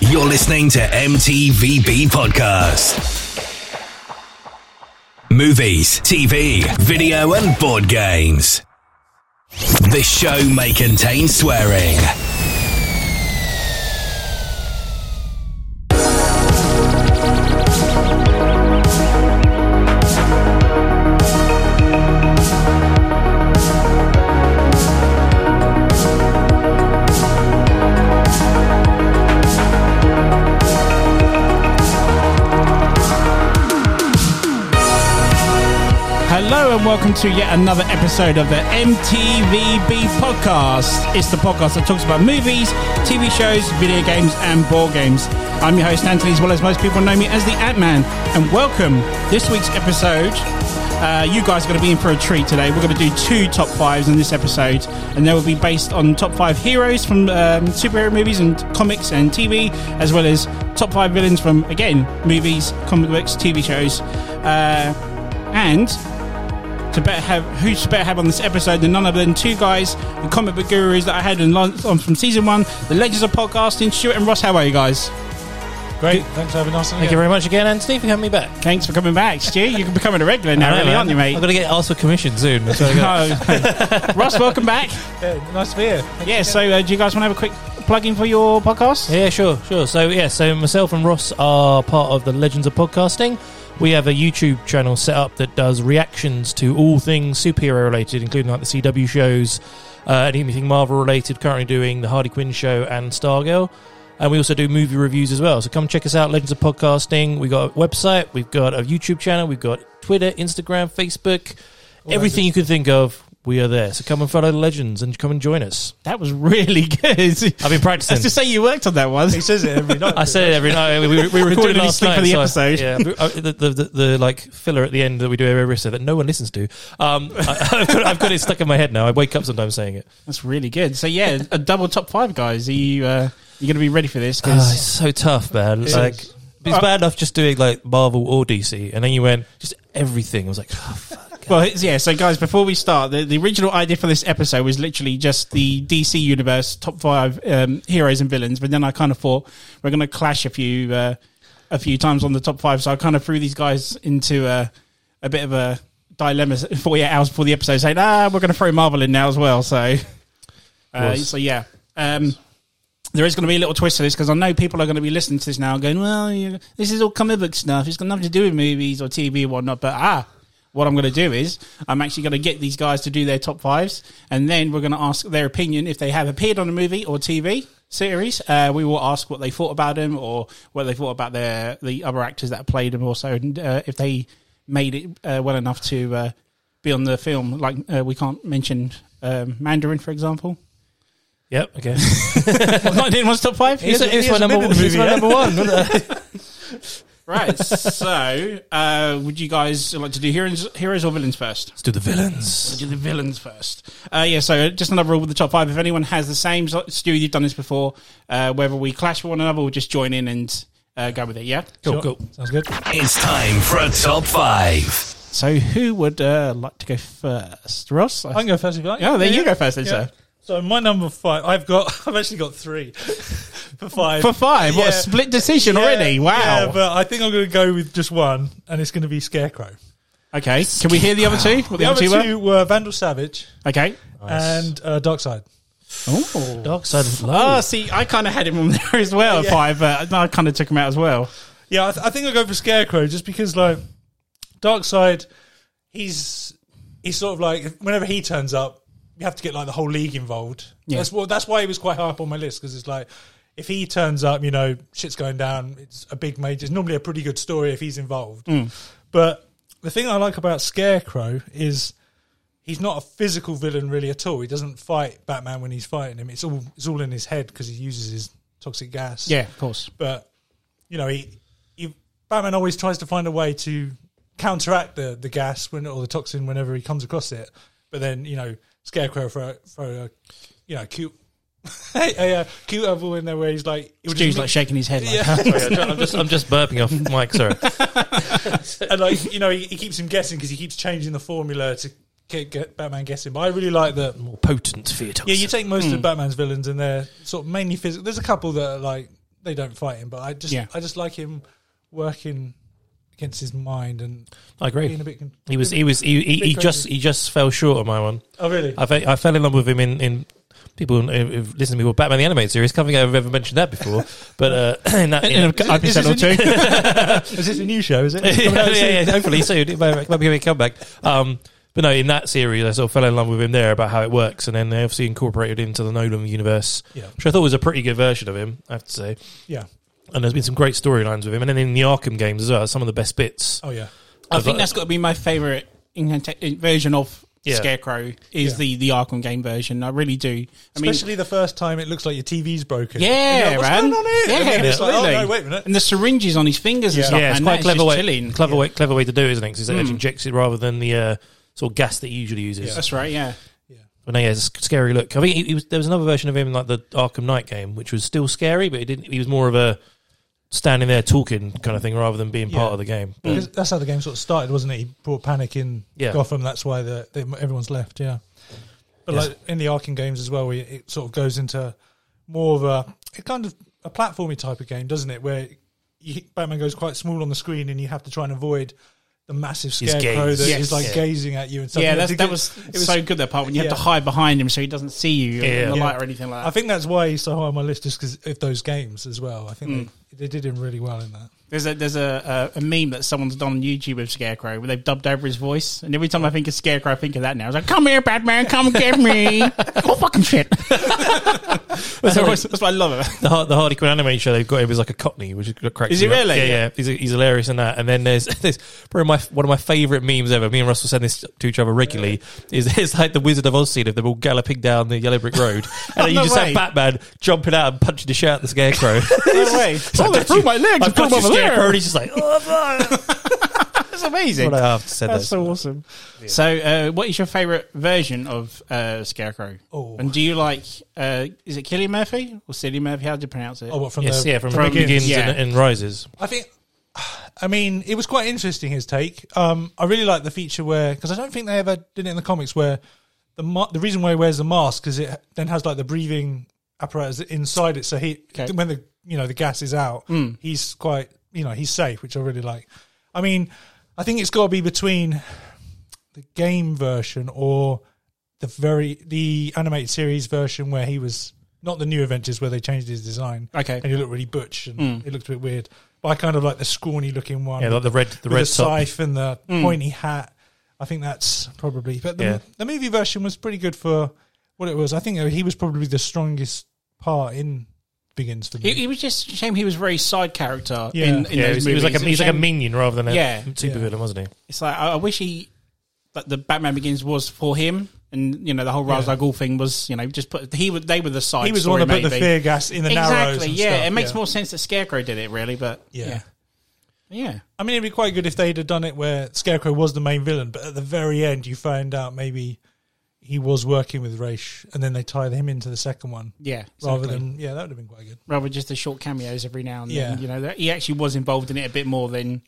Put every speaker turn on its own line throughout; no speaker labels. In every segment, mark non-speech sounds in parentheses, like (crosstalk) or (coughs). You're listening to MTVB Podcast. Movies, TV, video, and board games. This show may contain swearing.
Hello and welcome to yet another episode of the MTVB podcast. It's the podcast that talks about movies, TV shows, video games, and board games. I'm your host Anthony, as well as most people know me as the Ant Man. And welcome this week's episode. Uh, you guys are going to be in for a treat today. We're going to do two top fives in this episode, and they will be based on top five heroes from um, superhero movies and comics and TV, as well as top five villains from again movies, comic books, TV shows. Uh, and to better have who to better have on this episode than none other than two guys, the comic book gurus that I had in, on from season one, the Legends of Podcasting, Stuart and Ross. How are you guys?
Great, thanks for having us.
Thank you very much again, Anthony, for having me back.
Thanks for coming back, Stu. You're becoming a regular now, really, aren't you, mate?
I'm going to get asked for commission soon. That's what I got.
No. (laughs) Ross, welcome back.
Yeah, (laughs) nice to be here. Thank
Yeah, so uh, do you guys want to have a quick plug in for your podcast?
Yeah, sure, sure. So, yeah, so myself and Ross are part of the Legends of Podcasting. We have a YouTube channel set up that does reactions to all things superhero related, including like the CW shows uh, and anything Marvel related. Currently doing the Harley Quinn show and Stargirl. And we also do movie reviews as well. So come check us out, Legends of Podcasting. We've got a website, we've got a YouTube channel, we've got Twitter, Instagram, Facebook, everything you can think of. We are there. So come and follow the legends and come and join us.
That was really (laughs) good.
I've been practicing.
Let's just say you worked on that one.
He says it every night.
I said it every night. We, we, we recorded
doing
last
anything for the
night so I-
episode.
yeah, I- the, the, the, the, like filler at the end that we do every episode that no one listens to. Um, (laughs) I, have got, I've got it stuck in my head now. I wake up sometimes saying it.
(laughs) That's really good. So yeah, a double top five, guys. Are you uh, you going to be ready for this?
Oh,
'Cause-
it's so tough, man.
It
like
is.
it's
Uh,
bad enough just doing like Marvel or DC, and then you went just everything. I was like, oh, fuck. (laughs)
Well, it's- yeah. So, guys, before we start, the, the original idea for this episode was literally just the DC universe top five um, heroes and villains. But then I kind of thought we're going to clash a few uh, a few times on the top five. So I kind of threw these guys into a, a bit of a dilemma s- (laughs) 48 hours before the episode, saying, "Ah, we're going to throw Marvel in now as well." So, uh,
Was.
so yeah. Um, there is going to be a little twist to this because I know people are going to be listening to this now and going, well, you this is all comic book stuff. It's got nothing to do with movies or TV or whatnot. But ah, what I'm going to do is I'm actually going to get these guys to do their top fives and then we're going to ask their opinion if they have appeared on a movie or TV series. Uh, we will ask what they thought about them or what they thought about their the other actors that played them also and uh, if they made it uh, well enough to uh, be on the film. Like uh, we can't mention um, Mandarin, for example.
Yep. Okay.
Not in one's top five.
It's,
hasn't-
it's
he
my
hasn't
number.
been in
One,
the
it's my number one. wasn't it?
(laughs) Right. so, uh, would you guys like to do heroes, heroes or villains first?
Let's do the villains.
Let's do the villains first. Uh, yeah. So, just another rule with the top five. If anyone has the same, so- Stu, you've done this before. Uh, whether we clash with one another, we'll just join in and uh, go with it. Yeah.
Cool. Cool.
Sounds good.
It's time for a top five.
So, who would uh, like to go first, Ross?
I can go first if you like.
Oh, there you go first then, sir.
So my number five, I've got, (laughs) I've actually got three for five.
For five, what a
Yeah.
split decision
Yeah,
already! Wow.
Yeah, but I think I'm going to go with just one, and it's going to be Scarecrow.
okay, can we hear the other two? What the,
The
other two, were?
were Vandal Savage
Okay.
and uh, Darkseid.
Oh.
Dark side of
Ah,
love.
see, I kind of had him on (laughs) there as well.
Yeah.
Five, but I kind of took him out as well.
Yeah, I, th- I think I'll go for Scarecrow just because, like, Darkseid, he's he's sort of like whenever he turns up, you have to get like the whole league involved.
Yeah.
That's what that's why he was quite high up on my list because it's like if he turns up, you know, shit's going down. It's a big major. It's normally a pretty good story if he's involved.
Mm.
But the thing I like about Scarecrow is he's not a physical villain really at all. He doesn't fight Batman when he's fighting him. It's all it's all in his head because he uses his toxic gas
Yeah, of course.
but you know, he, he Batman always tries to find a way to counteract the, the gas when or the toxin whenever he comes across it. But then you know, Scarecrow for for a you know cute. (laughs) a, uh, cute level in there where he's like, he would
Stu's
just
like shaking his
(laughs)
head. Like,
I'm just, I'm just burping off mic. Sorry.
and like you know, he, he keeps him guessing because he keeps changing the formula to get, get Batman guessing. But I really like that.
More potent fear.
Hmm.
Yeah, you take most of Batman's villains and they're sort of mainly physical. There's a couple that are like they don't fight him, but I just
Yeah.
I just like him working against his mind and
I
being
agree.
a bit. Con-
He was he was he, he, he
Bit
just
crazy.
he just fell short on my one.
oh really?
I, fe- I fell in love with him in, in people who who've listened to me with Batman the Animated Series. Can't think I've ever mentioned that before. (laughs) But uh, in that, in-
In an episode or two.
Is this a new
(laughs)
show? Is
(laughs)
it?
yeah, yeah, yeah, hopefully soon. It might, might be a comeback. Um, but no, in that series, I sort of fell in love with him there about how it works, and then they obviously incorporated into the Nolan universe,
Yeah.
which I thought was a pretty good version of him, I have to say.
Yeah.
And there's been some great storylines with him, and then in the Arkham games as well, some of the best bits.
Oh yeah.
I
I've
think
got-
that's got to be my favorite incanta- version of
Yeah.
Scarecrow is
Yeah.
the the Arkham game version. I really do. I mean,
Especially the first time it looks like your TV's broken.
yeah,
You're like, What's
man.
going on here?
Yeah,
And then it's like, oh,
absolutely.
no, wait a minute.
And the syringes on his fingers and
Yeah.
stuff.
yeah, it's
man,
quite
that is
clever
just
way,
Chilling.
clever way, clever way to do it, isn't it? Because it actually injects it rather than the uh, sort of gas that he usually uses.
That's right. Yeah.
But no, yeah, it's a scary look. I think he, he was, there was another version of him in, like the Arkham Knight game, which was still scary, but it didn't. He was more of a standing there talking kind of thing rather than being part
Yeah.
of the game.
Mm.
(laughs) But-
Because that's how the game sort of started, wasn't it? He brought panic in
Yeah.
Gotham. That's why the, they, everyone's left. Yeah, but
Yes.
like in the Arkham games as well, where it sort of goes into more of a it kind of a platformy type of game, doesn't it? Where you, Batman goes quite small on the screen, and you have to try and avoid the massive
His
scarecrow
gaze.
that is
Yes.
like
Yeah.
gazing at you and stuff.
Yeah,
You know,
that's,
to
that
get-
was,
it was
so good. That part when you have to
yeah.
hide behind him so he doesn't see you
Yeah.
in the
Yeah.
light or anything like that.
I think that's why he's so high on my list, just because of those games as well. I think
Mm.
they, they did him really well in that.
There's a there's a, a, a meme that someone's done on YouTube of Scarecrow where they've dubbed over his voice, and every time I think of Scarecrow, I think of that now. It's like, "Come here, Batman, come get
(laughs)
me!" oh fucking shit! (laughs) that's, always, that's why I love it. (laughs)
the, Har- the Harley Quinn anime show they've got him is like a cockney, which is correct.
Is he really?
Yeah, yeah. He's, he's hilarious in that. And then there's (laughs) there's probably my one of my favorite memes ever. Me and Russell send this to each other regularly. Is (laughs) it's like the Wizard of Oz scene of them all galloping down the yellow
(laughs)
brick road, and then you
no
just
way.
have Batman jumping out and punching the shit out of the scarecrow.
(laughs) No
(laughs)
way! oh, they threw my legs.
I've
and put
got
them
you,
over
scarecrow. And
there.
he's just like, oh,
That's amazing.
what I have to say
That's
that.
so awesome. So, uh, what is your favorite version of uh, Scarecrow?
Oh.
And do you like? Uh, is it Killian Murphy or Cillian Murphy? How do you pronounce it?
Oh, what from
Yes,
the
yeah, from,
from
begins,
Begins, yeah.
and, and rises.
I think, I mean, it was quite interesting his take. Um, I really like the feature where because I don't think they ever did it in the comics where the ma- the reason why he wears the mask because it then has like the breathing apparatus inside it, so he
Okay. Hmm.
when the you know the gas is out, he's quite you know he's safe, which I really like. I mean, I think it's got to be between the game version or the very the animated series version where he was not the new Avengers where they changed his design.
Okay.
and he looked really butch and
Hmm.
it looked a bit weird. But I kind of like the scrawny looking one.
Yeah, like the red, the
with
red
the
top.
scythe and the
Hmm.
pointy hat. I think that's probably. But the,
Yeah.
the movie version was pretty good for what it was. I think he was probably the strongest part in Begins for
He,
me.
he was just a shame he was very side character
Yeah.
in, in
Yeah, he
those
was, he was like a,
movies.
he was like a
shame-
minion rather than a
Yeah.
supervillain, wasn't he?
It's like I, I wish he that the Batman Begins was for him, and you know the whole Ra's
Yeah.
al Ghul thing was you know just put he would they were the side.
He was the
story,
one that put the
maybe.
fear gas in the narrows.
Exactly.
and
Yeah,
stuff,
it makes more sense that Scarecrow did it really, but
Yeah.
yeah, yeah.
I mean, it'd be quite good if they'd have done it where Scarecrow was the main villain, but at the very end, you find out maybe he was working with Raish, and then they tie him into the second one
yeah
rather
exactly.
than yeah, that would have been quite good.
rather just the short cameos every now and then.
Yeah.
You know, that he actually was involved in it a bit more than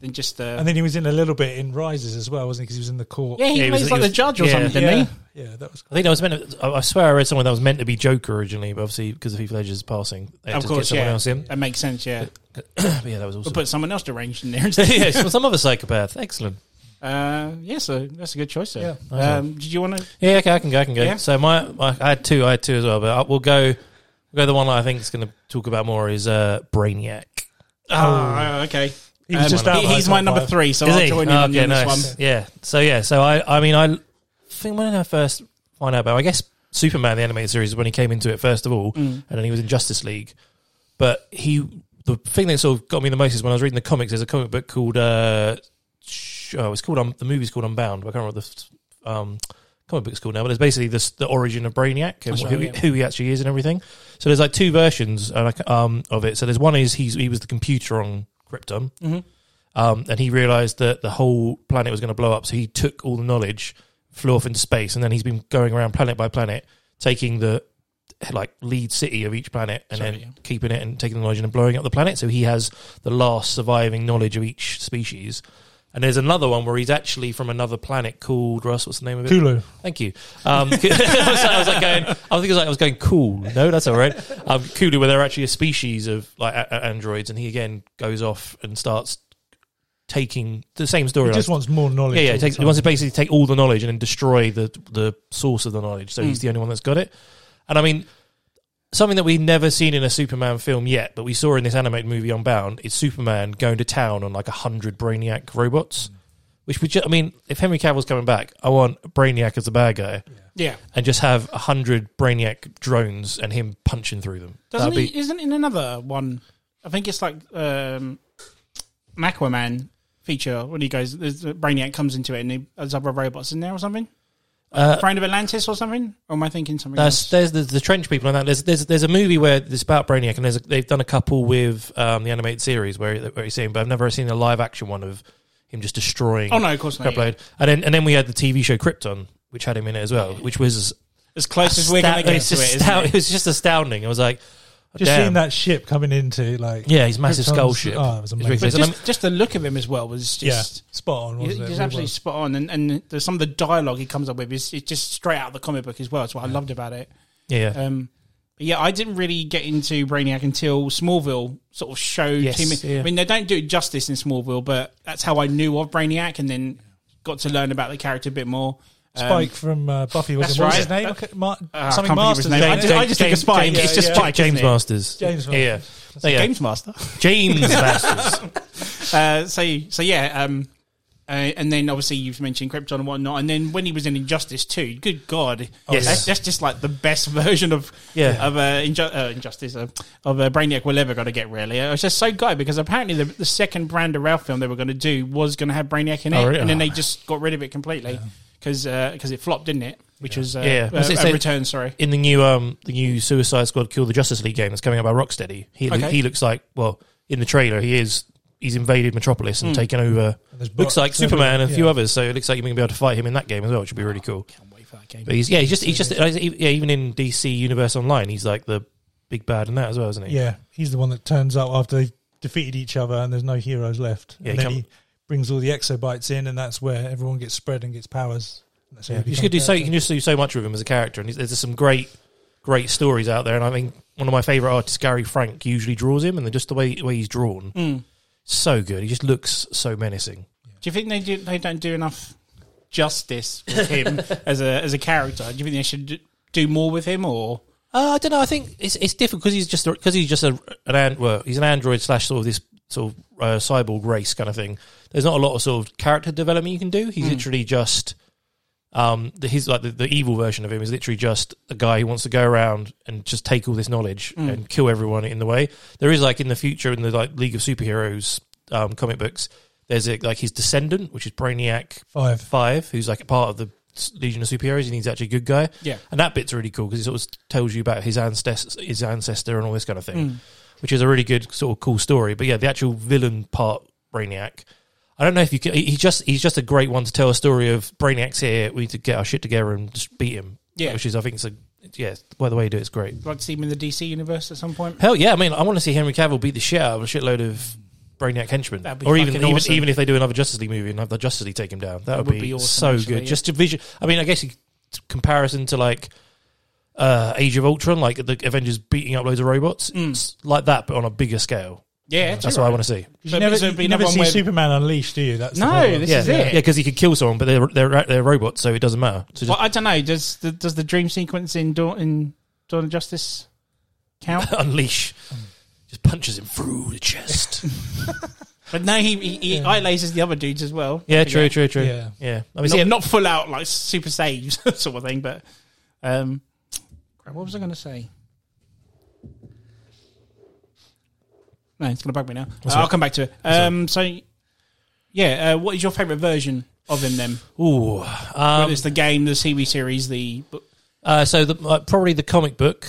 than just the.
And then he was in a little bit in Rises as well, wasn't he? Because he was in the court.
yeah, he,
Yeah, he
was,
was-
like
he
the
was-
judge or
yeah.
something, didn't
yeah,
he?
yeah, that was.
I think that was meant. To, I I swear, I read someone that was meant to be Joker originally, but obviously because of Heath Ledger's passing, they had
Of
to
course,
get someone
yeah.
else in.
That makes sense. Yeah,
But yeah, that was
we'll
awesome. (laughs)
put someone else deranged in
(laughs)
there (laughs) instead.
yes, well, some other psychopath. Excellent.
Uh, yeah, so that's a good choice. There.
Yeah.
Um, did you want to?
Yeah, okay, I can go. I can go.
Yeah.
So my, my, I had two. I had two as well, but I, we'll go. We'll go. The one I think is going to talk about more is uh, Brainiac.
Oh, okay.
He was just out
he-
of
he's
my
my
top
number
five.
three, so
Is
I'll
he?
join
Oh,
in on
okay,
this
nice.
one.
Yeah. So yeah. So I. I mean, I think when did I first find out about? I guess Superman the animated series is when he came into it first of all,
Mm.
and then he was in Justice League. But he, the thing that sort of got me the most is when I was reading the comics. There's a comic book called. Uh, sh- oh, it's called. Um, the movie's called Unbound. but I can't remember the. f- Um, comic book's called now, but it's basically this, the origin of Brainiac and
That's
who,
right, yeah.
who he actually is and everything. So there's like two versions uh, like, um, of it. So there's one is he's, he was the computer on Krypton, um, and he realized that the whole planet was going to blow up. So he took all the knowledge, flew off into space, and then he's been going around planet by planet, taking the like lead city of each planet and
Sorry,
then
yeah.
keeping it and taking the knowledge and blowing up the planet. So he has the last surviving knowledge of each species. And there's another one where he's actually from another planet called Russ. What's the name of it?
Hulu.
Thank you. Um, (laughs) I, was, I was like going. I think it was like I was going cool. No, that's all right. Um, Kulu, where they're actually a species of like a- a- androids, and he again goes off and starts taking the same story.
He just
like-
wants more knowledge.
yeah, yeah.
all
He,
the
takes, he
time.
wants to basically take all the knowledge and then destroy the the source of the knowledge. So
Hmm.
he's the only one that's got it. And I mean, something that we've never seen in a Superman film yet, but we saw in this animated movie Unbound is Superman going to town on like a hundred Brainiac robots.
Hmm.
Which would, ju- I mean, if Henry Cavill's coming back, I want Brainiac as the bad guy
Yeah.
and just have a hundred Brainiac drones and him punching through them.
Doesn't
That'd
he? Isn't in another one? I think it's like um, an Aquaman feature when he goes. there's- Brainiac comes into it and he, there's other robots in there or something.
Uh,
Friend of Atlantis or something? Or am I thinking something
That's,
else?
there's, there's the trench people and that. There's there's there's a movie where it's about Brainiac and there's a, they've done a couple with um, the animated series where where you see him, but I've never seen a live action one of him just destroying.
Oh no, of course not. yeah.
Upload. And then and then we had the TV show Krypton, which had him in it as well, which was
As close as we're going to
astound-
get
it's
to
just
it,
astound-
isn't
it
it?
was just astounding. I was like,
Just
damn.
seeing that ship coming into like
Yeah, he's massive
Krypton's-
skull ship.
Oh, it was
It's
amazing.
ridiculous.
But
So let
just, just the look of him as well was
yeah,
just.
spot on.
He's
Wasn't it? It
absolutely
was.
spot on, and, and the, some of the dialogue he comes up with is it's just straight out of the comic book as well. It's what I loved about it.
yeah, yeah.
Um, but yeah, I didn't really get into Brainiac until Smallville sort of showed
Yes,
him.
yeah.
I mean, they don't do it justice in Smallville, but that's how I knew of Brainiac, and then got to learn about the character a bit more. Um,
Spike from uh, Buffy was
that's
it? What was his
right.
name?
That-
Mar-
I can't
something
think of
Masters.
his name. I just- I just think of Spike.
James-
It's just
yeah,
Spike,
James
isn't it?
Masters.
James
Yeah, yeah. Yeah, yeah.
Games Master. (laughs)
James Masters.
Uh, so so yeah, um, uh, and then obviously you've mentioned Krypton and whatnot, and then when he was in Injustice too, good God,
Yes.
that's, that's just like the best (laughs) version of
Yeah.
of uh, Inju- uh, Injustice uh, of uh, Brainiac we're ever going to get. Really, I was just so gutted because apparently the, the second Brand of Ralph film they were going to do was going to have Brainiac in it,
Oh, really?
and then they
Oh.
just got rid of it completely because it flopped, didn't it? Which was uh,
Yeah.
uh,
Was it
uh,
say-
return. Sorry,
in the new um the new Suicide Squad Kill the Justice League game that's coming out by Rocksteady, he
Okay.
he looks like well in the trailer he is he's invaded Metropolis and taken over.
there's
looks
bots
like
and
Superman and a few
yeah.
others, so it looks like you're going to be able to fight him in that game as well, which would be really cool.
can't wait for that game.
But he's yeah he's just he's just like, e- yeah even in DC Universe Online he's like the big bad in that as well, isn't he?
Yeah, he's the one that turns up after they've defeated each other and there's no heroes left.
Yeah,
and
he
then
come-
he brings all the exobites in, and that's where everyone gets spread and gets powers. And That's how he
You
becomes
just could do so.
a
You can just do so much with him as a character, and he's- there's just some great, great stories out there. And I mean, one of my favorite artists, Gary Frank, usually draws him, and just the way the way he's drawn, so good. He just looks so menacing.
Do you think they do? They don't do enough justice with
(laughs)
him as a as a character. Do you think they should d- do more with him, or
Uh, I don't know. I think it's it's different because he's just because he's just a, an and, well, he's an android slash sort of this sort of uh, cyborg race kind of thing. There's not a lot of sort of character development you can do. He's literally just um the, his like the, the evil version of him is literally just a guy who wants to go around and just take all this knowledge and kill everyone in the way. There is like in the future in the like League of Superheroes um, comic books. There's a, like his descendant, which is Brainiac
Five.
Five, who's like a part of the s- Legion of Superheroes, and he's actually a good guy.
Yeah.
and that bit's really cool because it sort of tells you about his ancestor, his ancestor, and all this kind of
Mm.
thing, which is a really good sort of cool story. But yeah, the actual villain part, Brainiac. I don't know if you can. He he just he's just a great one to tell a story of Brainiac's here. We need to get our shit together and just beat him.
Yeah.
which is I think it's a yeah. By the way you do it, it's great.
like see him in the DC universe at some point?
Hell yeah! I mean, I want to see Henry Cavill beat the shit out of a shitload of Brainiac henchmen,
That'd be
or even
fucking
even,
awesome.
even if they do another Justice League movie and have the Justice League take him down, that, would,
would
be,
be awesome,
so
actually,
good.
yeah.
Just to visual. I mean, I guess it- t- comparison to like uh, Age of Ultron, like the Avengers beating up loads of robots,
Mm.
it's like that, but on a bigger scale.
Yeah,
That's what I want to see.
You
But
never,
it'd
you
be
never
another one
see
where-
Superman Unleashed, do you? That's the
No,
problem.
this
yeah,
is it.
yeah, because he could kill someone, but they're they're they're robots, so it doesn't matter. So just,
Well, I don't know. Does the, does the dream sequence in Dawn in Dawn of Justice count?
(laughs) unleash, just punches him through
(laughs)
the chest.
but no, he he, he eye lasers the other dudes as well.
yeah, true, true, true.
Yeah.
Yeah, I mean,
Not,
see,
not full out like super saves (laughs) sort of thing, but um, what was I going to say? No, it's going to bug me now. Uh,
all
I'll come back to it. Um, so, yeah, uh, what is your favourite version of him then?
ooh, um,
Whether it's the game, the TV series, the book.
Uh, so the, uh, probably the comic book.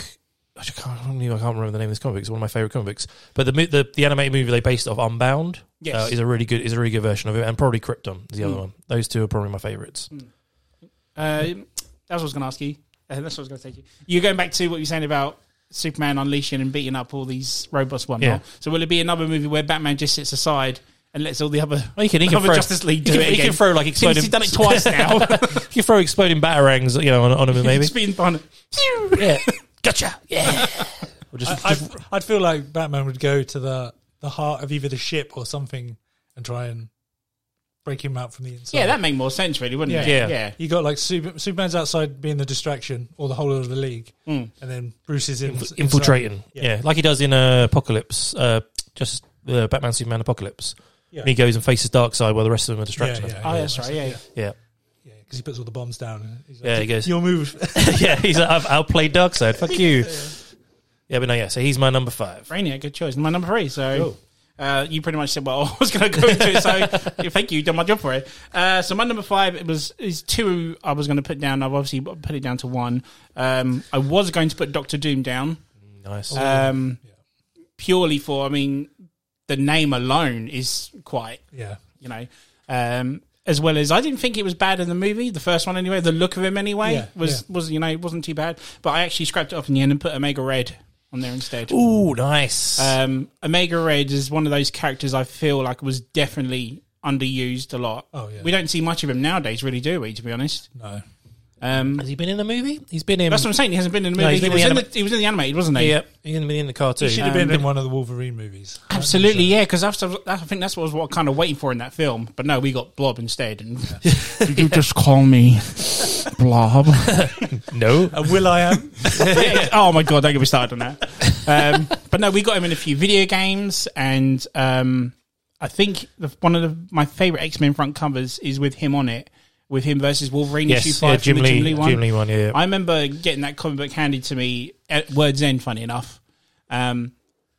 I just can't, I can't remember the name of this comic book. It's one of my favorite comic books. But the mo- the, the animated movie they based it off Unbound
Yes.
uh, is a really good is a really good version of it, and probably Krypton is the other one. Those two are probably my favorites.
Uh, that's what I was going to ask you. Uh, that's what I was going to take you. You're going back to what you're saying about Superman unleashing and beating up all these robots, and whatnot.
Yeah.
So will it be another movie where Batman just sits aside and lets all the other,
Well, you
(laughs)
can, he can
other
throw
Justice League do
he
it
can,
again.
he can throw like exploding.
Since he's done it twice now.
(laughs) you throw exploding batarangs, you know, on, on him maybe.
It's been fun.
yeah, gotcha. Yeah. Or just,
I,
just-
I'd feel like Batman would go to the the heart of either the ship or something and try and break him out from the inside.
Yeah, that made more sense, really, wouldn't it?
Yeah.
yeah.
you got like Super, Superman's outside being the distraction or the whole of the league, and then Bruce is in, inside.
infiltrating. Yeah.
Yeah.
like he does in uh, Apocalypse, uh, just uh, Batman Superman Apocalypse.
Yeah.
And he goes and faces Darkseid while the rest of them are distracted.
Yeah,
Yeah,
yeah.
Oh, that's right. Yeah, yeah.
yeah.
Yeah, because he puts all the bombs down. And he's like,
Yeah, he goes-
Your move. (laughs)
(laughs) Yeah, he's like, I've outplayed Darkseid. Fuck you. Yeah, but no, yeah. So he's my number five.
Brainiac, good choice. My number three. So. Uh, you pretty much said what (laughs) I was going to go into, it, so yeah, thank you. You've done my job for it. Uh, so my number five it was is two. I was going to put down. I've obviously put it down to one. Um, I was going to put Doctor Doom down,
Nice.
um, purely for. I mean, the name alone is quite
yeah,
you know. Um, as well as I didn't think it was bad in the movie, the first one anyway. The look of him anyway
Yeah,
was was you know it wasn't too bad. But I actually scrapped it off in the end and put Omega Red on there instead.
Ooh, nice.
Um, Omega Red is one of those characters I feel like was definitely underused a lot.
Oh, yeah.
we don't see much of him nowadays, really, do we? To be honest,
no.
um,
Has he been in a movie? He's been in.
that's what I'm saying. He hasn't been in the
No,
movie.
he's
he,
been
was
in
in
the
the, he was in the animated, wasn't he?
yeah, he's been in the cartoon.
He should have been
but-
in one of the Wolverine movies.
Absolutely, yeah, because I think that's what I was what kind of waiting for in that film. But no, we got Blob instead. And Did (laughs) you just call me Blob?
no.
Uh, Will I am?
(laughs) oh my god, don't get me started on that. Um, but no, we got him in a few video games, and um, I think the, one of the, my favorite X Men front covers is with him on it, with him versus Wolverine issue
(laughs) Yes,
five,
yeah,
from
Jim
the
Lee, Jim Lee one. yeah, yeah.
I remember getting that comic book handed to me at Words End, funny enough. Um,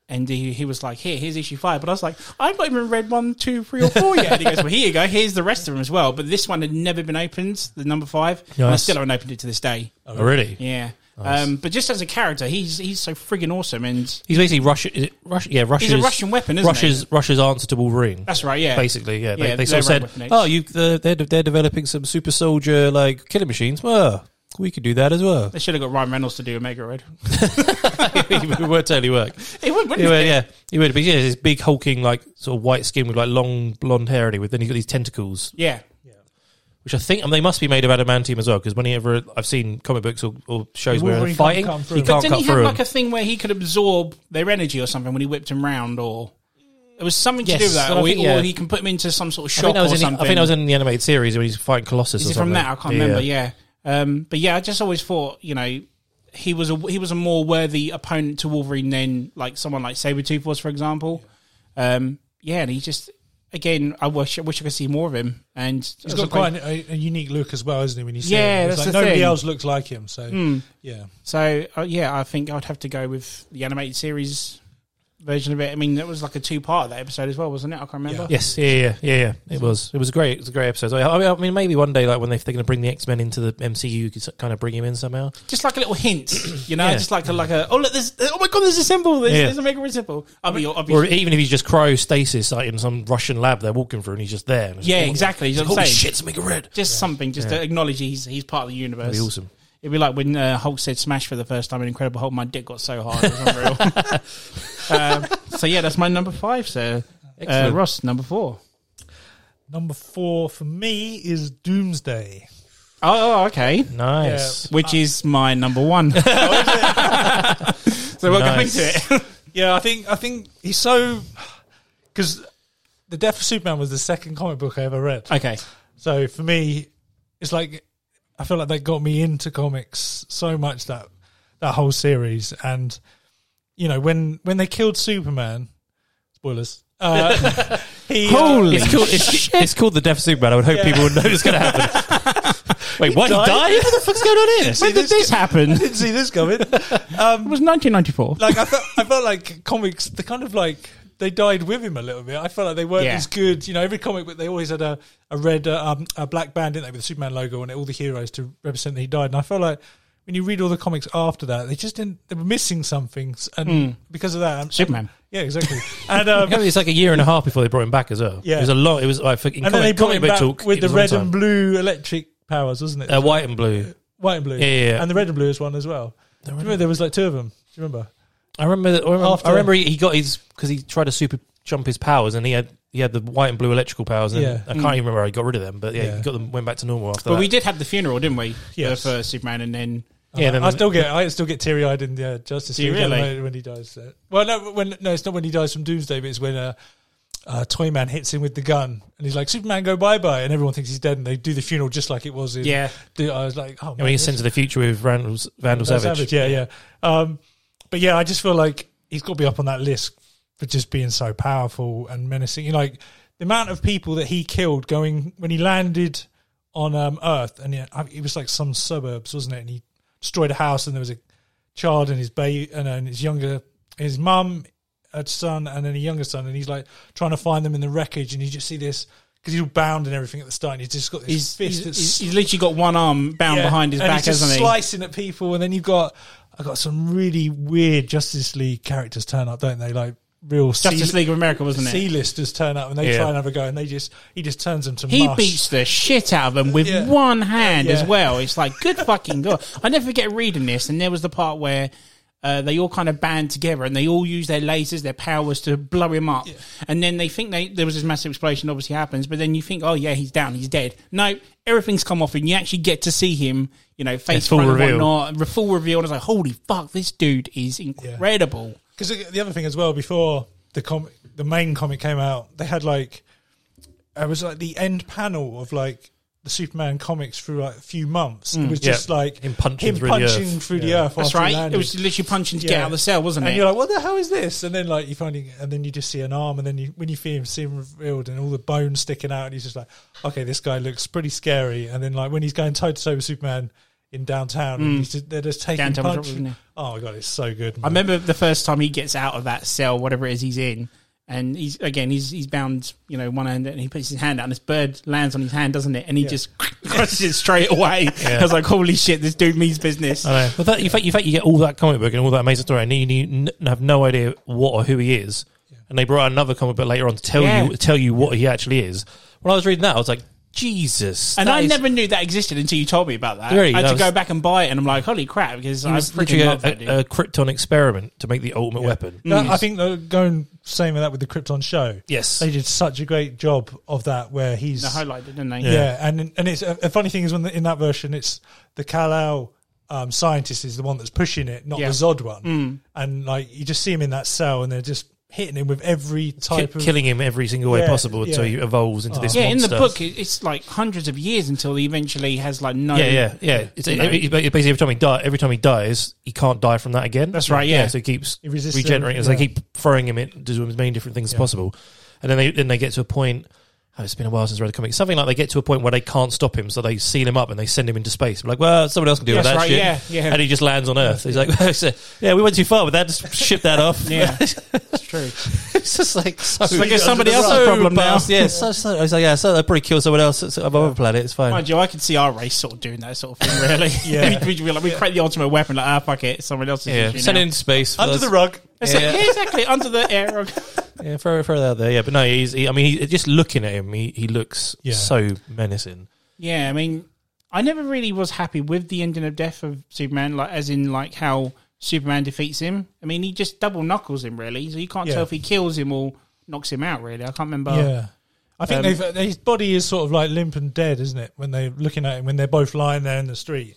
and he, he was like, Here, here's issue five. But I was like, I've not even read one, two, three, or four yet. And he goes, Well, here you go. Here's the rest of them as well. But this one had never been opened, the number five. And I
Nice.
still haven't opened it to this day.
Oh, really?
Yeah. Um, but just as a character, he's he's so friggin' awesome. And
He's basically Russian. Is it Russian? Yeah, Russia's,
Russian weapon, isn't
Russia's, Russia's answer to Wolverine.
that's right, yeah.
basically. Yeah, they,
Yeah,
they sort of
they're
said,
right with Nate.
"Oh, you they're they're, they're developing some super soldier like killing machines. Well, we could do that as well. (laughs)
They should have got Ryan Reynolds to do Omega Red.
it would totally work.
It would, wouldn't
It would,
it?
yeah, it would. But yeah, this big hulking like sort of white skin with like long blonde hair, and with then he's got these tentacles,
Yeah.
which I think I mean, they must be made of adamantium as well. Because whenever I've seen comic books or, or shows where they're
Wolverine
fighting,
can't cut
he
through
But
can't
didn't
cut
he have
through
like a
them.
thing where he could absorb their energy or something when he whipped him round or it was something to
Yes,
do with that,
I
or, he-
think, yeah.
or he can put him into some sort of
I
shock
think, that
or
was in,
something.
I think that was in the animated series when he's fighting Colossus.
Is
or
it from
something.
that? I can't remember. Yeah, um, but yeah, I just always thought you know he was a he was a more worthy opponent to Wolverine than like someone like Sabretooth was, for example. Um, yeah, and he just again, I wish I wish I could see more of him. And
He's got quite an- a, a unique look as well, isn't he? When you see
Yeah,
him, It's
that's
like
the
nobody
thing.
else looks like him. So yeah,
so uh, yeah, I think I'd have to go with the animated series version of it. I mean, that was like a two part of that episode as well, wasn't it? I can't remember.
Yeah.
Yes, yeah, yeah, yeah, yeah. It was. It was great. It was a great episode. I, I mean- I mean, maybe one day, like when they, they're going to bring the X Men into the MCU, you could s- kind of bring him in somehow.
just like a little hint, (coughs) you know,
Yeah.
just like a like a oh look, there's oh my god, there's a symbol, there's,
Yeah.
there's a mega red symbol. I'll be, I'll be
Or even if he's just cryostasis, like in some Russian lab they're walking through, and he's just there. And it's
yeah,
like,
exactly. Just,
Holy
saying,
shit, it's Mega Red.
just something, just to acknowledge he's he's part of the universe.
That'd be awesome.
It'd be like when uh, Hulk said "Smash" for the first time in Incredible Hulk. My dick got so hard, it was unreal. (laughs) um, so yeah, that's my number five, sir. Uh,
Excellent.
Ross, number four.
number four for me is Doomsday.
Oh, oh, okay.
Nice.
Which is my number one. (laughs) so we're
Nice.
going to it.
Yeah, I think I think he's so because the Death of Superman was the second comic book I ever
(laughs)
read.
okay.
So for me, it's like I feel like they got me into comics so much that that whole series, and you know when when they killed Superman, spoilers. Uh, (laughs) he, uh,
Holy
It's called, it's, it's called the Death of Superman. I would hope people would know it's going to
(laughs)
happen. Wait, what? He
died?
died? What the fuck's going on here?
When did this happen? It (laughs)
didn't see this coming.
was 1994.
like I felt, I felt like comics, they kind of like they died with him a little bit. I felt like they weren't
Yeah.
as good. You know, every comic book they always had a a red uh, um, a black band, didn't they, with the Superman logo on it, all the heroes to represent that he died. And I felt like when you read all the comics after that, they just didn't. They were missing something, s- and
Hmm.
because of that, I'm-
Superman.
Yeah, exactly.
(laughs)
And um,
It's like a year and a half before they brought him back as well.
Yeah.
It was a lot. It was like in
and then they
comic,
brought him
comic book
back
talk
with
it
the
was on
red
time.
and blue electric powers, wasn't it?
Uh, white and blue.
White and blue.
yeah, yeah.
And the red and blue is one as well. Do you remember there was like two of them? Do you remember?
I remember. I remember,
After-
I remember he, he got his because he tried to super jump his powers, and he had he had the white and blue electrical powers, and
Yeah. Mm.
I can't even remember how he got rid of them. But yeah,
Yeah.
he got them went back to normal after
But
that.
we did have the funeral, didn't we?
Yes.
For, for Superman, and then
yeah, then
I still get I still get teary eyed in the uh, Justice
Do you
League
really?
when- when he dies. uh, well, no, when no, it's not when he dies from Doomsday, but it's when uh, uh, Toyman hits him with the gun, and he's like, "Superman, go bye bye," and everyone thinks he's dead, and they do the funeral just like it was. In,
Yeah.
the- I was like, "Oh,
I mean, he's
this-
sent to the future with Randall, Vandal
that's
Savage.
savage." Yeah, yeah. Um, but yeah, I just feel like he's got to be up on that list for just being so powerful and menacing. You know, like the amount of people that he killed going when he landed on um, Earth, and yeah, I- it was like some suburbs, wasn't it? And he destroyed a house, and there was a child and his baby and, uh, and his younger his mum a son and then a younger son and he's like trying to find them in the wreckage and you just see this because he's all bound and everything at the start and he's just got this
he's
fist
he's,
that's
he's, he's literally got one arm bound
yeah,
behind his
and
back,
he's just
hasn't he?
slicing at people and then you've got i got some really weird justice league characters turn up don't they like real
Justice
C-
League of America, wasn't it?
c-listers turn up and they
Yeah.
try and have a go and they just he just turns them to
He
mush.
beats the shit out of them with
Yeah.
one hand as
Yeah.
well. It's like good fucking god. I never forget reading this, and there was the part where. Uh, they all kind of band together and they all use their lasers, their powers to blow him up. And then they think they there was this massive explosion, obviously happens. But then you think, oh yeah, he's down, he's dead. No, everything's come off, and you actually get to see him, you know, face
full
front and
reveal.
whatnot, re- full reveal. And it's like, holy fuck, this dude is incredible.
Because the other thing as well, before the comic, the main comic came out, they had like it was like the end panel of like the Superman comics for like a few months. it was
Mm. yeah.
just like
Him punching
him
through the
punching
earth.
through the
Yeah.
earth.
That's
after he
right. It
landed.
was literally punching to
Yeah.
get out of the cell, wasn't
and
it?
you're like, what the hell is this? And then like you find him, and then you just see an arm, and then you when you see him, see him revealed, and all the bones sticking out, and he's just like, okay, this guy looks pretty scary. And then like when he's going toe to toe with Superman in downtown, and he's just, they're just taking
Mm. Downtown was
punch.
right, wasn't it?
Oh my god, it's so good.
I remember the first time he gets out of that cell, whatever it is he's in, and he's again he's he's bound, you know, one hand, and he puts his hand out, and this bird lands on his hand, doesn't it? And he just (laughs) crushes it straight away. I was like, holy shit, this dude means business.
I know. But that, in fact, in fact, you get all that comic book and all that amazing story, and you, you n- have no idea what or who he is. And they brought out another comic book later on to tell
Yeah.
you tell you what he actually is. When I was reading that, I was like, Jesus!
and
that
I
is-
never knew that existed until you told me about that.
Really?
I had
That
to
was-
go back and buy it, and I'm like, holy crap, because I
it was literally
freaking
a,
love that dude.
a- a Krypton experiment to make the ultimate weapon.
No, I think they're going same with that with the Krypton show.
Yes.
they did such a great job of that where he's
the highlight, didn't they?
yeah. and and it's a, a funny thing is when the, in that version it's the Kal-El um, scientist is the one that's pushing it, not
Yeah. Mm.
the Zod one. And like you just see him in that cell, and they're just hitting him with every
Ki-
type of
killing him every single way
Yeah,
possible until
yeah.
he evolves into this.
Yeah, in the
monster.
book, it- it's like hundreds of years until he eventually has like no.
Yeah, yeah, yeah. It's,
You know.
it- it- basically, every time he die, every time he dies, he can't die from that again.
That's right, yeah.
so he keeps
He resists
regenerating.
them,
So
yeah.
they keep throwing him in, doing as many different things as possible, and then they then they get to a point. Oh, it's been a while since I read the comic. Something like they get to a point where they can't stop him, so they seal him up and they send him into space. Like, well, someone else can do all
That's
that
right,
shit.
yeah, yeah.
And he just lands on Earth. He's like, (laughs) yeah, we went too far with that. Just ship that off.
(laughs)
(laughs)
Yeah, it's true.
it's just like so.
like it's somebody
so
else's problem now.
past- Yeah, so, so, I was like, yeah, so they'll probably kill someone else on another planet. It's fine.
Mind you, I could see our race sort of doing that sort of thing, (laughs) really.
Yeah.
we, we, like, we create the ultimate weapon, like, ah, fuck it, someone else's
Yeah,
issue
send
now.
it into space.
under
That's-
the rug.
It's like,
Yeah.
yeah, exactly, under the air.
Yeah, throw, throw that out there. Yeah, but no, he's. He, I mean, he, just looking at him, he, he looks
Yeah.
so menacing.
(laughs) Yeah, I mean, I never really was happy with the ending of death of Superman, like, as in, like, how Superman defeats him. I mean, he just double knuckles him, really, so you can't
Yeah.
tell if he kills him or knocks him out, really. I can't remember.
Yeah. I think
Um,
they've, uh, his body is sort of like limp and dead, isn't it? When they're looking at him, when they're both lying there in the street.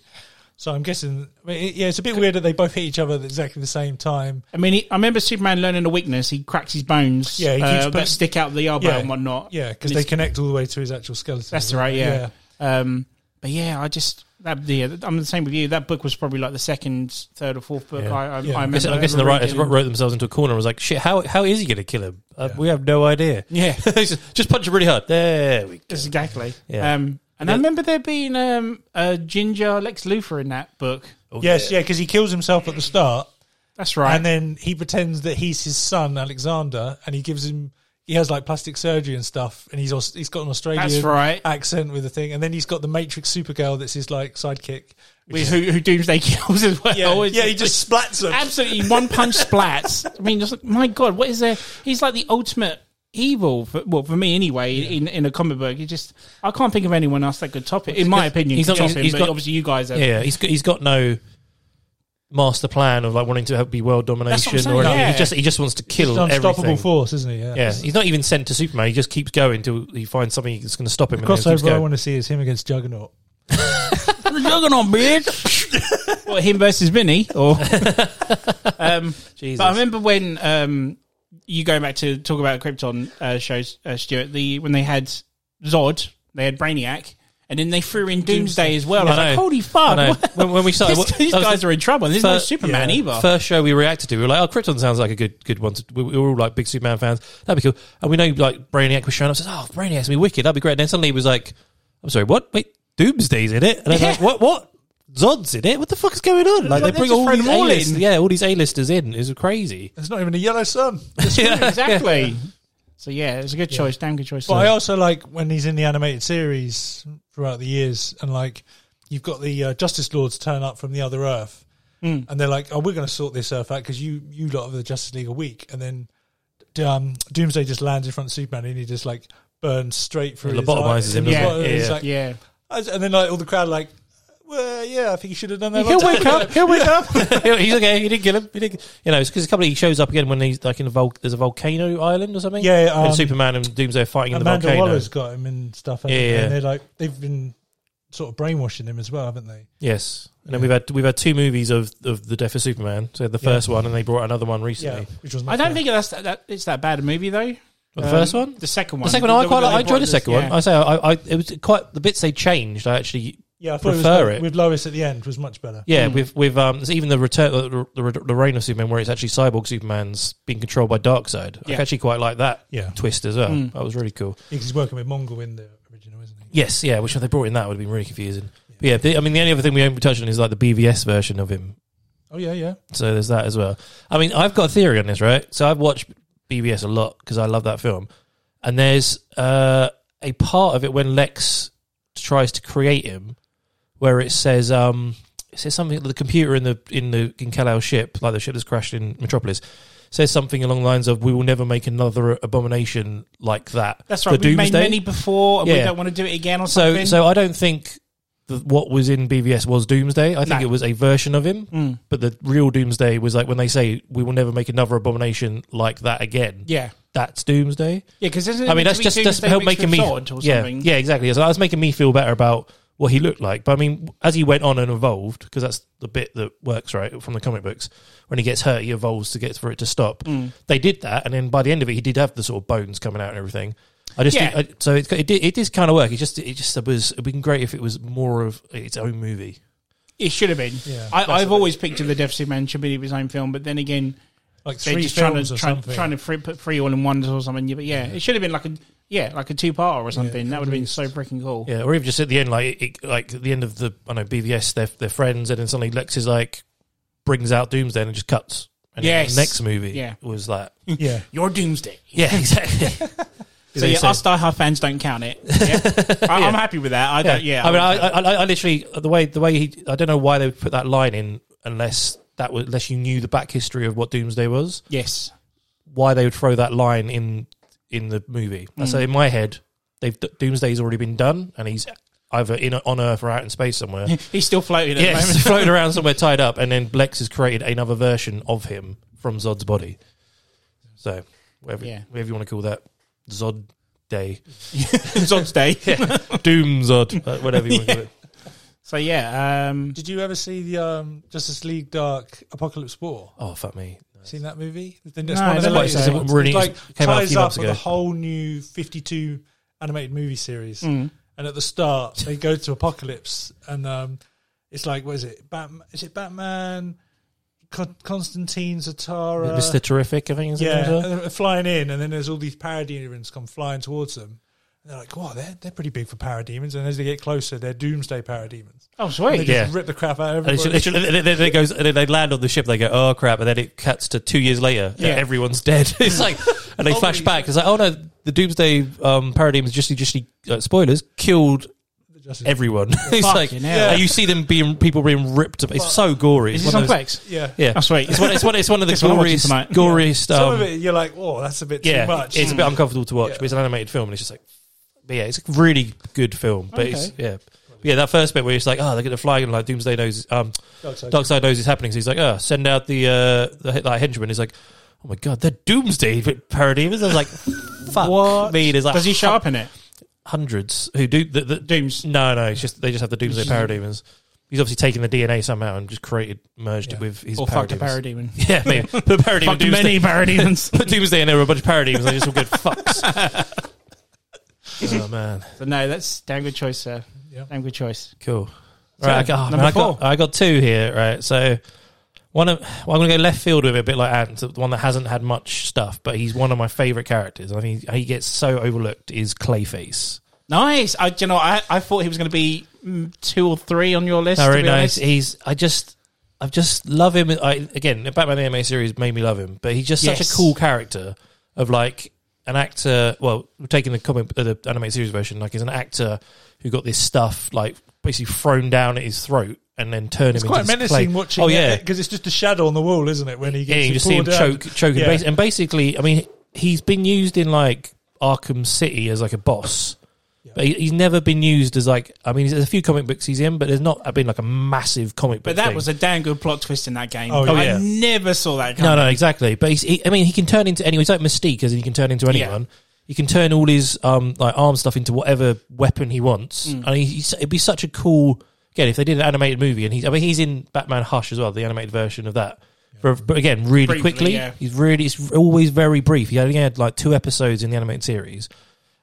So I'm guessing, I mean, it- yeah, it's a bit weird that they both hit each other at exactly the same time.
I mean, he, I remember Superman learning a weakness. He cracks his bones
Yeah, he keeps
uh,
putting-
that stick out the elbow
Yeah.
and whatnot.
Yeah, because
And
they
it's-
connect all the way to his actual skeleton.
That's
isn't
right.
it?
Yeah. Um, but yeah, I just that yeah, I'm the same with you. That book was probably like the second, third, or fourth book.
Yeah.
I, I,
Yeah.
I
I'm
remember.
guessing, I'm guessing the
ever
writers
reading.
wrote, wrote themselves into a corner and was like, shit, how, how is he going to kill him? Uh,
Yeah.
We have no
(laughs)
idea.
Yeah,
(laughs) just, just punch him really hard. There we go.
just exactly.
Yeah.
Um, and I remember there being um, a ginger Lex Luthor in that book.
Oh,
Yes, yeah, because he kills himself at the start,
That's right.
and then he pretends that he's his son Alexander, and he gives him he has like plastic surgery and stuff, and he's aus- he's got an Australian
That's
(laughs)
right.
accent with the thing, and then he's got the Matrix Supergirl that's his like sidekick.
With who, who Doomsday (laughs) kills as well.
Yeah,
It's-
yeah, he just splats him.
absolutely one punch splats. I mean, just like, my God, what is there? He's like the ultimate evil. For, well, for me anyway, in, in a comic book, you just I can't think of anyone else that could top it. In my opinion,
he's
he's
not-
top
he's-
him,
he's
but
got-
obviously you guys. Have,
Yeah, he's got, he's got no. master plan of like wanting to be world domination
saying,
or anything.
yeah.
He just he just wants to
He's
kill
an unstoppable
everything.
force, isn't he? Yeah.
yeah, he's not even sent to Superman. He just keeps going until he finds something that's going to stop him.
The
and then he keeps
crossover I
going.
want to see is him against Juggernaut.
Juggernaut, bitch.
(laughs)
well, him versus Vinny, or um,
Jesus.
But I remember when um, you go back to talk about Krypton uh, shows, uh, Stuart. The when they had Zod, they had Brainiac, and then they threw in Doomsday as well. I was
I
like,
know.
holy fuck!
I know.
what-
When- when we started-
These- these
that was
guys
the
are in trouble. There's no
first-
Superman
yeah.
either.
First show we reacted to, we were like, "Oh, Krypton sounds like a good, good one." To, we, we were all like big Superman fans. That'd be cool. And we know like Brainiac was showing up. Says, "Oh, Brainiac's gonna be wicked. That'd be great." And then suddenly he was like, "I'm sorry, what? Wait, Doomsday's in it?" And I was
Yeah.
like, "What? What? Zod's in it? What the fuck is going on?"
like
Like, they
they
bring
just
all
throw
these
them all in.
A-listers, yeah, all these A-listers in.
(laughs)
It's crazy.
There's not even a yellow sun.
(laughs)
exactly. So yeah, it's a good choice. Damn good choice.
But I also like when he's in the animated series throughout the years, and like you've got the uh, Justice Lords turn up from the other Earth,
Hmm.
and they're like, "Oh, we're going to sort this Earth out because you, you lot of the Justice League are weak." And then d- um, Doomsday just lands in front of Superman, and he just like burns straight through. his
Lobotomises
eye.
him, doesn't
yeah,
Yeah,
yeah,
He's
yeah.
like-
yeah.
and then like all the crowd are like, well, yeah, I think he should have done that. a
He'll
long time
wake up.
ago."
He'll wake up. (laughs) he's okay. He didn't kill him. He didn't, you know, it's because a couple of, he shows up again when he's like in a vol- there's a volcano island or something.
Yeah, um,
and Superman and Doomsday are fighting in the
Amanda
volcano.
Waller's got him and stuff.
Yeah,
haven't they?
yeah.
And they're like, they've been sort of brainwashing him as well, haven't they?
Yes, and then we've had we've had two movies of of the death of Superman. So the first one, and they brought another one recently.
which was
I
much
don't
better.
think that's that, that. It's that bad a movie though.
But the
Um,
first one,
the second one,
the second one, I quite like, I enjoyed the
this-
second
yeah.
one. I say I, I it was quite the bits they changed. I actually
Yeah, I thought it,
prefer
was,
it.
with Lois at the end was much better.
yeah
Mm.
with with um even the return the, the, the reign of Superman where it's actually cyborg Superman's being controlled by Darkseid. I
Yeah. Mm.
actually quite like that
Yeah,
twist as well. That was really cool.
because he's working with Mongol in the original, isn't he?
Yes, yeah. Which if they brought in that would have been really confusing. But yeah, the, I mean the only other thing we haven't touched on is like the BVS version of him
Oh yeah, yeah.
So there's that as well. I mean, I've got a theory on this, right? So I've watched BBS a lot because I love that film. And there's uh, a part of it when Lex tries to create him, where it says um, it says something. The computer in the in the in Kal-El ship, like the ship that's crashed in Metropolis, says something along the lines of, "We will never make another abomination like that."
That's
for
right. We've made
Doomsday.
many before, and we
Yeah.
don't want to do it again. Or
So
something.
so I don't think. that What was in BVS was Doomsday. I
No.
think it was a version of him
Mm.
but the real doomsday was like when they say we will never make another abomination like that again.
yeah,
That's doomsday.
yeah. Because
I mean, that's just just help making me. yeah, yeah, exactly. So that's making me feel better about what he looked like. But I mean, as he went on and evolved, because that's the bit that works right from the comic books. When he gets hurt, he evolves to get for it to stop. They did that, and then by the end of it, he did have the sort of bones coming out and everything. I just
Yeah.
think- I- so it it did, it did kind of work. It just it just was it'd been great if it was more of its own movie.
It should have been.
Yeah. That's
I, I've
the-
always pictured the Deaf Superman should be his own film, but then again,
Like
they're
three
just trying
films
to
or
try,
something.
trying to free, put three all in ones or something. Yeah, but yeah, it should have been like a yeah, like a two parter or something. that would have been so freaking cool.
Yeah, or even just at the end, like it, like at the end of the I know BVS, they're they're friends, and then suddenly Lex is like brings out Doomsday and just cuts. And then
Yes.
the next movie
Yeah.
was that.
yeah,
Your Doomsday.
Yeah, (laughs) exactly.
(laughs) So yeah, us Die Hard fans don't count
(laughs)
it. Yeah. I, I'm happy with that. I
yeah.
don't. Yeah,
I mean, I,
wouldn't
I, I, I literally the way the way he, I don't know why they would put that line in unless that was unless you knew the back history of what Doomsday was.
yes.
Why they would throw that line in in the movie? So
Mm.
in my head, they've Doomsday's already been done, and he's either in on Earth or out in space somewhere.
(laughs) He's still floating at
Yes,
the
(laughs)
moment. (laughs)
floating around somewhere tied up, and then Lex has created another version of him from Zod's body. So, whatever,
Yeah.
whatever you want to call that, Zod Day,
Zod's day.
(laughs) Doom Zod, uh, whatever you want to call it.
(laughs) So yeah, um,
(laughs) Did you ever see the um, Justice League Dark Apocalypse War?
Oh fuck me!
Seen that movie? It's
No,
one of the
no, it's-
latest
it's-
ones.
it's-
It, like
it came out a
ties
few
up
months
with
ago.
a whole new fifty-two animated movie series. And at the start, they go to Apocalypse, and um, it's like, what is it? Batman? Is it Batman? Con- Constantine Zatara,
Mister Terrific, I think. Is
Yeah,
yeah.
and they're flying in, and then there's all these parademons come flying towards them. And they're like, "Wow, they're they're pretty big for parademons." And as they get closer, they're doomsday parademons.
oh
And they
sweet.
just
Yeah.
rip the crap out of
And it's,
everybody.
literally- and then it goes, and then they land on the ship. They go, "Oh crap!" And then it cuts to two years later.
Yeah.
And everyone's dead. (laughs) It's like, and they flash back. It's like, "Oh no, the Doomsday um, Parademons just just uh, spoilers killed
Justice-
everyone. (laughs) it's like
Fucking hell.
and you see them being people being ripped. up. It's so gory.
Is
It's
this on
one of those-
Plex?
yeah.
Yeah,
Oh, sweet.
(laughs) It's one. It's one.
(laughs)
It's one of the
Guess what I'm watching
goriest,
tonight.
goriest.
Some
Um,
of it, you're like, "Whoa, that's a bit
yeah,
too much." Mm.
it's a bit uncomfortable to watch,
Yeah.
but it's an animated film, and it's just like, but yeah, it's a really good film. But it's yeah, yeah, that first bit where he's like, oh, they're going to fly, and like Doomsday knows, um,
Darkseid.
Darkseid knows it's happening. So he's like, oh, send out the uh, the like, henchman. He's like, oh my god, they're Doomsday parody. I was like, (laughs) fuck
What?
me. There's like
Does he show up in it?
hundreds who do the, the
Dooms.
No, no, it's just they just have the Doomsday parademons. He's obviously taken the DNA somehow and just created, merged it with his
Or fucked a
parademons.
parody one.
(laughs) Yeah,
(laughs)
maybe. Put parody
Fucked many
Doomsday.
parademons.
(laughs) Put Doomsday in there with a bunch of parademons. They just all good fucks. oh man,
(laughs) so no, that's damn good choice, sir.
Yeah.
Damn good choice.
cool. Right, I got, oh, man,
number
I, got
four.
I got two here. Right, so one of well, I'm going to go left field with it, a bit like Ant, the one that hasn't had much stuff, but he's one of my favorite characters. I think he gets so overlooked. Is Clayface?
Nice. I, do you know, I, I thought he was going to be mm, two or three on your list.
No,
to
very
be
nice.
honest.
He's. I just. I just love him. I, again, Batman the anime series made me love him, but he's just such
Yes.
a cool character of like an actor. Well, we're taking the comic, uh, the anime series version, like he's an actor who got this stuff like basically thrown down at his throat and then turn
It's
him
quite
into this
menacing
clay.
watching.
Oh yeah,
because it's just a shadow on the wall, isn't it? When he
yeah,
gets
you just see him
pulled
choke,
down.
choking,
Yeah.
basi- and basically, I mean, he's been used in like Arkham City as like a boss, but he, he's never been used as like. I mean, there's a few comic books he's in, but there's not been like a massive comic book.
But that
thing.
was a damn good plot twist in that game.
Oh,
I
yeah.
never saw that coming.
No, no, exactly. But he's, he, I mean, he can turn into anyone. He's like Mystique, as in he can turn into
Yeah.
anyone. He can turn all his um like arm stuff into whatever weapon he wants,
Mm.
and he, he's, it'd be such a cool. Again, if they did an animated movie, and he's, I mean, he's in Batman Hush as well, the animated version of that. But, but again, really
Briefly,
quickly,
yeah.
he's really it's always very brief. He only had like two episodes in the animated series,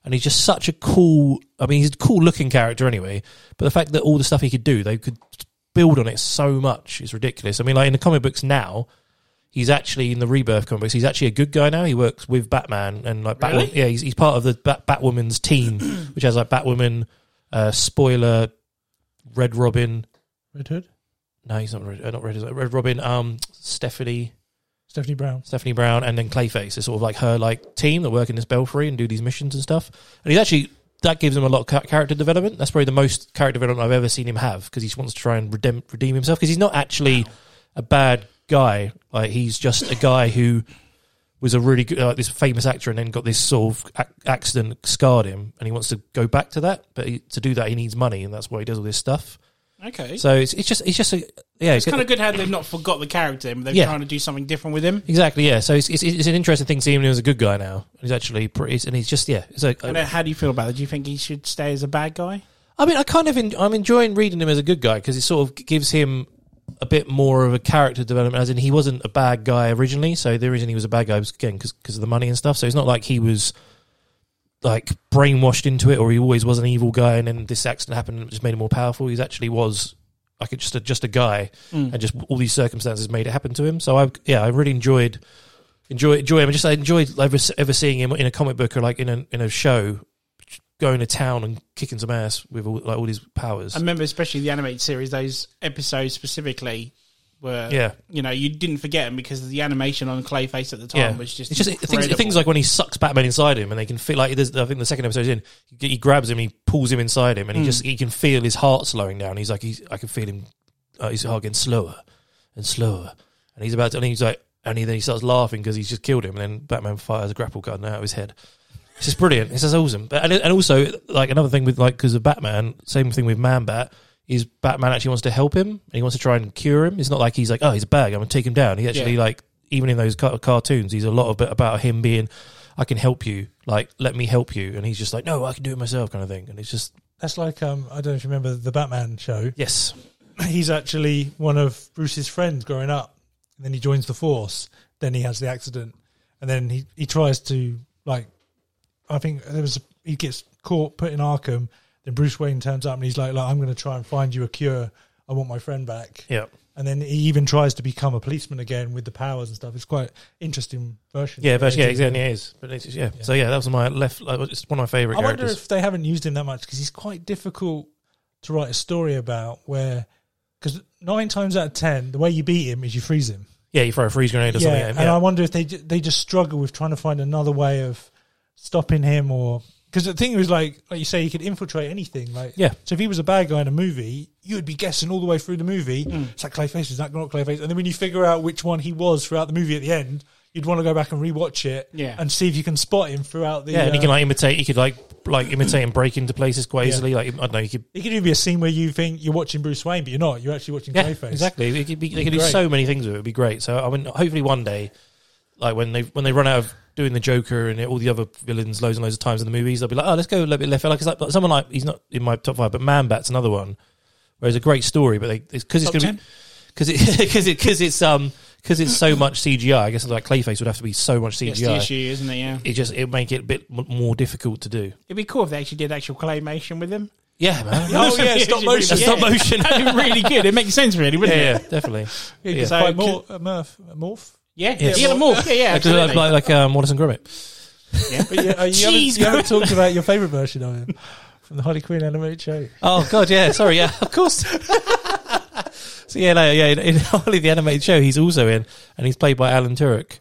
and he's just such a cool. I mean, he's a cool looking character anyway. But the fact that all the stuff he could do, they could build on it so much is ridiculous. I mean, like in the comic books now, he's actually in the Rebirth comic books. He's actually a good guy now. He works with Batman and like Batwoman.
Really?
Yeah, he's, he's part of the Bat- Batwoman's team, which has like Batwoman, uh, spoiler, Red Robin.
Red Hood,
No, he's not Red. uh, Not Red. is it? Red Robin. Um, Stephanie.
Stephanie Brown.
Stephanie Brown and then Clayface is sort of like her like team that work in this belfry and do these missions and stuff. And he's actually that gives him a lot of ca- character development. That's probably the most character development I've ever seen him have because he wants to try and redeem, redeem himself because he's not actually a bad guy. Like he's just a guy who was a really good, like this famous actor and then got this sort of ac- accident scarred him and he wants to go back to that. But he, to do that, he needs money and that's why he does all this stuff.
Okay.
So it's, it's just it's just a yeah.
it's kind of good how they've not forgot the character, but they're
Yeah.
trying to do something different with him.
Exactly, yeah. So it's, it's, it's an interesting thing seeing him as a good guy now. He's actually pretty, and he's just yeah. It's like,
I don't know, how do you feel about it? Do you think he should stay as a bad guy?
I mean, I kind of en- I'm enjoying reading him as a good guy because it sort of gives him a bit more of a character development. As in, he wasn't a bad guy originally, so the reason he was a bad guy was again because of the money and stuff. So it's not like he was like brainwashed into it, or he always was an evil guy, and then this accident happened and it just made him more powerful. He actually was like just a, just a guy, and just all these circumstances made it happen to him. So I yeah, I really enjoyed enjoy enjoy him. I just I enjoyed ever, ever seeing him in a comic book or like in a in a show, going to town and kicking some ass with all, like all his powers.
I remember, especially the animated series, those episodes specifically were,
Yeah.
you know, you didn't forget him because the animation on Clayface at the time
yeah,
was just,
it's just things,
incredible.
things like when he sucks Batman inside him, and they can feel like there's, I think the second episode's in, he he grabs him, he pulls him inside him, and he
Hmm.
just he can feel his heart slowing down. He's like, he's, I can feel him, uh, his heart getting slower and slower, and he's about, to, and he's like, and he, then he starts laughing because he's just killed him, and then Batman fires a grapple gun out of his head. It's just brilliant. It's just awesome. But and, and also like another thing with like because of Batman, same thing with Man Bat. Is Batman actually wants to help him and he wants to try and cure him? It's not like he's like, oh, he's a bag. I'm gonna take him down. He actually
Yeah.
like even in those ca- cartoons, he's a lot of bit about him being, I can help you. Like let me help you. And he's just like, no, I can do it myself, kind of thing. And it's just
That's like um, I don't know if you remember the Batman show.
yes,
He's actually one of Bruce's friends growing up. And then he joins the force. Then he has the accident, and then he he tries to like, I think there was a, he gets caught put in Arkham. Then Bruce Wayne turns up and he's like, like I'm going to try and find you a cure. I want my friend back.
yeah,
And then he even tries to become a policeman again with the powers and stuff. It's quite interesting version.
yeah, but yeah,
Amazing.
exactly it is. But it's just, yeah. so yeah, that was my left. Like, it's one of my favorite
I wonder
characters.
if they haven't used him that much because he's quite difficult to write a story about. Where because nine times out of ten, the way you beat him is you freeze him.
yeah, you throw a freeze grenade or something. At him,
and
yeah.
I wonder if they ju- they just struggle with trying to find another way of stopping him, or because the thing was like like you say, he could infiltrate anything. Like
Yeah.
so if he was a bad guy in a movie, you would be guessing all the way through the movie. It's like Clayface, is that not Clayface? And then when you figure out which one he was throughout the movie at the end. you'd want to go back and rewatch it
Yeah.
and see if you can spot him throughout the.
Yeah, and he
uh,
can like imitate. He could like like imitate and break into places quite
Yeah.
easily. Like I don't know, he could.
it could even be a scene where you think you're watching Bruce Wayne, but you're not. You're actually watching
Yeah,
Clayface.
exactly. They could, be, they could do
Great.
so many things with it. It'd be great. So I mean, hopefully one day, like when they when they run out of doing the Joker and all the other villains loads and loads of times in the movies, they'll be like, oh, let's go a little bit left. field. Like, 'cause, like someone like he's not in my top five, but Man Bat's another one. Where it's a great story, but they because it's
Top
going to be
ten?
because it (laughs) because it because it's um because it's so much CGI. I guess like Clayface would have to be so much
That's the
CGI.
issue, isn't it? Yeah.
It just it would make it a bit m- more difficult to do.
It'd be cool if they actually did actual claymation with him. (laughs)
Yeah, man.
(laughs) Oh,
(laughs)
yeah, stop motion.
Stop
(laughs)
motion.
That'd be really good. It makes sense, really,
yeah,
wouldn't
yeah,
it?
definitely.
Yeah,
Yeah.
It's
So
like
could-
Mor- uh, Murph, uh, Morph.
Yeah,
Yes.
yeah, morph. Yeah, yeah,
Like,
absolutely.
like, like um, Wallace and Gromit.
But yeah, uh, you, haven't,
Jeez.
you haven't talked about your favourite version of (laughs) him from the Harley Quinn animated show.
Oh God, yeah. Sorry, yeah. Of course. (laughs) so yeah, no, yeah. In, (laughs) in Harley the animated show, he's also in, and he's played by Alan Turek.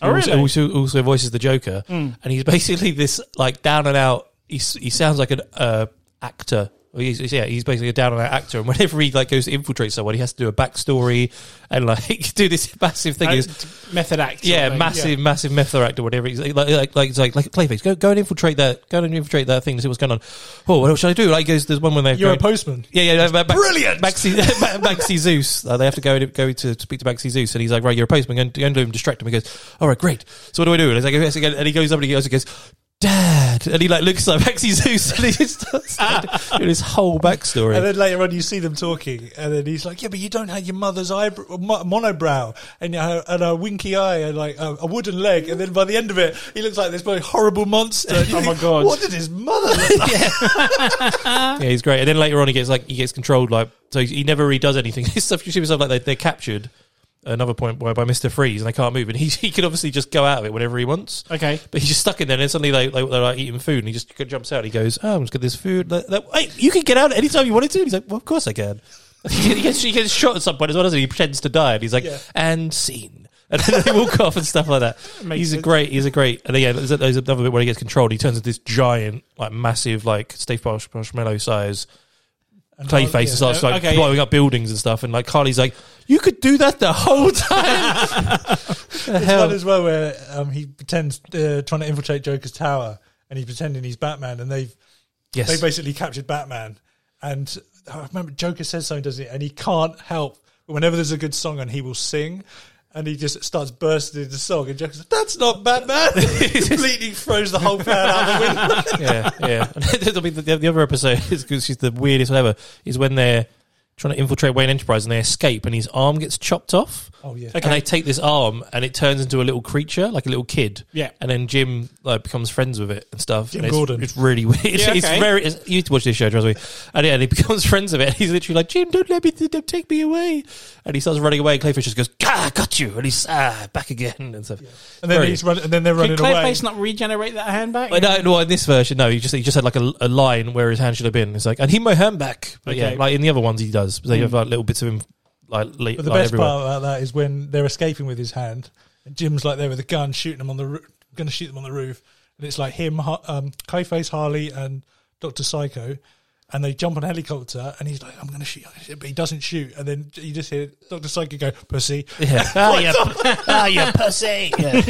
Oh,
who also-
really?
Also, also, voices the Joker,
Hmm.
and he's basically this like down and out. He s- he sounds like an uh, actor. Well, He's, he's- yeah, he's basically a down and out actor, and whenever he like goes to infiltrate someone, he has to do a backstory and like (laughs) do this massive (laughs) thing. He's-
method act. sort
yeah,
of thing.
massive, massive method act or whatever. It's like, like, like, like, it's like, like Clayface, go, go and infiltrate that, go and infiltrate that thing to see what's going on. Oh, what should I do? Like, there's there's one when they
You're
go,
a postman.
yeah, yeah, no, Ma- Ma-
Brilliant.
Maxi, (laughs) Ma- Maxi Zeus. Uh, they have to go to go to speak to Maxi Zeus, and he's like, "Right, you're a postman. Go and, go and do him, distract him." He goes, "All right, great. So what do I do?" And he's like, yes, again, and he goes up and he goes, he goes, "Dad," and he like looks like (laughs) Maxi Zeus, and he just starts like, doing his whole backstory.
And then later on, you see them talking, and then he's like, "Yeah, but you don't have your mother's eyebrow, mo- monobrow, and her, and a winky eye, and like a, a wooden leg." And then by the end of it, he looks like this very horrible monster. And you
Oh my
think,
God.
What did his mother? Look like?
Yeah, he's great. And then later on, he gets like he gets controlled. Like so, he never really does anything. (laughs) His stuff, you see stuff like they, they're captured. Another point by, by Mister Freeze, and they can't move. And he he can obviously just go out of it whenever he wants.
Okay.
But he's just stuck in there, and then suddenly they, they, they're like eating food, and he just jumps out. And he goes, "Oh, I'm just got this food. Like, like, hey, you can get out anytime you wanted to." And he's like, "Well, of course I can." (laughs) he, gets, he gets shot at some point as well, doesn't he? He pretends to die, and he's like,
Yeah.
"And scene." (laughs) And then they walk off and stuff like that.
Makes
he's a
sense.
great. He's a great. And then, yeah, there's, there's another bit where he gets controlled. He turns into this giant, like massive, like Steve Marsh- Marshmallow size
And
Clayface
Harley-
and starts like
Okay, yeah.
blowing up buildings and stuff. And like Carly's like, "You could do that the whole time." (laughs) the
There's one
hell?
as well where um, he pretends uh, trying to infiltrate Joker's tower, and he's pretending he's Batman, and they've
Yes.
they basically captured Batman, and oh, I remember Joker says something, doesn't he? And he can't help whenever there's a good song, and he will sing. And he just starts bursting into song, and Joker's like, "That's not Batman!"
(laughs)
completely throws the whole plan out the window.
yeah, yeah.
(laughs)
I mean, the, the other episode is because she's the weirdest whatever is when they're trying to infiltrate Wayne Enterprise and they escape and his arm gets chopped off.
Oh yeah,
And they take this arm and it turns into a little creature, like a little kid.
Yeah.
And then Jim like becomes friends with it and stuff.
Jim
And it's,
Gordon.
It's really weird. It's,
Yeah,
it's
okay.
very. It's, you need to watch this show, trust me. And yeah, and he (laughs) becomes friends with it. He's literally like, Jim, don't let me, don't take me away. And he starts running away. And Clayfish just goes, Gah, got you. And he's ah, back again and stuff.
and then
Very-
he's run, and then they're
Could
running away.
Clayface not regenerate that hand back?
But no, no, in this version, no. He just he just had like a, a line where his hand should have been. It's like, and he my hand back. But yeah,
Okay. Mm.
like in the other ones, he does. They have like little bits of him, like, le-
But the
like
best
everywhere.
part about that is when they're escaping with his hand, and Jim's like there with a gun, shooting them on the roo- going to shoot them on the roof, and it's like him, Har- um, Clayface, Harley, and Doctor Psycho, and they jump on a helicopter, and he's like, "I'm going to shoot," I'm gonna shoot," but he doesn't shoot, and then you just hear Doctor Psycho go, "Pussy."
(laughs) Yeah.
(laughs)
ah, you, ah, you pussy. Yeah.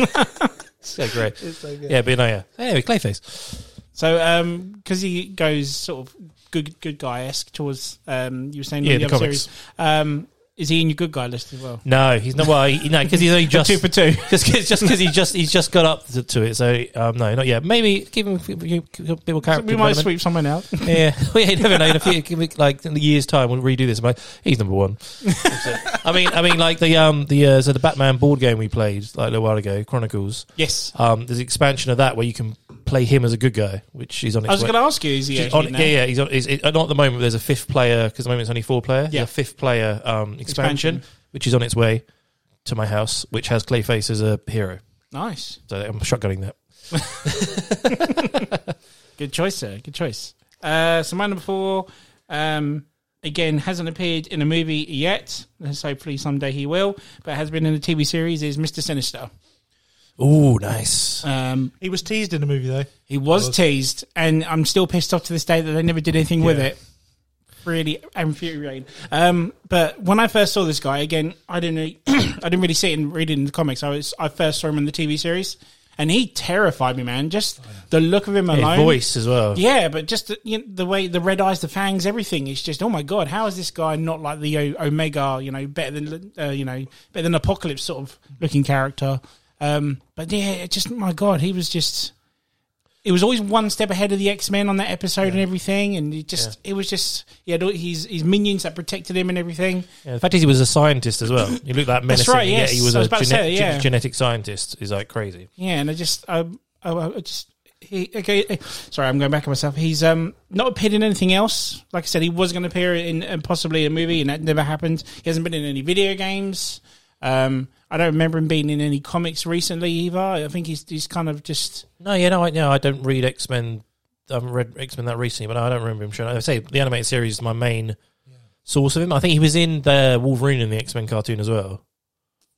so great. Yeah, but no, yeah. Anyway, Clayface.
So, um 'cause because he goes sort of good good guy esque towards um, you were saying
Yeah,
in the,
the
other
comics.
series. Um, is he in your good guy list as well?
No, he's not. Well, he, no, because he's
(laughs)
only just
two for two.
(laughs) Just because just 'cause he just he's just got up to, to it. So um, no, not yet. Maybe give him a few- few- few- bit more character.
we might
development.
sweep someone out.
Yeah, (laughs) we ain't never know. In a few, give me, like in a year's time, we'll redo this. I'm like, he's number one. (laughs) I mean, I mean, like the um the uh, so the Batman board game we played like a little while ago, Chronicles.
yes,
Um, there's an expansion of that where you can play him as a good guy, which is on. Its
I was
way.
going to ask you. Is he
He's
actually
on-
in
yeah,
there?
yeah. He's on, he's, it- not at the moment. There's a fifth player because at the moment it's only four player. There's
Yeah.
a fifth player um expansion,
Expansion.
which is on its way to my house, which has Clayface as a hero.
Nice,
So I'm shotgunning that.
good choice, sir. Good choice. Uh, so my number four, um, again, hasn't appeared in a movie yet. So hopefully someday he will, but has been in a TV series. Is Mister Sinister?
Oh, nice.
Um,
He was teased in the movie though.
He was teased, and I'm still pissed off to this day that they never did anything with
Yeah.
it. really infuriating. Um, but when I first saw this guy again, I didn't really, (clears throat) I didn't really see it and read it in the comics. I was I first saw him in the TV series, and he terrified me, man. Just the look of him
Oh, His
alone,
voice as well.
Yeah, but just the, you know, the way the red eyes, the fangs, everything. It's just oh my god, how is this guy not like the o- Omega? You know, better than uh, you know, better than Apocalypse sort of looking character. Um, but yeah, it just my god, he was just. It was always one step ahead of the X Men on that episode and everything, and it just it was just he had all his his minions that protected him and everything.
Yeah, the fact is, he was a scientist as well. He looked like menacing.
right,
and yet
yes.
he was,
I was
a
about to
gene-
say that, yeah.
gen- genetic scientist. Is like crazy.
Yeah, and I just, I, I, I just, he, okay, eh, sorry, I'm going back on myself. He's um not appeared in anything else. Like I said, he was going to appear in, in possibly a movie, and that never happened. He hasn't been in any video games. Um, I don't remember him being in any comics recently either. I think he's he's kind of just
No, yeah, no, I, no, I don't read X Men. I haven't read X Men that recently, but I don't remember him showing. up. I say the animated series is my main source of him. I think he was in the Wolverine in the X Men cartoon as well.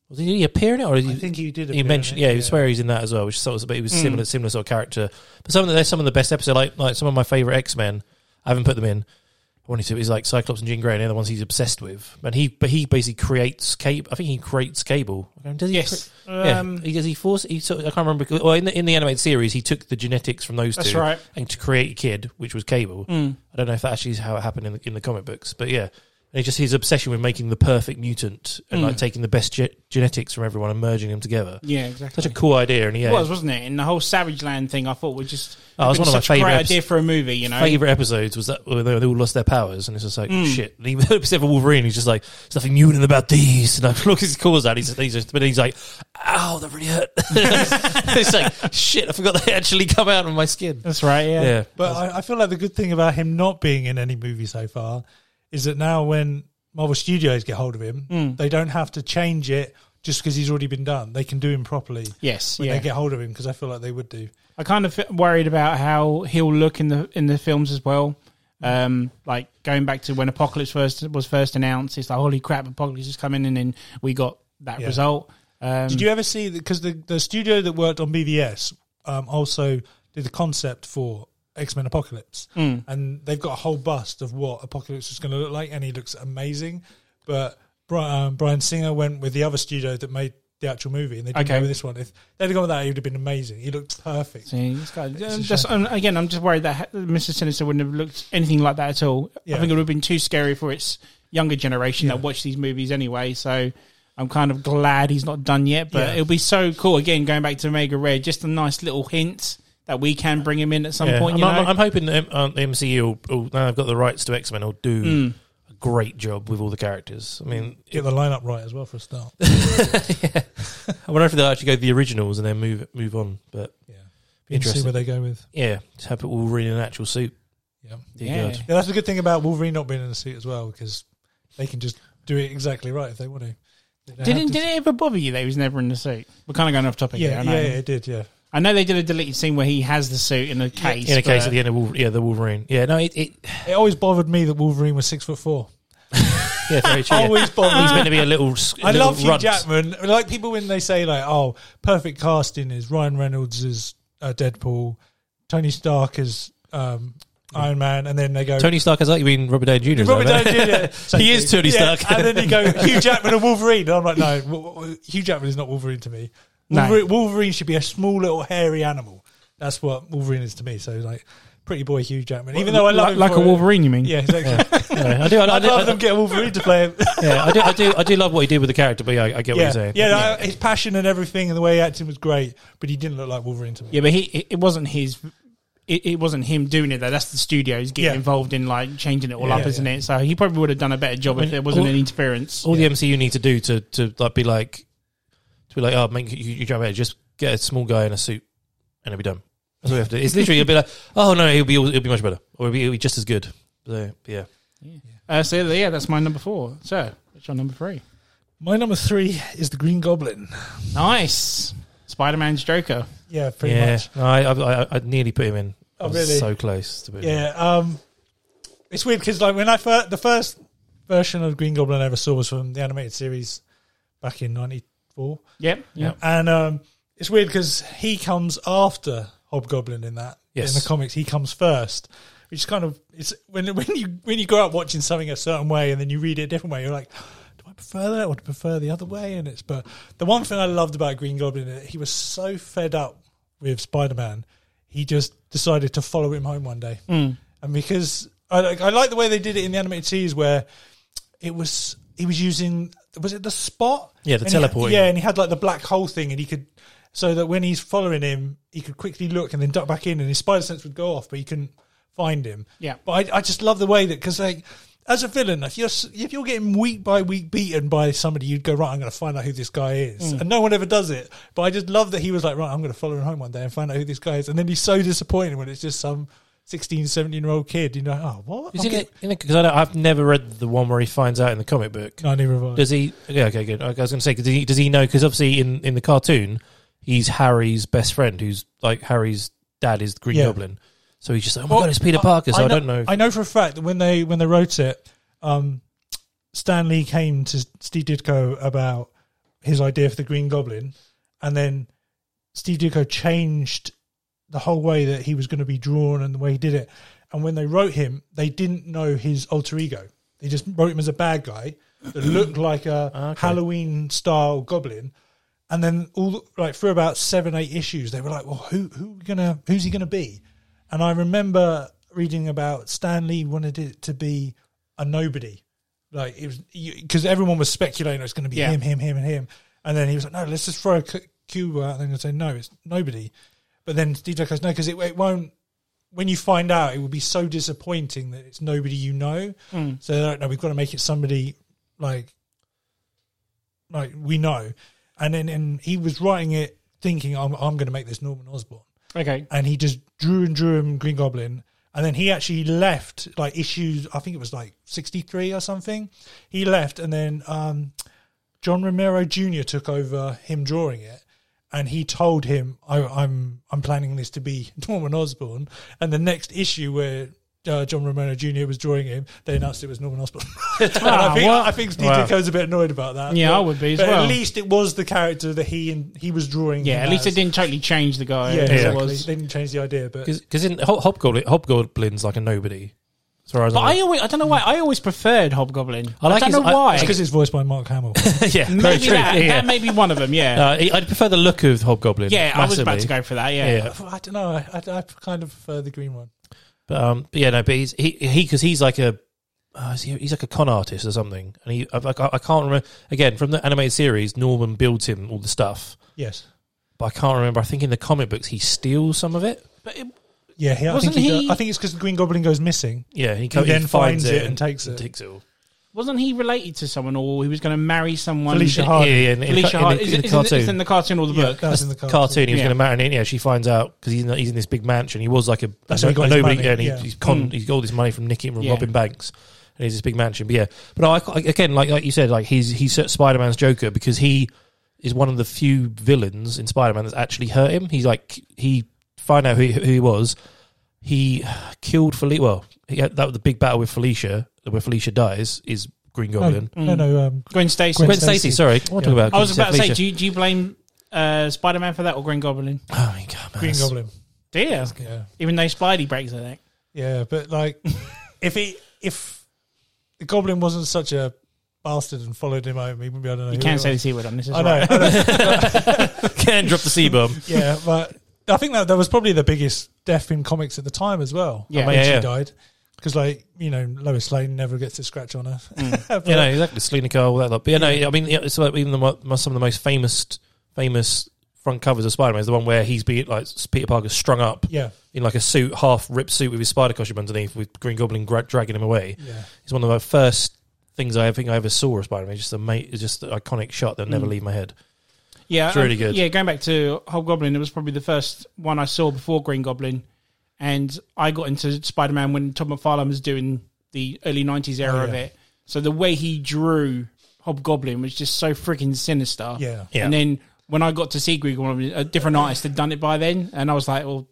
Was he, did he appear in it, or did
I
he,
think he did.
he
appear
mentioned?
in it,
Yeah, he was swear he's in that as well, which sort of, but he was similar, similar sort of character. But some of the, there's some of the best episodes, like like some of my favorite X Men. I haven't put them in. I wanted to. Is like Cyclops and Jean Grey, and they're the ones he's obsessed with. But he, but he basically creates cable. I think he creates cable. Um, Does he?
yes.
Yeah,
Um,
he does. He force. He sort of, I can't remember. Well, in the, in the animated series, he took the genetics from those
That's
two,
right.
and to create a kid, which was Cable. I don't know if that actually is how it happened in the, in the comic books, but yeah, and it's just his obsession with making the perfect mutant and like taking the best ge- genetics from everyone and merging them together.
yeah, exactly.
Such a cool idea, and yeah,
it was, wasn't it? And the whole Savage Land thing, I thought was just
Oh, it's
been
one of my
such a
favourite
great
episodes.
idea for a movie. You know,
favorite episodes was that when they they all lost their powers, and it's just like shit. (laughs) And Even except for Wolverine, he's just like there's nothing mutant about these, and I (laughs) look his calls out. He's, he's just, but he's like, ow, that really hurt. (laughs) it's like shit. I forgot they actually come out of my skin.
that's right. Yeah,
Yeah,
But I, I feel like the good thing about him not being in any movie so far is that now when Marvel Studios get hold of him, they don't have to change it just because he's already been done. They can do him properly
yes,
when
yeah. Mm.
they get hold of him because I feel like they would do.
I kind of f- worried about how he'll look in the in the films as well. Um, like going back to when Apocalypse first was first announced, it's like holy crap, Apocalypse is coming, and then we got that
Yeah.
result. Um,
Did you ever see because the the studio that worked on BVS um, also did the concept for X Men Apocalypse,
Mm.
and they've got a whole bust of what Apocalypse is going to look like, and he looks amazing. But Bri- um, Brian Singer went with the other studio that made the actual movie, and they didn't
Okay.
go with this one. If they'd have gone with that, he would have been amazing. He looked perfect.
See, it's got-
a
um, just, um, again, I'm just worried that ha- Mr. Sinister wouldn't have looked anything like that at all.
Yeah.
I think it would have been too scary for its younger generation that watch these movies anyway. So I'm kind of glad he's not done yet, but
Yeah.
it'll be so cool. Again, going back to Omega Red, just a nice little hint that we can bring him in at some
Yeah.
point.
I'm,
You know?
I'm- I'm hoping that um, the MCU, will, will, now I've got the rights to X Men, will do
Mm.
a great job with all the characters. I mean,
Get the lineup right as well for a start.
(laughs)
I wonder if they'll actually go to the originals and then move move on. But
Yeah, Be interesting.
Interesting.
See where they go with.
yeah, just have it all really in an actual suit.
Yeah,
Dear
Yeah.
God.
yeah. That's the good thing about Wolverine not being in a suit as well because they can just do it exactly right if they want to. They don't have
Didn't
to-
did it ever bother you that he was never in the suit? We're kind of going off topic here.
Yeah,
I
yeah,
know.
yeah, it did. Yeah.
I know they did a deleted scene where he has the suit in a case.
In a case
but-
at the end of Wolver- yeah, the Wolverine. Yeah, no, it, it
It always bothered me that Wolverine was six foot four.
yeah,
(laughs)
very true. yeah.
Always
He's (laughs)
bothered me.
meant to be a little. s- a
Oh, I
little
love Hugh
runt.
Jackman. Like people when they say like, "Oh, perfect casting is Ryan Reynolds is uh, Deadpool, Tony Stark is um, Iron Man," and then they go
Tony Stark has like been Robert Downey Jr. 's
Robert
though,
Downey
man.
(laughs) Jr. Same
He is
thing.
Tony
Yeah,
Stark.
and then you go Hugh Jackman and Wolverine. And I'm like, no, w- w- Hugh Jackman is not Wolverine to me.
No.
Wolverine, Wolverine should be a small little hairy animal. That's what Wolverine is to me. So like, pretty boy Hugh Jackman. Even though I love
like,
him
like
for
a
it.
Wolverine, you mean?
Yeah,
(laughs)
exactly.
Yeah, I do. I, I
I'd
do,
rather
I,
them get Wolverine to play (laughs) him.
yeah, I do. I do. I do love what he did with the character, but yeah, I, I get what you're
Yeah,
saying.
yeah, no, his passion and everything and the way he acted was great, but he didn't look like Wolverine to me.
Yeah, but he it- it wasn't his. It, it wasn't him doing it though. That's the studios getting
Yeah.
involved in like changing it all
Yeah,
up, isn't
yeah.
it? So he probably would have done a better job
I mean,
if there wasn't
all-
any interference.
all the MCU need to do to to like be like to be like oh make you, you jump out just get a small guy in a suit and it'll be done. That's all we have to. do. It's literally it'll be like oh no he'll be he'll be much better or he'll be, he'll be just as good. So yeah,
Uh, so yeah, that's my number four. So what's your number three?
My number three is the Green Goblin.
Nice, Spider Man's Joker.
Yeah, pretty
yeah.
much.
No, I, I I I nearly put him in.
Oh,
I was
really?
So close to putting him in.
Yeah, um, it's weird because like when I first, the first version of Green Goblin I ever saw was from the animated series back in '94,
Yep.
Yep.
Yep.
and um, it's weird because he comes after Hobgoblin in that.
Yes.
in the comics he comes first. which kind of it's when when you when you grow up watching something a certain way and then you read it a different way, you're like, do I prefer that or do I prefer the other way? And it's but the one thing I loved about Green Goblin is that he was so fed up with Spider Man, he just decided to follow him home one day,
Hmm.
and because I like I like the way they did it in the animated series where it was he was using was it the spot?
Yeah, the
And he-
teleporting.
Yeah, and he had like the black hole thing, and he could so that when he's following him, he could quickly look and then duck back in, and his spider sense would go off, but he couldn't find him.
Yeah.
but I, I just love the way that because like. As a villain, if you're s- if you're getting week by week beaten by somebody, you'd go right. I'm going to find out who this guy is, and no one ever does it. But I just love that he was like, right, I'm going to follow him home one day and find out who this guy is. And then he's so disappointed when it's just some 16, 17 year old kid. You know, oh what?
Is
I'm
it
getting-
in because I've never read the one where he finds out in the comic book.
No, neither have I.
Does he? Yeah, okay, good. I was going to say, does he, does he know? Because obviously, in, in the cartoon, he's Harry's best friend, who's like Harry's dad is the Green
Yeah.
Goblin. So he's just like, oh my
Well,
god, it's Peter Parker. So I, don't know.
I know for a fact that when they when they wrote it, um, Stan Lee came to Steve Ditko about his idea for the Green Goblin, and then Steve Ditko changed the whole way that he was going to be drawn and the way he did it. And when they wrote him, they didn't know his alter ego. They just wrote him as a bad guy that looked
(clears throat)
like a Halloween style goblin. And then all the- like for about seven, eight issues, they were like, "Well, who who we gonna who's he gonna be?" And I remember reading about Stan Lee wanted it to be a nobody, like it was because everyone was speculating it's going to be
Yeah.
him, him, him, and him. And then he was like, "No, let's just throw a c- cube out." And then I say, "No, it's nobody." But then Steve Ditko goes, "No, because it, it won't." When you find out, it will be so disappointing that it's nobody you know. So they're like, no, we've got to make it somebody like like we know. And then and he was writing it thinking I'm I'm going to make this Norman Osborn,
Okay.
and he just drew and drew him Green Goblin, and then he actually left like issues. I think it was like sixty three or something. He left, and then um, John Romero Jr. took over him drawing it. And he told him, I, "I'm I'm planning this to be (laughs) Norman Osborn." And the next issue, where uh, John Romero Jr. was drawing him, they announced it was Norman Osborn. (laughs) And I
Ah,
think,
what?
I think Steve
Wow.
Ditko's a bit annoyed about that.
Yeah, I would be as
but
well.
At least it was the character that he and he was drawing.
Yeah,
him
at least
as.
they didn't totally change the guy.
Yeah,
as it
exactly.
was.
They didn't change the idea, but
Because in Hob- Hobgoblin, Hobgoblin's like a nobody. As far as
But
I,
I
know.
always, I don't know why. I always preferred Hobgoblin.
I
I,
like
don't
his-
know
I-
why.
it's because it's voiced by Mark Hamill.
(laughs) yeah, very
maybe
true.
that,
Yeah, yeah.
that may be one of them. Yeah,
Uh, I I prefer the look of Hobgoblin.
yeah. I was about
massively.
to go for that.
Yeah.
Yeah,
I don't know. I, I, I kind of prefer the green one.
But, um, but yeah, no, but he's he he because he's like a uh, is he, he's like a con artist or something, and he I, I, I can't remember again from the animated series. Norman builds him all the stuff,
Yes.
but I can't remember. I think in the comic books he steals some of it.
but it,
Yeah, he, I
Wasn't
think he,
he-
Does, I think it's because the Green Goblin goes missing.
Yeah, he, co-
then
finds, it,
and takes it.
Takes it all.
wasn't he related to someone, or he was going to marry someone?
Felicia
that-
Hardy. Oh,
yeah, yeah, in, in,
Felicia
the,
Hardy.
in
Is
the, in
it- is
the
it- it's
cartoon. Uh,
in the cartoon or the
Yeah,
book?
that was in the cartoon.
Cartoon, he was
Yeah.
going to marry, and yeah, she finds out because he's in, he's in this big mansion. He was like a,
That's
a,
where he got
a
his
nobody,
money,
yeah, and he,
yeah.
he's con, he's got all this money from nicking from
Hmm. Yeah.
robbing banks, and he's this big mansion. But yeah, but no, I, I- again, like like you said, like he's he's Spider Man's Joker because he is one of the few villains in Spider Man that's actually hurt him. He's like he find out who, who he was. He killed Felicia. Well, he had, that was the big battle with Felicia, where Felicia dies is Green
No,
Goblin.
no, no. Um,
Gwen Stacy.
Oh,
Gwen
Gwen
Stacy,
Stacy.
sorry, what am I talking about?
I was about to say,
Felicia.
do you, do you blame uh, Spider Man for that or Green Goblin?
oh my god, man, (laughs)
Green
that's-
Goblin.
Do you?
Yeah.
Even though Spidey breaks her neck.
Yeah, but like, if he if the Goblin wasn't such a bastard and followed him home, he wouldn't be able to know.
You
who
can
it
say the
was.
C word on this.
I
Is
know.
right.
I know.
Can drop the C bomb.
yeah, but I think that that was probably the biggest death in comics at the time as well.
Yeah.
I mean,
Yeah,
she
yeah.
died because, like, you know, Lois Lane never gets a scratch on her. (laughs) But-
Yeah, no, exactly. Selena Kyle, all that lot. But yeah, no, I mean, yeah, it's like even the, mo- mo- some of the most famous famous front covers of Spider-Man is the one where he's being like Peter Parker strung up
yeah,
in like a suit, half ripped suit with his spider costume underneath, with Green Goblin gra- dragging him away.
yeah.
It's one of the first things I think I ever saw of Spider-Man. It's Just a mate, it's just an iconic shot that'll never leave my head.
Yeah,
It's really
um,
good.
Yeah, going back to Hobgoblin, it was probably the first one I saw before Green Goblin, and I got into Spider Man when Tom McFarlane was doing the early '90s era
Oh, yeah.
of it. So the way he drew Hobgoblin was just so freaking sinister.
Yeah.
Yeah.
And then when I got to see Green Goblin, a different artist had done it by then, and I was like, well,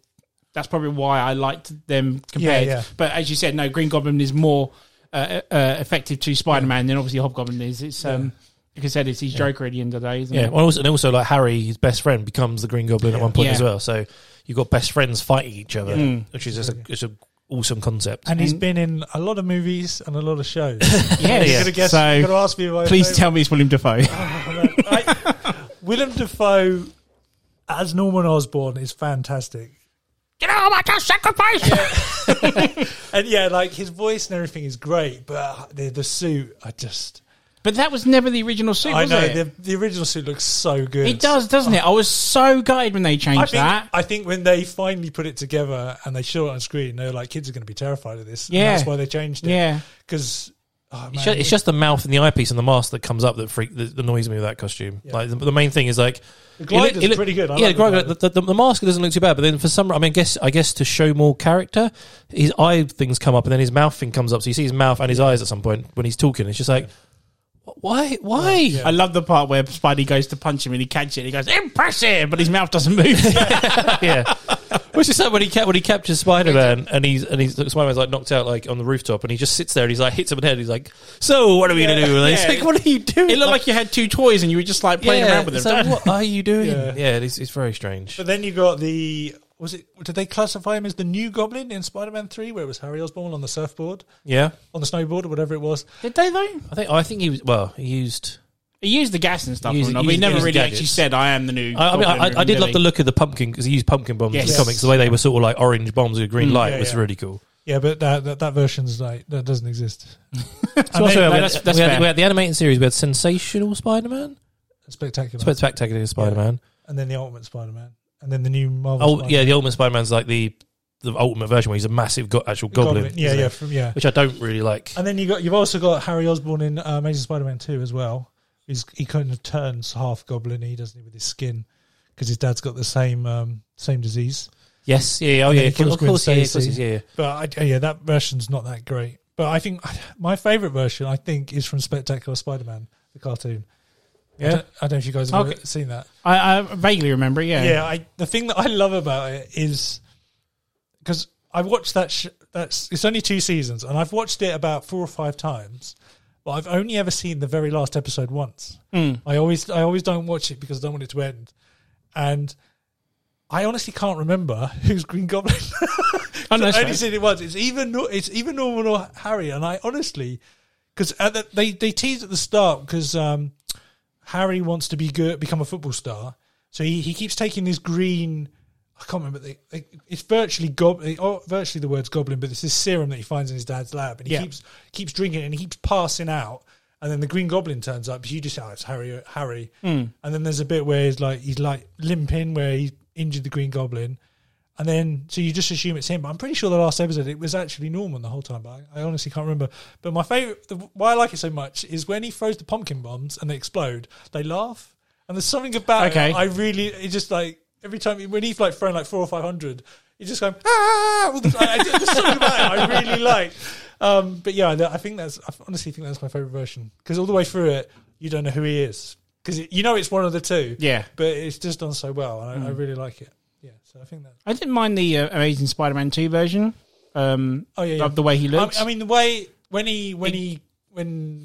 that's probably why I liked them compared.
yeah.
But as you said, no, Green Goblin is more uh, uh, effective to Spider Man than obviously Hobgoblin is. It's um. Like I said, it's his Joker at the end of the day, isn't
Yeah,
it?
well, also, and also like Harry, his best friend becomes the Green Goblin at one point
Yeah.
as well. So you've got best friends fighting each other, which is just a, it's a awesome concept.
And he's been in a lot of movies and a lot
(laughs)
of shows.
Yes.
You're gonna guess.
So,
you're gonna ask me. my
Please
favourite.
tell me it's William
(laughs)
Defoe.
(laughs) I- Willem Dafoe as Norman Osborn is fantastic. You know how much I sacrifice. and yeah, like his voice and everything is great, but the, the suit, I just,
but that was never the original suit,
I
was
know
it?
the, the original suit looks so good.
It does, doesn't it? I was so gutted when they changed
I think,
that.
I think when they finally put it together and they show it on screen, they were like, kids are going to be terrified of this.
Yeah.
And that's why they changed it.
Yeah.
Because, oh,
It's
man,
just, it's just the mouth and the eyepiece and the mask that comes up that freak that annoys me with that costume. Like the, the main thing is like
the
It look-
glider's
it look-
pretty good. I
yeah,
like
the, glider-
glider.
the, the, the mask doesn't look too bad, but then for some, I mean, guess I guess to show more character, his eye things come up, and then his mouth thing comes up, so you see his mouth and his eyes at some point when he's talking. It's just like, why, why? (laughs)
I love the part where Spidey goes to punch him and he catches it. And he goes impressive, but his mouth doesn't move.
(laughs)
(laughs)
yeah. Which is like when he ca- when he captures Spider Man and he's and he's Spider Man's like knocked out like on the rooftop and he just sits there and he's like hits him in the head. He's like, so what are we gonna do? And he's
Yeah.
like, what are you doing?
it looked like you had two toys and you were just like playing around with them.
it's like, what are you doing?
Yeah.
Yeah, it's, it's very strange.
But then you got the was it? Did they classify him as the new Goblin in Spider-Man Three, where it was Harry Osborn on the surfboard,
Yeah,
on the snowboard, or whatever it was?
(laughs) Did they though?
I think I think he was well he used.
He used the gas and stuff,
He used-
and all,
he
but he
used-
never
he used
really
gadgets.
actually said, "I am the new."
I, I mean,
Goblin,"
I, I did love
he?
the look of the pumpkin because he used pumpkin bombs in
Yes.
the comics. The way they were sort of like orange bombs with a green light
Mm. Yeah,
was
yeah.
really cool.
Yeah, but that that, that version's like that doesn't exist.
So also,
no,
we, had,
that's- that's
we,
fair.
had, we had the animated series. We had Sensational Spider Man,
Spectacular,
Spectacular Spider Man.
and then the Ultimate Spider-Man, and then the new Marvel.
Oh
Spider-Man.
yeah, the Ultimate Spider-Man's like the the ultimate version where he's a massive go- actual goblin.
Yeah,
isn't
yeah,
it?
from, yeah.
Which I don't really like.
And then you got you've also got Harry Osborn in uh, Amazing Spider-Man Two as well. He's, he kind of turns half goblin, he doesn't he, with his skin because his dad's got the same um, same disease.
Yes, yeah, yeah, oh,
And
yeah,
then he
of course, of course,
kills
yeah,
Gwen
yeah, of course,
Stacy.
yeah, yeah.
But I, uh, yeah, that version's not that great. But I think (sighs) my favorite version, I think, is from Spectacular Spider-Man, the cartoon. Yeah, I don't, I don't know if you guys have
Okay.
ever seen that.
I, I vaguely remember. it, Yeah,
Yeah, I, the thing that I love about it is because I watched that. Sh- that's it's only two seasons, and I've watched it about four or five times. But I've only ever seen the very last episode once. I always, I always don't watch it because I don't want it to end. And I honestly can't remember (laughs) who's Green Goblin.
I know.
I
it's
only
fair.
said it once. It's even Nor- it's even Norman or Harry, and I honestly because the, they they tease at the start because um, Harry wants to be good, become a football star, so he, he keeps taking this green. I can't remember. The, the- it's virtually goblin, oh, virtually the words goblin, but it's this serum that he finds in his dad's lab, and he
Yeah.
keeps keeps drinking it and he keeps passing out. And then the Green Goblin turns up. You just, oh, it's Harry. Harry. And then there's a bit where he's like, he's like limping, where he injured the Green Goblin. And then, so you just assume it's him. But I'm pretty sure the last episode it was actually Norman the whole time. But I, I honestly can't remember. But my favorite, the, why I like it so much, is when he throws the pumpkin bombs and they explode. They laugh, and there's something about
Okay.
it. I really, it just like every time he- when he's like throwing like four or five hundred, he's just going ah. all the time. I, there's something about it I really like. Um, but yeah, I think that's I honestly think that's my favorite version because all the way through it, you don't know who he is because you know it's one of the two.
Yeah. Mm.
but it's just done so well, and I, I really like it. Yeah, so I think that.
I didn't mind the uh, Amazing Spider-Man two version. Um,
Oh yeah, yeah.
love the way he
I,
looks.
I mean, the way when he when he,
He-
when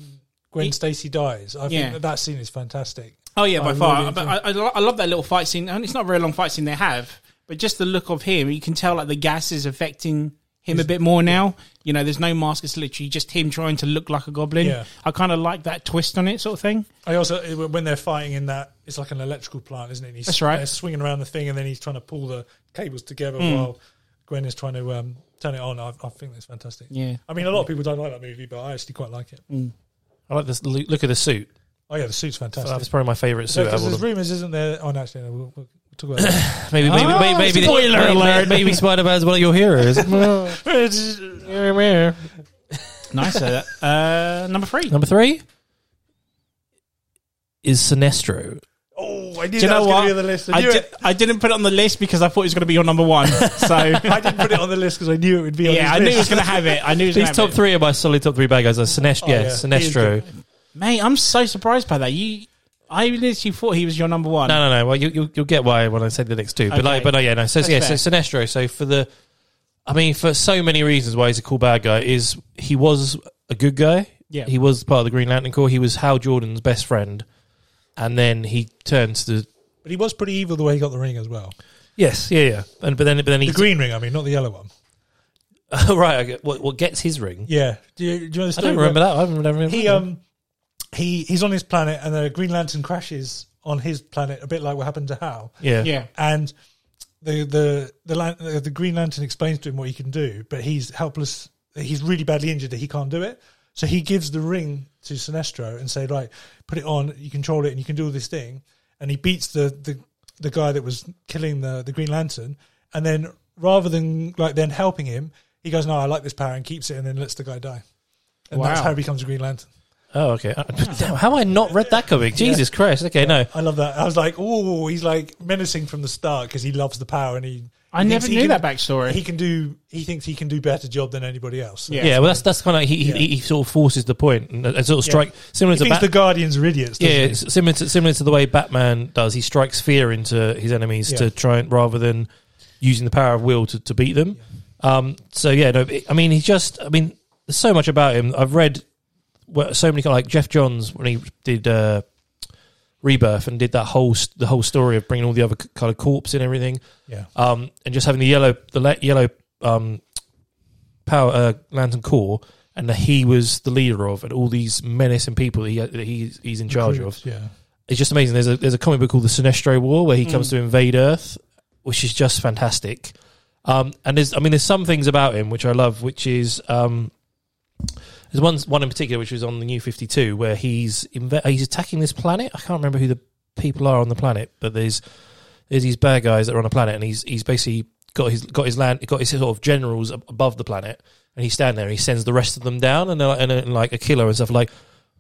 Gwen
He-
Stacy dies, I
Yeah.
think that, that scene is fantastic.
oh yeah, by
I
far.
really
but
enjoy-
I, I, lo- I love that little fight scene, and it's not a very long fight scene they have, but just the look of him, you can tell like the gas is affecting him a bit more now. You know, there's no mask; it's literally just him trying to look like a goblin.
Yeah.
I kind of like that twist on it, sort of thing.
I also when they're fighting in that it's like an electrical plant, isn't it? And He's,
That's right. Hmm.
They're swinging around the thing, and then he's trying to pull the cables together while Gwen is trying to um, turn it on. I, I think that's fantastic.
Yeah. Mm.
I mean, a lot of people don't like that movie, but I actually quite like it.
I like this lo- look of the suit.
Oh yeah, the suit's fantastic.
That's probably my favourite
So
suit. out of
because
all
there's
of them.
rumors, isn't there? Oh no, actually, no, we'll, we'll talk
(coughs)
about that.
Maybe, maybe,
Ah,
maybe, maybe,
spoiler
maybe,
alert.
maybe Spider Man's one of your heroes.
(laughs)
Number
Nice.
(laughs)
uh, uh, number three.
three is Sinestro.
oh, I knew
Do you
that
know
was going to be on
what?
the list. I,
I,
knew
di-
it.
I didn't put it on the list because I thought it was going to be your number one. So
(laughs) I didn't put it on the list because I knew it would be on
yeah,
his
I knew
list.
he was going to have it. I knew he
(laughs)
was
These
gonna
top
have it. Oh,
three are my solid top three bad guys. Are Sinestro, yeah,
yeah.
Sinestro.
Mate, I'm so surprised by that. You, I literally thought he was your number one.
No, no, no. Well, you, you'll, you'll get why when I say the next two. But
Okay.
like, but no, yeah, no. So
That's
yeah,
fair.
so Sinestro. So for the, I mean, for so many reasons why he's a cool bad guy is he was a good guy.
Yeah.
he was part of the Green Lantern Corps. He was Hal Jordan's best friend, and then he turns to
But he was pretty evil the way he got the ring as well.
yes, yeah, yeah. And but then but then he
The green ring, I mean, not the yellow one.
(laughs) right. I get, what, what gets his ring?
Yeah. Do you, do you know the
I
story
don't
where-
remember that. I don't remember
He
that.
um he he's on his planet and the Green Lantern crashes on his planet, a bit like what happened to Hal.
yeah.
Yeah.
And the the the lan- uh, the the Green Lantern explains to him what he can do, but he's helpless. He's really badly injured that he can't do it. So he gives the ring to Sinestro and say, "Right, put it on. You control it, and you can do all this thing." And he beats the the the guy that was killing the the Green Lantern, and then rather than like then helping him, he goes, "No, I like this power," and keeps it, and then lets the guy die. And that's
Wow.
how he becomes a Green Lantern.
Oh, okay. Uh, Damn, how have I not read that comic? Jesus Christ. Okay, no.
I love that. I was like, oh, he's like menacing from the start because he loves the power and he.
I
he
never
thinks he
knew
can-
that backstory.
He can do. He thinks he can do better job than anybody else.
Yeah.
Yeah, well, that's that's kind of he,
Yeah.
he he sort of forces the point and, and sort of strike similar
He
to
thinks
Bat-
the Guardians are idiots.
yeah,
doesn't he?
it's similar to similar to the way Batman does. He strikes fear into his enemies
Yeah.
to try and rather than using the power of will to, to beat them. Um, so yeah, no, it- I mean he just I mean there's so much about him. I've read well, so many like Jeff Johns when he did uh, Rebirth and did that whole s- the whole story of bringing all the other c- kind of corpse and everything
yeah.
um, and just having the yellow the le- yellow um, power uh, lantern core, and that he was the leader of, and all these menacing people that, he, that he's he's in charge of.
Yeah.
It's just amazing. There's a there's a comic book called the Sinestro War where he comes to invade Earth, which is just fantastic. Um, and there's I mean there's some things about him which I love, which is. Um, there's one one in particular which was on the New Fifty Two where he's inve- he's attacking this planet. I can't remember who the people are on the planet, but there's there's these bad guys that are on a planet, and he's he's basically got his got his land got his sort of generals ab- above the planet, and he's standing there. and He sends the rest of them down, and they're like, and, uh, like a killer and stuff like,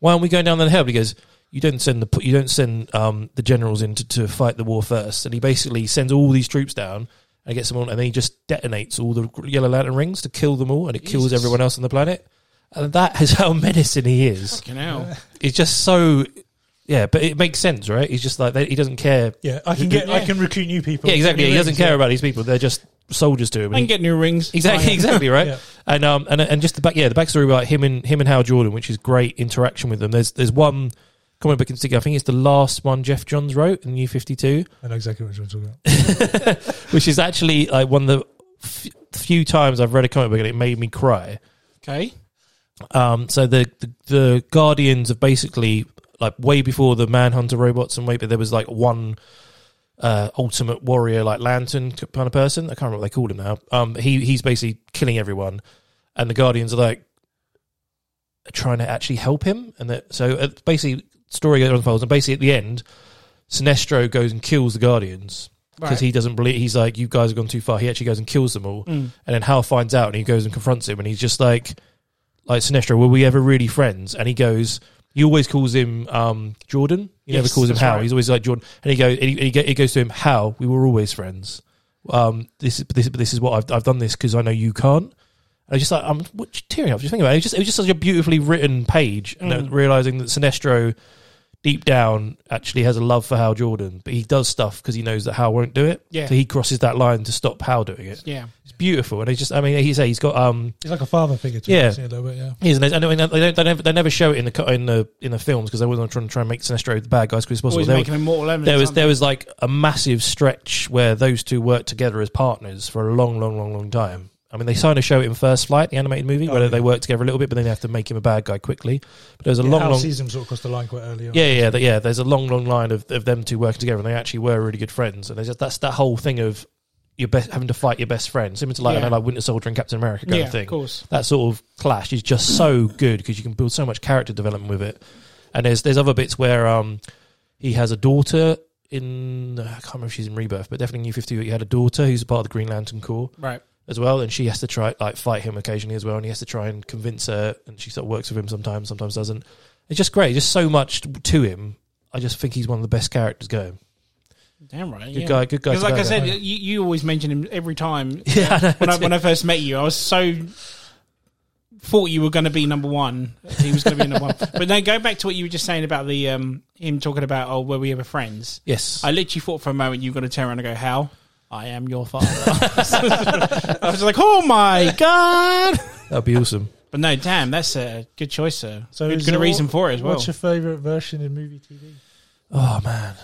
why aren't we going down there to help? He goes, you don't send the p- you don't send um, the generals in to, to fight the war first, and he basically sends all these troops down. And gets them on, and then he just detonates all the yellow lantern rings to kill them all, and it kills
Jesus.
everyone else on the planet. And that is how (laughs) menacing he is.
Fucking hell.
It's just so, yeah, but it makes sense, right? He's just like, they, he doesn't care.
Yeah. I can get. I
Yeah.
can recruit new people.
Yeah, exactly. He doesn't
Yeah.
care about these people. They're just soldiers to him.
I can
And he-
get new rings.
(laughs) exactly, exactly, right?
Oh, (laughs) Yeah.
And um, and and just the back, yeah, the backstory about him and him and Hal Jordan, which is great interaction with them. There's there's one comic book in particular. I think it's the last one Jeff Johns wrote in New Fifty Two,
I know exactly what you're talking about.
which is actually like one of the f- few times I've read a comic book and it made me cry.
Okay.
Um, so the, the the Guardians have basically like way before the Manhunter robots and way, but there was like one uh, Ultimate Warrior like Lantern kind of person. I can't remember what they called him now. Um, he he's basically killing everyone, and the Guardians are like trying to actually help him. And that so uh, basically story unfolds, and basically at the end, Sinestro goes and kills the Guardians. Because
Right.
he doesn't believe, he's like, you guys have gone too far. He actually goes and kills them all,
Mm.
and then Hal finds out, and he goes and confronts him, and he's just like, like Sinestro, were we ever really friends? And he goes, he always calls him um, Jordan. He never
Yes,
calls him
that's
Hal.
right.
He's always like Jordan. And he goes, and he, and he go- he goes to him, Hal, we were always friends. Um, this is this, but this is what I've I've done this because I know you can't. And I was just like I'm what, tearing up. Just thinking about it. It was just it was just such a beautifully written page, and
Mm.
uh, realizing that Sinestro deep down actually has a love for Hal Jordan, but he does stuff because he knows that Hal won't do it.
Yeah.
So he crosses that line to stop Hal doing it.
Yeah.
It's beautiful, and he just I mean he say he's got um
He's like a father figure to
Yeah.
us, yeah, a little bit. Yeah.
He's an, and they don't. They never, they never show it in the co- in the in the films because they wasn't trying to try and make Sinestro the bad guy as quick as possible.
Always
There,
making a mortal enemy.
there was there was like a massive stretch where those two worked together as partners for a long, long, long, long time. I mean, they kind of show it in First Flight, the animated movie, where they work together a little bit, but then they have to make him a bad guy quickly. But there was a
yeah
long,
Hal
long,
sees him sort of cross the line quite early on.
yeah, yeah, th- yeah. There's a long, long line of, of them two working together, and they actually were really good friends. And there's just, that's that whole thing of your best having to fight your best friend, similar to like I
Yeah.
know, like Winter Soldier and Captain America kind
yeah,
of thing
of course.
that sort of clash is just so good because you can build so much character development with it. And there's there's other bits where um he has a daughter in I can't remember if she's in Rebirth, but definitely in New Fifty. He had a daughter who's part of the Green Lantern Corps
Right.
as well, and she has to try like fight him occasionally as well, and he has to try and convince her, and she sort of works with him sometimes, sometimes doesn't. It's just great, just so much to him. I just think he's one of the best characters going.
Damn right.
Good
yeah.
guy, good guy.
Because, like I
together.
said, you, you always mention him every
(laughs)
time.
yeah, I know.
When I, when I first met you, I was so thought you were going to be number one. He was going to be number one. But no, go back to what you were just saying about the um him talking about oh, were we ever friends?
yes,
I literally thought for a moment you were going to turn around and go, "How? I am your father." (laughs) I was like, "Oh my god!"
that'd be awesome.
But no, damn, that's a good choice, sir. So
is
good, good
there-
reason for it as well.
What's your favourite version in movie TV?
Oh man,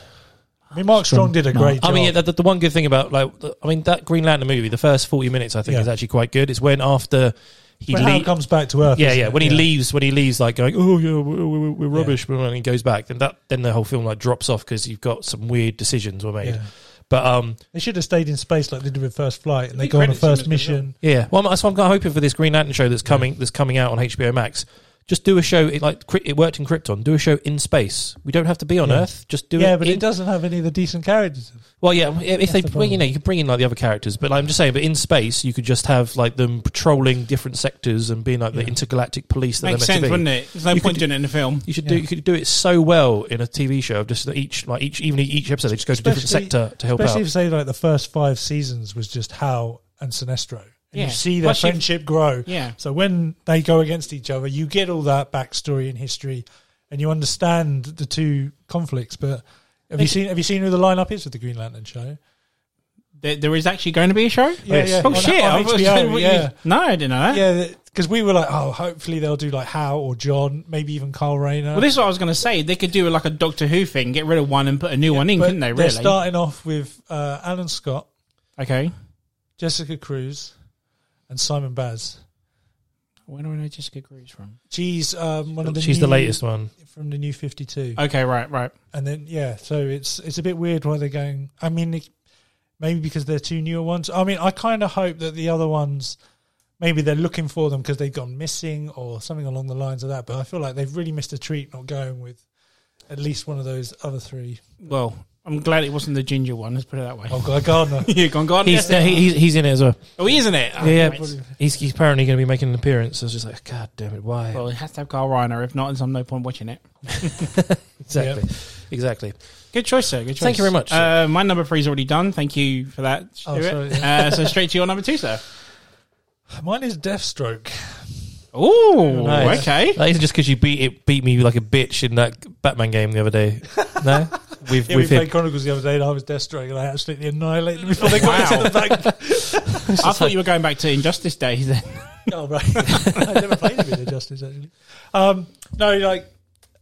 I mean, Mark Strong did a great job.
I mean, yeah, the, the one good thing about like, the- I mean, that Green Lantern movie, the first forty minutes, I think,
Yeah.
is actually quite good. It's when after he
But how
leaves,
it comes back to Earth.
yeah,
isn't
yeah,
it?
when he leaves, when he leaves, like going, oh yeah, we're, we're, we're rubbish, but when he goes back, then that, then the whole film like drops off because you've got some weird decisions were made.
Yeah.
But um,
They should have stayed in space like they did with First Flight, and they
The
go on a
credits in
first
this as well.
mission.
yeah, well, I'm, so I'm hoping for this Green Lantern show that's coming that's coming out on HBO Max. Just do a show. It like Kry- it worked in Krypton. Do a show in space. We don't have to be on
Yeah.
Earth. Just do it.
Yeah, but
in-
it doesn't have any of the decent characters.
Well, yeah, if they,
the
well, you
problem.
know, you could bring in like the other characters, but like, I'm just saying, but in space, you could just have like them patrolling different sectors and being like the intergalactic police that
Makes
they're
sense,
meant
wouldn't
to be.
it? There's no
You
point
could-
doing it in the film.
You should do, you could do it so well in a TV show of just that each, like each, even each episode, they just go to a different
Especially-
sector to help out.
Especially if say like the first five seasons was just Hal and Sinestro, and
Yeah.
you see their
Plus you've-
friendship grow.
Yeah.
So when they go against each other, you get all that backstory and history, and you understand the two conflicts. But have you seen have you seen who the lineup is with the Green Lantern show?
There, there is actually going to be a show.
Yeah, yeah.
Oh
On-
shit!
on
I was-
HBO,
what you-
yeah.
No, I didn't know that.
Yeah, because we were like, oh, hopefully they'll do like Hal or John, maybe even Carl Rayner.
Well, this is what I was going to say. They could do like a Doctor Who thing, get rid of one and put a new one in,
But
couldn't they?
They're
Really?
starting off with uh, Alan Scott,
okay.
Jessica Cruz, and Simon Baz.
Where do I know Jessica Cruz from?
She's um, one of the
She's the
new-
latest one.
from the new Fifty Two.
Okay, right, right.
and then yeah, so it's it's a bit weird why they're going. I mean, it- maybe because they're two newer ones. I mean, I kind of hope that the other ones maybe they're looking for them because they've gone missing or something along the lines of that. But I feel like they've really missed a treat not going with at least one of those other three.
Well, I'm glad it wasn't the ginger one. Let's put it that way.
Oh, Guy Gardner.
(laughs) yeah, gone, gone.
He's,
yes.
he- he's, he's in it as well.
oh, he isn't it? Oh,
yeah,
great.
yeah. He's, he's apparently going to be making an appearance. I was just like, God damn it, why?
Well, it has to have Carl Reiner. If not, there's no point watching it.
(laughs) exactly, exactly.
Good choice, sir. Good choice.
Thank you very much,
Uh, my number three's already done. Thank you for that.
Oh,
Stuart.
sorry,
uh, so straight to your number two, (laughs) sir.
Mine is Deathstroke.
Oh,
Nice.
okay.
That isn't just because you beat it beat me like a bitch in that Batman game the other (laughs) day. No, with
Yeah, we
with him.
played Chronicles the other day, and I was Deathstroke, and I absolutely annihilated them before they got into the (laughs) back.
I thought you were going back to Injustice Days then.
Oh right, (laughs) I never played him in Injustice actually. Um, no, like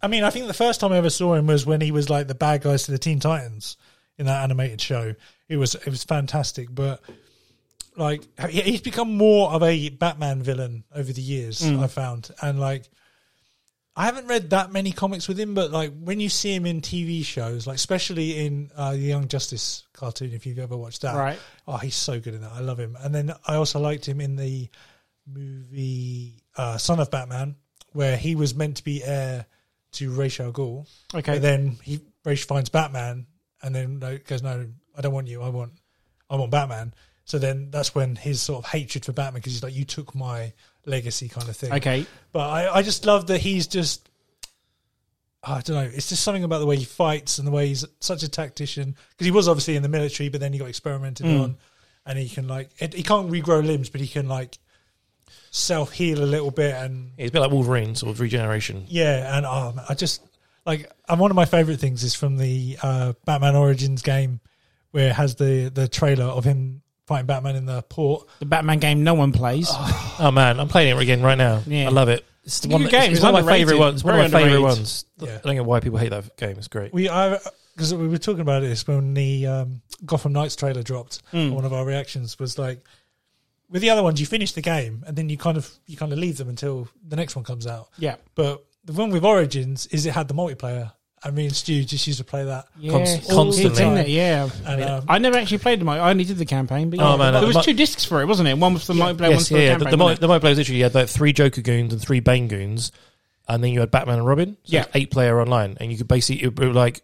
I mean, I think the first time I ever saw him was when he was like the bad guys to the Teen Titans in that animated show. It was it was fantastic, but like he- he's become more of a Batman villain over the years. I found and like. I haven't read that many comics with him, but like when you see him in TV shows, like especially in uh, the Young Justice cartoon, if you've ever watched that,
Right.
Oh, he's so good in that. I love him. And then I also liked him in the movie uh, Son of Batman, where he was meant to be heir to Ra's al Ghul.
Okay.
But then he Ra's finds Batman, and then like, goes, "No, I don't want you. I want, I want Batman." So then that's when his sort of hatred for Batman, because he's like, "You took my legacy," kind of thing.
Okay.
But I, I just love that he's just. I don't know. It's just something about the way he fights and the way he's such a tactician. Because he was obviously in the military, but then he got experimented
Hmm.
on, and he can like it, he can't regrow limbs, but he can like self heal a little bit and
It's a bit like Wolverine, sort of regeneration.
yeah, and um, I just like and one of my favorite things is from the uh, Batman Origins game where it has the the trailer of him fighting Batman in the port.
The Batman game no one plays.
Oh man, I'm playing it again right now.
Yeah.
I love it. It's, the
a
one,
good
that-
game.
It's,
It's
one of my
underrated.
favorite ones. It's One
Very
of my favorite
underrated.
ones.
Yeah.
I don't know why people hate that game. It's great.
We I because we were talking about this when the um, Gotham Knights trailer dropped. One of our reactions was like, with the other ones, you finish the game and then you kind of you kind of leave them until the next one comes out.
yeah.
But the one with Origins is it had the multiplayer. And me and Stu just used to play that.
Const-
all the
constantly.
time, Yeah.
And um,
I never actually played the multiplayer. I only did the campaign. But
Oh,
yeah.
man,
there
the
was
mu-
two discs for it, wasn't it? One was for the multiplayer, one
yes,
for the
yeah. The,
campaign.
the, mo-
wasn't it?
the multiplayer was literally you had like three Joker goons and three Bane goons, and then you had Batman and Robin. So
Yeah.
it's eight player online, and you could basically it would like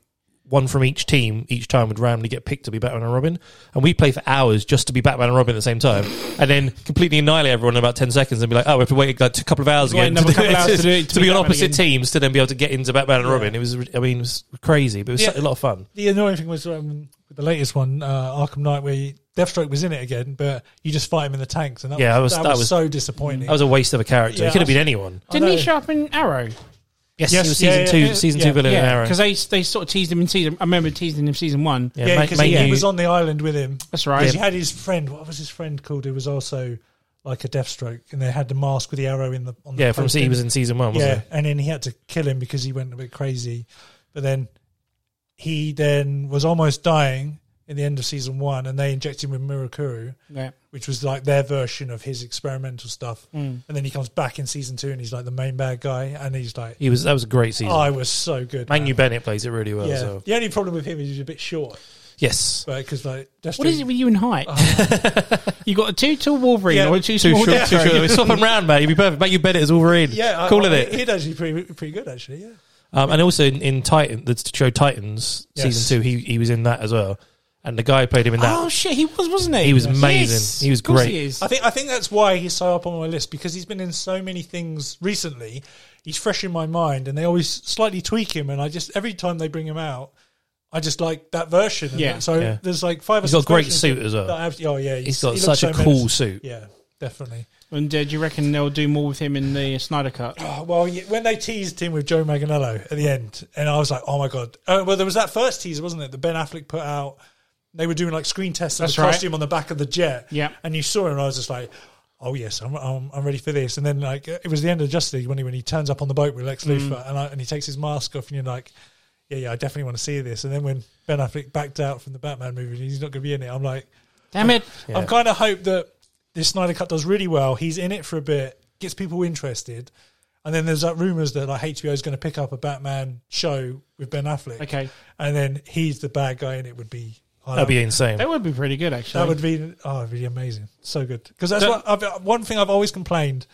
one from each team each time would randomly get picked to be Batman and Robin, and we play for hours just to be Batman and Robin at the same time, and then completely annihilate everyone in about ten seconds and be like, oh, we have to wait like a couple of hours
Wait
again
another
to, do
couple
it.
of hours to do it, to
(laughs) to be
be
on
Batman
opposite
again.
teams to then be able to get into Batman and Robin. It was I mean it was crazy, but it was
Yeah.
a lot of fun.
the annoying thing was um, with the latest one, uh, Arkham Knight, where you, Deathstroke was in it again, but you just fight him in the tanks, and that
Yeah, I was-
was, that
that
was,
was-
so disappointing.
That was a waste of a character.
Yeah,
it could have
I-
been anyone.
Didn't
I
he
know.
show up in Arrow?
Yes,
Yes,
he was
yeah,
season
yeah,
two,
yeah,
season
yeah.
two villain in Arrow.
because they they sort of teased him in season. I remember teasing him season one.
yeah,
Ma-
because
mainly-
he, he was on the island with him.
That's right.
Because he had his friend. What was his friend called? Who was also like a Deathstroke, and they had the mask with the arrow in the. On the
Yeah, from
poster.
he was in season one, wasn't
Yeah, and then he had to kill him because he went a bit crazy. But then he then was almost dying in the end of season one, and they inject him with Mirakuru,
Yeah.
which was like their version of his experimental stuff.
Mm.
And then he comes back in season two, and he's like the main bad guy, and he's like,
He was that was a great season.
oh, "I was so good." man."
Manu Bennett plays it really well.
yeah.
So
The only problem with him is he's a bit short,
yes,
but because like that's
What is it with you in height? (laughs) you got a too tall Wolverine
Oh. Yeah,
or a too,
too
small
short,
Deathstroke?
too short. Swap him round, mate. You'd be perfect. Manu Bennett is Wolverine.
Yeah, I-
calling
I-
it.
He'd actually pretty pretty good actually. Yeah.
Um, and also in, in Titan, the show Titans
Yes.
season two, he he was in that as well. And the guy who played him in that.
Oh shit, he was, wasn't he?
He was amazing. He was
of course
great.
He is.
I think I think that's why he's so up on my list because he's been in so many things recently. He's fresh in my mind, and they always slightly tweak him. And I just every time they bring him out, I just like that version. And
Yeah.
that- so
Yeah.
there's like five.
He's
or
got
six
a great
versions
suit
that-
as well.
that I abs- oh yeah,
he's
he
got
looks
such
so
a cool
menacing.
suit.
Yeah, definitely.
And uh, do you reckon they'll do more with him in the Snyder Cut?
Oh, well, y- when they teased him with Joe Manganiello at the end, and I was like, oh my god. Oh, well, there was that first teaser, wasn't it? That Ben Affleck put out. They were doing like screen tests of
That's
the
right.
costume on the back of the jet.
Yeah.
and you saw him, and I was just like. Oh yes, I'm, I'm I'm ready for this. And then like uh, it was the end of Justice League when he when he turns up on the boat with Lex
Mm.
Luthor and I, and he takes his mask off and you're like, yeah yeah I definitely want to see this. And then when Ben Affleck backed out from the Batman movie and he's not going to be in it, I'm like,
Damn it!
I'm kind of hope that this Snyder Cut does really well. He's in it for a bit, gets people interested, and then there's like rumors that like HBO is going to pick up a Batman show with Ben Affleck.
Okay.
and then he's the bad guy, and it would be
That'd be insane.
That would be pretty good, actually.
that would be oh, it'd be amazing, so good. Because that's
Don't-
what I've, one thing I've always complained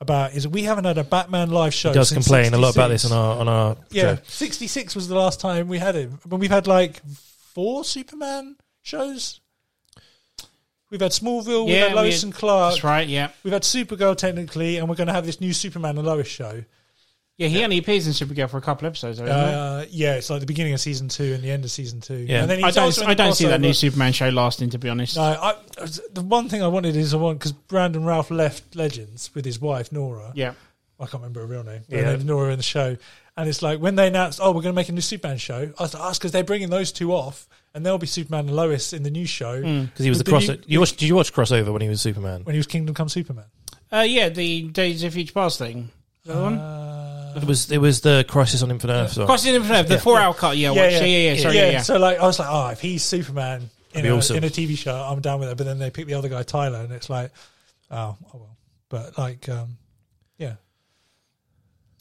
about is we haven't had a Batman live show.
He does
since
complain a lot about this
66.
on our on our
yeah,
show.
sixty six was the last time we had him, but we've had like four Superman shows. We've had Smallville, we've
Yeah,
had Lois
we-
and Clark,
That's right. Yeah,
We've had Supergirl technically, and we're going to have this new Superman and Lois show.
yeah. He only appears in Supergirl for a couple episodes. Though, isn't he?
Uh, yeah, it's like the beginning of season two and the end of season two.
Yeah.
and then he
I
was
don't.
also in
I
the
don't see that new
crossover.
Superman show lasting, to be honest.
No, I, the one thing I wanted is I want because Brandon Ralph left Legends with his wife Nora.
Yeah.
I can't remember her real name.
Yeah.
Yeah, Nora in the show, and it's like when they announced, oh, we're going to make a new Superman show. I was like, because they're bringing those two off, and they'll be Superman and Lois in the new show
Hmm.
Because he was the
But
cross.
did
you watched? Did you watch crossover when he was Superman?
when he was Kingdom Come Superman.
Uh, yeah, the Days of Future Past thing. The one?
Uh,
It was it was the Crisis on Infinite Earth. Sorry.
Across the Infinite, Earth, the four-hour cut. Yeah, yeah, yeah, yeah, yeah, Sorry, yeah, yeah.
So like, I was like, oh, if he's Superman in
be
a,
awesome.
in a TV show, I'm down with it. But then they pick the other guy, Tyler, and it's like, oh, oh well. But like, um,
(sighs)
yeah,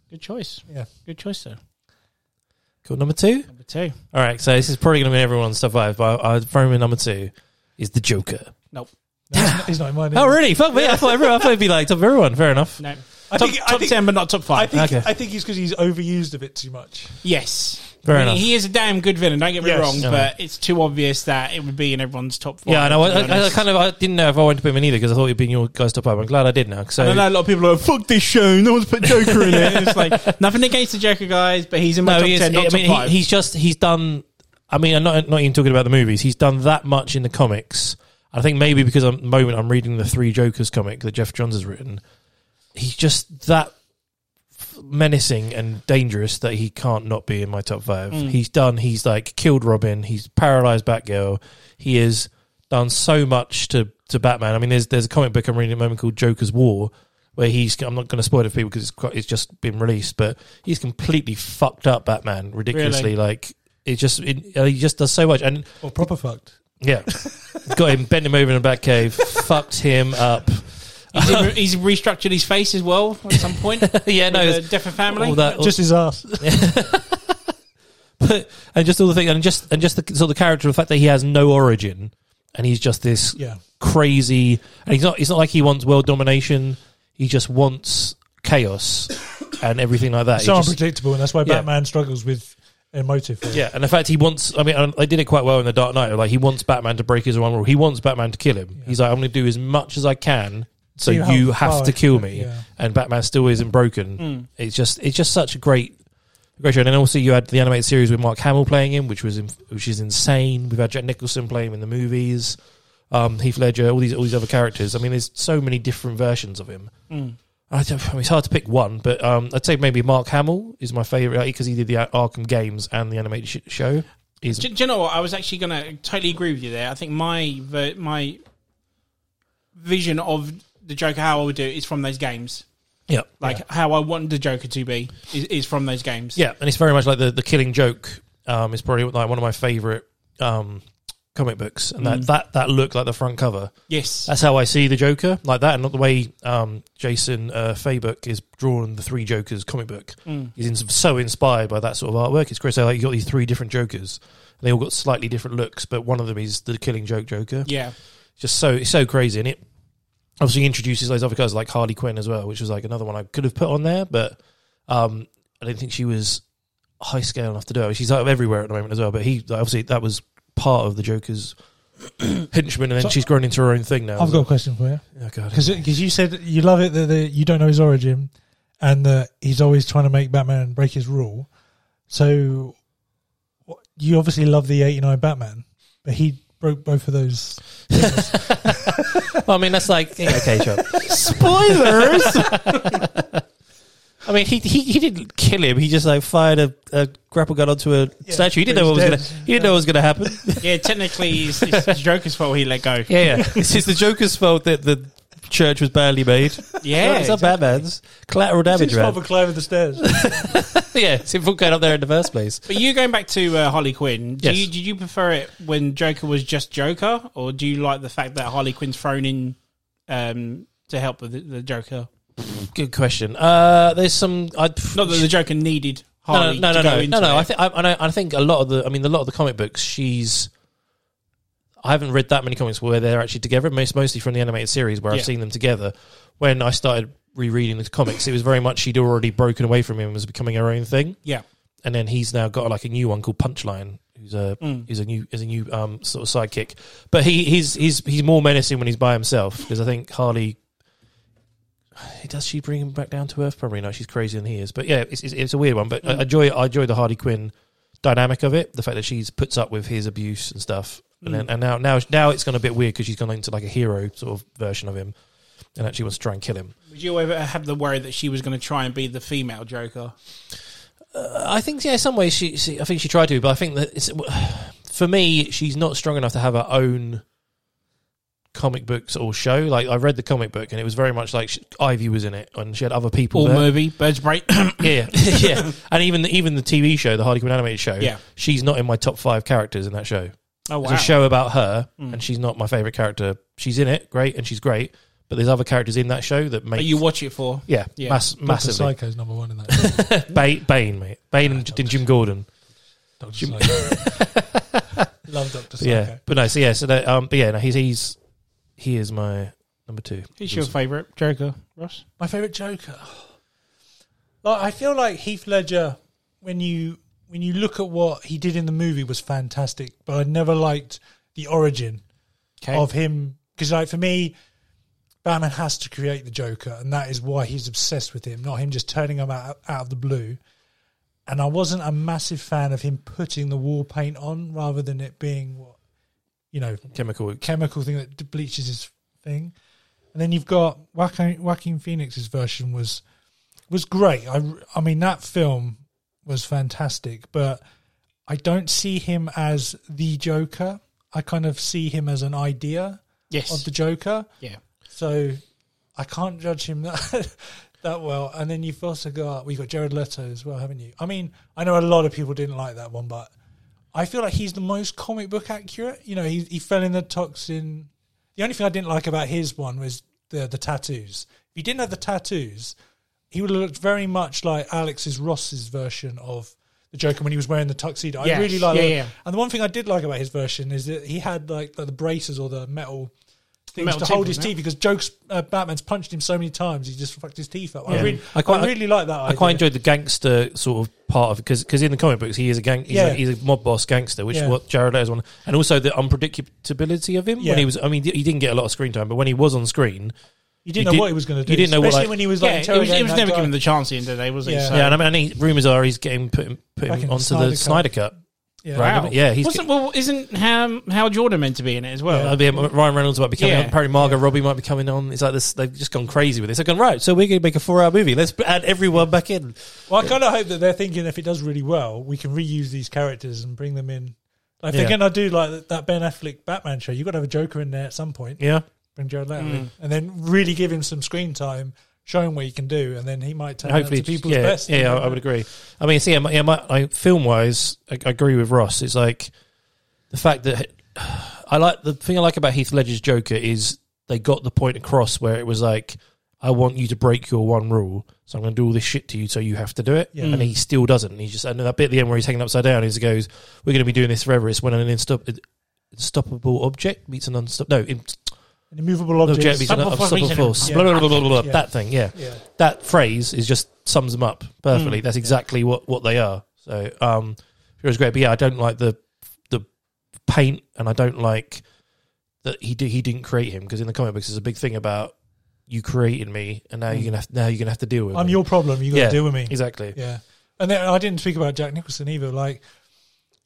Good choice.
yeah.
Good choice, though.
Cool. Number two.
Number two.
All right. So this is probably going to be everyone survive. But I, I throw him in number two. Is the Joker?
Nope.
No, he's not- he's not in mine.
Oh
either.
really? Fuck me. I thought everyone. I thought it'd be like top of everyone. Fair enough.
No.
I
top
think, I
top
think,
ten, but not top
I
five. Uh,
think,
Okay.
I think he's because he's overused a bit too much.
yes.
Fair
I mean,
enough.
He is a damn good villain. Don't get me
Yes.
wrong,
Yeah.
but it's too obvious that it would be in everyone's top five.
yeah, and I,
to be
I, I
honest.
kind of I didn't know if I wanted to put him in either because I thought it'd been your guys top five. I'm glad I did now. So
And I know a lot of people are like, fuck this show. No one's put Joker in it. And it's like (laughs) nothing against the Joker guys, but he's in my
no,
top
he is,
ten, not
I
top
mean,
five.
he, he's just he's done. I mean, I'm not not even talking about the movies. He's done that much in the comics. I think maybe because I'm, at the moment I'm reading the Three Jokers comic that Jeff Johns has written. He's just that menacing and dangerous that he can't not be in my top five. He's done. He's like killed Robin. He's paralyzed Batgirl. He has done so much to to Batman. I mean, there's there's a comic book I'm reading at the moment called Joker's War, where he's I'm not going to spoil it for people because it's quite, it's just been released, but he's completely fucked up Batman ridiculously.
Really?
Like it just it, uh, he just does so much and
Or proper fucked.
yeah, got him bent him over in a bat cave, fucked him up.
He's (laughs) in- he's restructured his face as well at some (laughs) point.
yeah, no,
the
it's-
Deaf and Family.
all that all-
Just
(laughs)
his ass.
but and just all the thing and just and just the sort of the character the fact that he has no origin and he's just this
Yeah.
crazy and he's not it's not like he wants world domination he just wants chaos and everything like that He
So
just-
unpredictable, and that's why
Yeah.
Batman struggles with emotive.
yeah and in fact he wants i mean and they did it quite well in the dark knight like he wants batman to break his one rule he wants batman to kill him he's like i'm going to do as much as i can so
See
you,
how
have
far
to
I
kill
can-
me
yeah.
and batman still isn't broken it's just it's just such a great Great show. And then also you had the animated series with Mark Hamill playing him, which was in, which is insane. We've had Jack Nicholson playing him in the movies, um, Heath Ledger, all these all these other characters. I mean, there's so many different versions of him. I don't, I mean, it's hard to pick one, but um, I'd say maybe Mark Hamill is my favorite because he did the uh, Arkham games and the animated sh- show. He's
Do, do you know what? I was actually going to totally agree with you there. I think my ver- my vision of the Joker, how I would do it, is from those games.
yeah,
Like how I want the Joker to be is, is from those games.
yeah, and it's very much like the, the Killing Joke
um, is probably like one of my favorite um, comic books, and that, that that looked like the front cover.
Yes.
That's how I see the Joker, like that, and not the way um, Jason uh, Faybook is drawing the Three Jokers comic book.
Mm.
He's in, so inspired by that sort of artwork. It's Chris, like you got these three different Jokers, and they all got slightly different looks, but one of them is the Killing Joke Joker.
yeah.
Just so it's so crazy, and it obviously introduces those other guys like Harley Quinn as well, which was like another one I could have put on there, but um, I didn't think she was high scale enough to do it. She's out of everywhere at the moment as well, but he obviously that was part of the Joker's. (clears throat) Henchman, and then
So-
she's grown into her own thing now.
I've got a question for you
Oh god.
because you said you love it that the, you don't know his origin and that he's always trying to make Batman break his rule. So what- you obviously love the '89 Batman, but he broke both of those.
Well, I mean, that's like yeah, okay, sure.
Spoilers.
(laughs) I mean, he, he he didn't kill him. He just like fired a, a grapple gun onto a
Yeah,
statue. He didn't
but
know what was
he's
gonna.
dead.
He didn't know what was gonna happen.
yeah. Technically, it's, it's the Joker's fault he let go.
yeah, yeah. (laughs) It's just the Joker's fault that the church was badly made.
Yeah,
it's not
exactly.
Batman's collateral damage,
His
man.
father climbing the stairs.
yeah, it's him for going up there in the first place.
But you going back to uh, Harley Quinn? Do
Yes.
you, did you prefer it when Joker was just Joker, or do you like the fact that Harley Quinn's thrown in um, to help with the, the Joker?
Good question. Uh, there's some. I'd,
Not that the Joker needed
no,
Harley.
no,
to
no,
go
no,
into
no, no.
it.
I think I, and I, I think a lot of the. I mean, a lot of the comic books. She's. I haven't read that many comics where they're actually together. Most mostly from the animated series where
Yeah.
I've seen them together. When I started rereading the comics, it was very much she'd already broken away from him and was becoming her own thing.
yeah,
And then he's now got like a new one called Punchline, who's a who's a new is a new um sort of sidekick. But he he's he's he's more menacing when he's by himself because I think Harley. Does she bring him back down to earth? Probably not. She's crazier than he is. But yeah, it's, it's, it's a weird one. But I I enjoy I enjoy the Harley Quinn dynamic of it. The fact that she's puts up with his abuse and stuff, and then, and now now now it's gone a bit weird because she's gone into like a hero sort of version of him, and actually wants to try and kill him.
Would you ever have the worry that she was going to try and be the female Joker?
I think yeah, in some ways she, she. I think she tried to, but I think that it's (sighs) for me, she's not strong enough to have her own comic books or show. Like I read the comic book, and it was very much like she, Ivy was in it, and she had other people.
All
there.
movie, Birds Break. (laughs)
Yeah, (laughs) yeah, and even the, even the TV show, the Harley Quinn animated show.
Yeah.
she's not in my top five characters in that show.
oh wow, Hmm.
There's a show about her, and she's not my favorite character. She's in it, great, and she's great, but there's other characters in that show that
But
make
you watch it for?
yeah,
Yeah.
Mass,
Doctor
massively.
Psycho's number one in that.
(laughs) Bane, Bane, mate, Bane and Jim Gordon.
Doctor Psycho.
(laughs)
Love Doctor Psycho.
yeah, but no, so yeah, so that, um, but yeah, no, he's he's he is my number two.
Who's your favorite Joker, Ross?
My favorite Joker. Like I feel like Heath Ledger when you when you look at what he did in the movie was fantastic, but I never liked the origin
Okay.
of him because like for me Batman has to create the Joker and that is why he's obsessed with him, not him just turning him out, out of the blue. And I wasn't a massive fan of him putting the wall paint on rather than it being what you know
chemical.
chemical thing that de- bleaches his thing. And then you've got Joaquin, Joaquin Phoenix's version was was great. I r- I mean that film was fantastic, but I don't see him as the Joker. I kind of see him as an idea of
Yes.
the Joker.
yeah.
So I can't judge him (laughs) that that well. And then you've also got we've got Jared Leto as well, haven't you? I mean, I know a lot of people didn't like that one, but I feel like he's the most comic book accurate. You know, he he fell in the toxin. The only thing I didn't like about his one was the the tattoos. If he didn't have the tattoos, he would have looked very much like Alex's Ross's version of the Joker when he was wearing the tuxedo.
Yes.
I really like
Yeah,
that.
yeah.
And the one thing I did like about his version is that he had like the, the braces or the metal things
Metal
to
teeth,
hold his
wasn't it?
teeth because Joke's uh, Batman's punched him so many times he just fucked his teeth up.
Yeah.
I, really,
I
I,
quite-
really like that.
I quite enjoyed the gangster sort of part of it because in the comic books he is a gang he's,
Yeah.
a, he's a mob boss gangster which
Yeah.
what Jared Leto's one and also the unpredictability of him
Yeah.
when he was I mean he didn't get a lot of screen time but when he was on screen
You didn't
you
know
did-
what he was going
you
to do.
didn't know what,
especially
like-
when he was
Yeah,
like
it was, it
interrogating
was
that
never
guy.
given the chance in today, was it?
Yeah.
So-
yeah and I mean and he, rumors are he's getting put him, put
Back
him
in
onto the Snyder
Snyder
Cut
Yeah.
Right,
Wow.
yeah he's
Wasn't, well, isn't Ham, Hal Jordan meant to be in it as well?
Uh, yeah, Ryan Reynolds might be coming
Yeah.
on. Apparently, Margot Robbie might be coming on. It's like this; they've just gone crazy with this. They've gone right. So we're going to make a four-hour movie. Let's add everyone back in.
Well, I kind of hope that they're thinking if it does really well, we can reuse these characters and bring them in. Like, if
Yeah.
they're going to do like that Ben Affleck Batman show, you've got to have a Joker in there at some point.
Yeah, Mm.
Bring Jared Leto in, and then really give him some screen time show him what he can do, and then he might turn
Hopefully,
out to people's
yeah,
best.
yeah, I, I would agree. I mean, see, yeah, my, yeah, my, I, film-wise, I, I agree with Ross. It's like the fact that (sighs) I like the thing I like about Heath Ledger's Joker is they got the point across where it was like, I want you to break your one rule, so I'm going to do all this shit to you, so you have to do it.
Yeah.
And he still doesn't. And he just and that bit at the end where he's hanging upside down, he just goes, "We're going to be doing this forever." It's when an instop, unstoppable object meets an unstoppable no in,
An immovable object.
object meets an
Unstoppable force
unstoppable
meets an
force.
un-
Blah, blah, blah, blah, blah, blah.
Yeah.
That thing, yeah
yeah. Mm.
that phrase is just sums them up perfectly. That's exactly what, what they are. So um, it was great, but yeah, I don't like the the paint, and I don't like that he did, he didn't create him because in the comic books there's a big thing about you created me, and now you're gonna have, now you're gonna have to deal with.
Mm. I'm
me.
your problem. You got to
yeah,
deal with me.
exactly.
Yeah, and then I didn't speak about Jack Nicholson either. Like,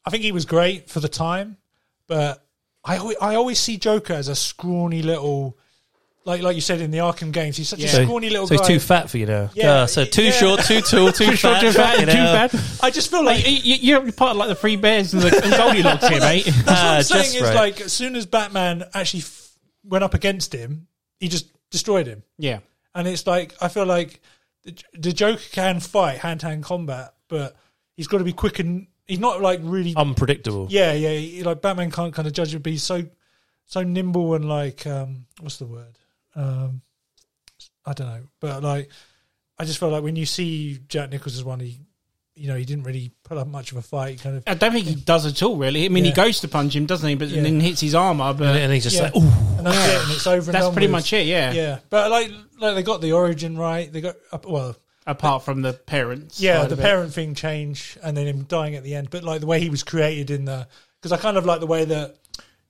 I think he was great for the time, but I al- I always see Joker as a scrawny little, like like you said in the Arkham games. He's such
So,
a scrawny little
so
guy.
he's too fat for you now.
Yeah, Uh, so too
yeah.
short, too
(laughs)
tall, too, fat.
Too bad,
you
too
know.
bad.
I just feel
Like,
like.
you, you- you're part of like the three bears and, the, and Goldilocks here, mate.
(laughs) That's what I'm
Ah,
saying
just
is
right.
like as soon as Batman actually f- went up against him, he just destroyed him.
Yeah.
And it's like I feel like the, J- the Joker can fight hand to hand combat, but he's got to be quick and he's not like really
Unpredictable.
Yeah, yeah. he- Like Batman can't kind of judge it, but he's so so nimble and like um what's the word? Um I don't know. But like I just felt like when you see Jack Nicholson's one, he you know, he didn't really put up much of a fight, he kind of
I don't think he does at all, really. I mean, he
Yeah.
goes to punch him, doesn't he? But
Yeah.
then hits his armor. But
And, and he's just
Yeah.
like, ooh,
and that's it and it's over and
that's
done
pretty
with.
much it. Yeah.
Yeah. But like like they got the origin right, they got up well
Apart from the parents.
yeah,
side
the
of it.
parent thing change and then him dying at the end, but like the way he was created in the because I kind of like the way that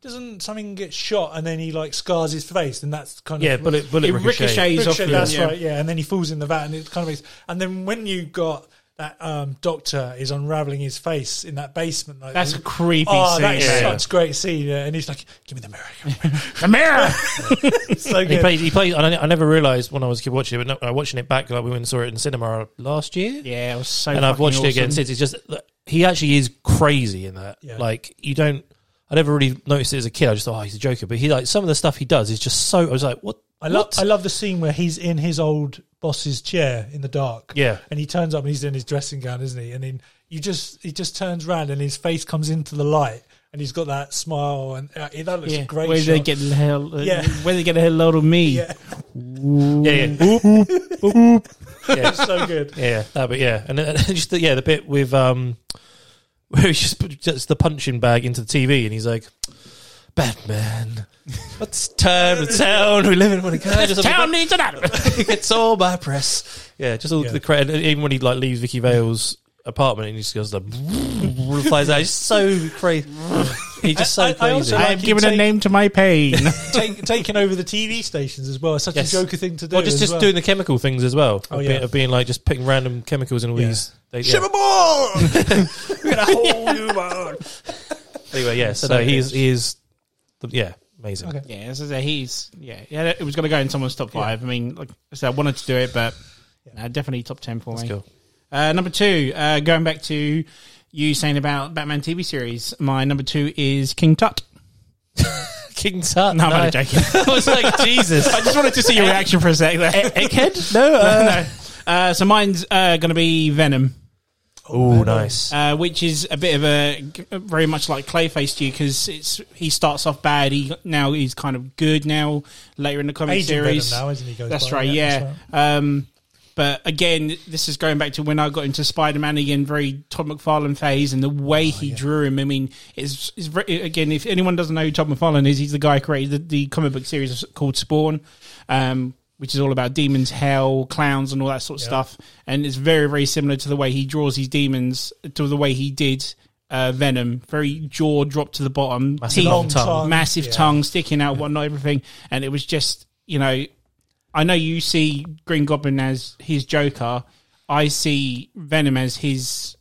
doesn't something get shot and then he like scars his face and that's kind
yeah,
of
bullet bullet
It
ricochet.
ricochets off.
Ricochet,
the-
that's
yeah.
right, yeah. And then he falls in the vat, and it kind of makes. And then when you got that um, doctor is unraveling his face in that basement, like
That's a creepy
oh,
scene.
that's
Yeah.
such a great scene. Yeah. And he's like, "Give me the mirror." give me the mirror."
The mirror.
(laughs) It's so
He
good.
plays. He plays. I, I never realized when I was a kid watching it, but no, watching it back, like we went and saw it in cinema last year.
yeah, it was so.
and I've
fucking
watched it again
awesome.
since. It's just that he actually is crazy in that.
Yeah.
Like you don't. I never really noticed it as a kid. I just thought, oh, he's a joker. But he like some of the stuff he does is just so. I was like, what?
I love
what?
I love the scene where he's in his old boss's chair in the dark.
Yeah.
And he turns up and he's in his dressing gown, isn't he? And then you just he just turns round and his face comes into the light and he's got that smile and uh, that looks a
Yeah.
great.
Where
shot.
they get the hell?
Yeah.
Yeah. Where they get the hell out of me? (laughs)
Yeah.
yeah, yeah,
It's (laughs) so good.
yeah. No, but yeah, and, then (laughs) just the, yeah, the bit with um, (laughs) where he just put just the punching bag into the TV, and he's like,
(laughs)
Batman. What's time? The town we live in. What a guy just
Town needs an
(laughs)
animal.
it's all my press. Yeah, just all
Yeah.
the credit. Even when he like leaves Vicky Vale's apartment and he just goes like (laughs) flies out. He's so crazy. He's just so
I- I
crazy.
also like-
I am
he
giving a
take-
name to my pain.
Take, taking over the TV stations as well. It's such
Yes.
a Joker thing to do.
well, just
as
just
well.
doing the chemical things as well.
Oh,
of,
yeah.
being, of being like just putting random chemicals in all
Yeah.
these. They, yeah. (laughs)
Shivermore! We're gonna hold you on.
Anyway, yeah. So,
So
no, he is
good.
he is the, yeah amazing.
Okay.
Yeah, as I say, he's yeah, yeah. It was going to go in someone's top five. I mean, like I said, I wanted to do it, but no, definitely top ten for
That's
me.
cool.
Uh, number two, uh, going back to you saying about Batman TV series, my number two is King Tut.
King Tut.
No, I'm only joking.
(laughs) I was like Jesus. E-,
I just wanted to see your reaction for a sec. There.
Egghead? No. Uh,
(laughs) no. Uh, so mine's uh, going to be Venom.
oh, nice.
uh, which is a bit of a very much like Clayface to you because it's he starts off bad. He now he's kind of good now later in the comic
Agent
series.
Venom now, isn't he, goes
that's
by,
right.
yeah,
Yeah.
that's
Um, but again, this is going back to when I got into Spider Man again, very Todd McFarlane phase, and the way he drew him. I mean, it's, it's very- again, if anyone doesn't know who Todd McFarlane is, he's the guy who created the, the comic book series called Spawn. Um, which is all about demons, hell, clowns, and all that sort of stuff. And it's very, very similar to the way he draws his demons, to the way he did uh, Venom. Very jaw dropped to the bottom,
Massive
teeth-
long tongue.
massive
Yeah.
tongue sticking out, whatnot, everything. And it was just, you know, I know you see Green Goblin as his Joker. I see Venom as his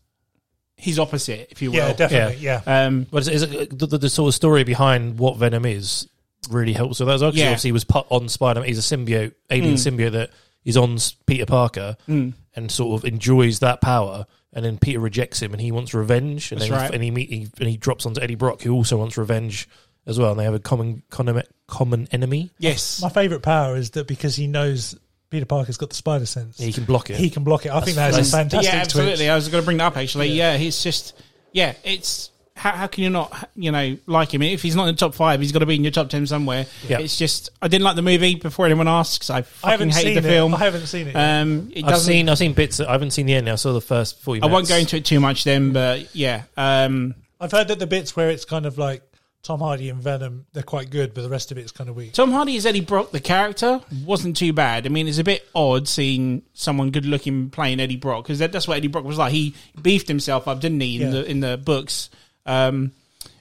his opposite, if you will.
Yeah, definitely. Yeah.
Um,
But is it, the, the, the sort of story behind what Venom is really helps with that as well. 'cause
Yeah. Hmm.
Obviously, he was put on Spider Man. He's a symbiote, alien symbiote that is on S- Peter Parker and sort of enjoys that power. And then Peter rejects him, and he wants revenge. And
That's
then
right.
he, and he, meet, he and he drops onto Eddie Brock, who also wants revenge as well. And they have a common common, common enemy.
yes.
My favourite power is that because he knows Peter Parker's got the spider sense.
He can block it.
He can block it. I think that is a fantastic
yeah, absolutely.
twitch.
I was going to bring that up actually. Yeah, he's just yeah. It's how, how can you not you know like him if he's not in the top five? He's got to be in your top ten somewhere.
Yeah.
It's just I didn't like the movie before anyone asks. I fucking
I haven't
hated
seen
the
it.
film.
I haven't seen it. yet.
Um, it
I've
doesn't.
seen I've seen bits. I haven't seen the end. now. I saw the first forty.
I
Minutes.
won't go into it too much then, but yeah. Um,
I've heard that the bits where it's kind of like Tom Hardy and Venom, they're quite good, but the rest of it's kind of weak.
Tom Hardy as Eddie Brock, the character, wasn't too bad. I mean, it's a bit odd seeing someone good looking playing Eddie Brock because that, that's what Eddie Brock was like. He beefed himself up, didn't he, in
Yeah.
the in the books? Um,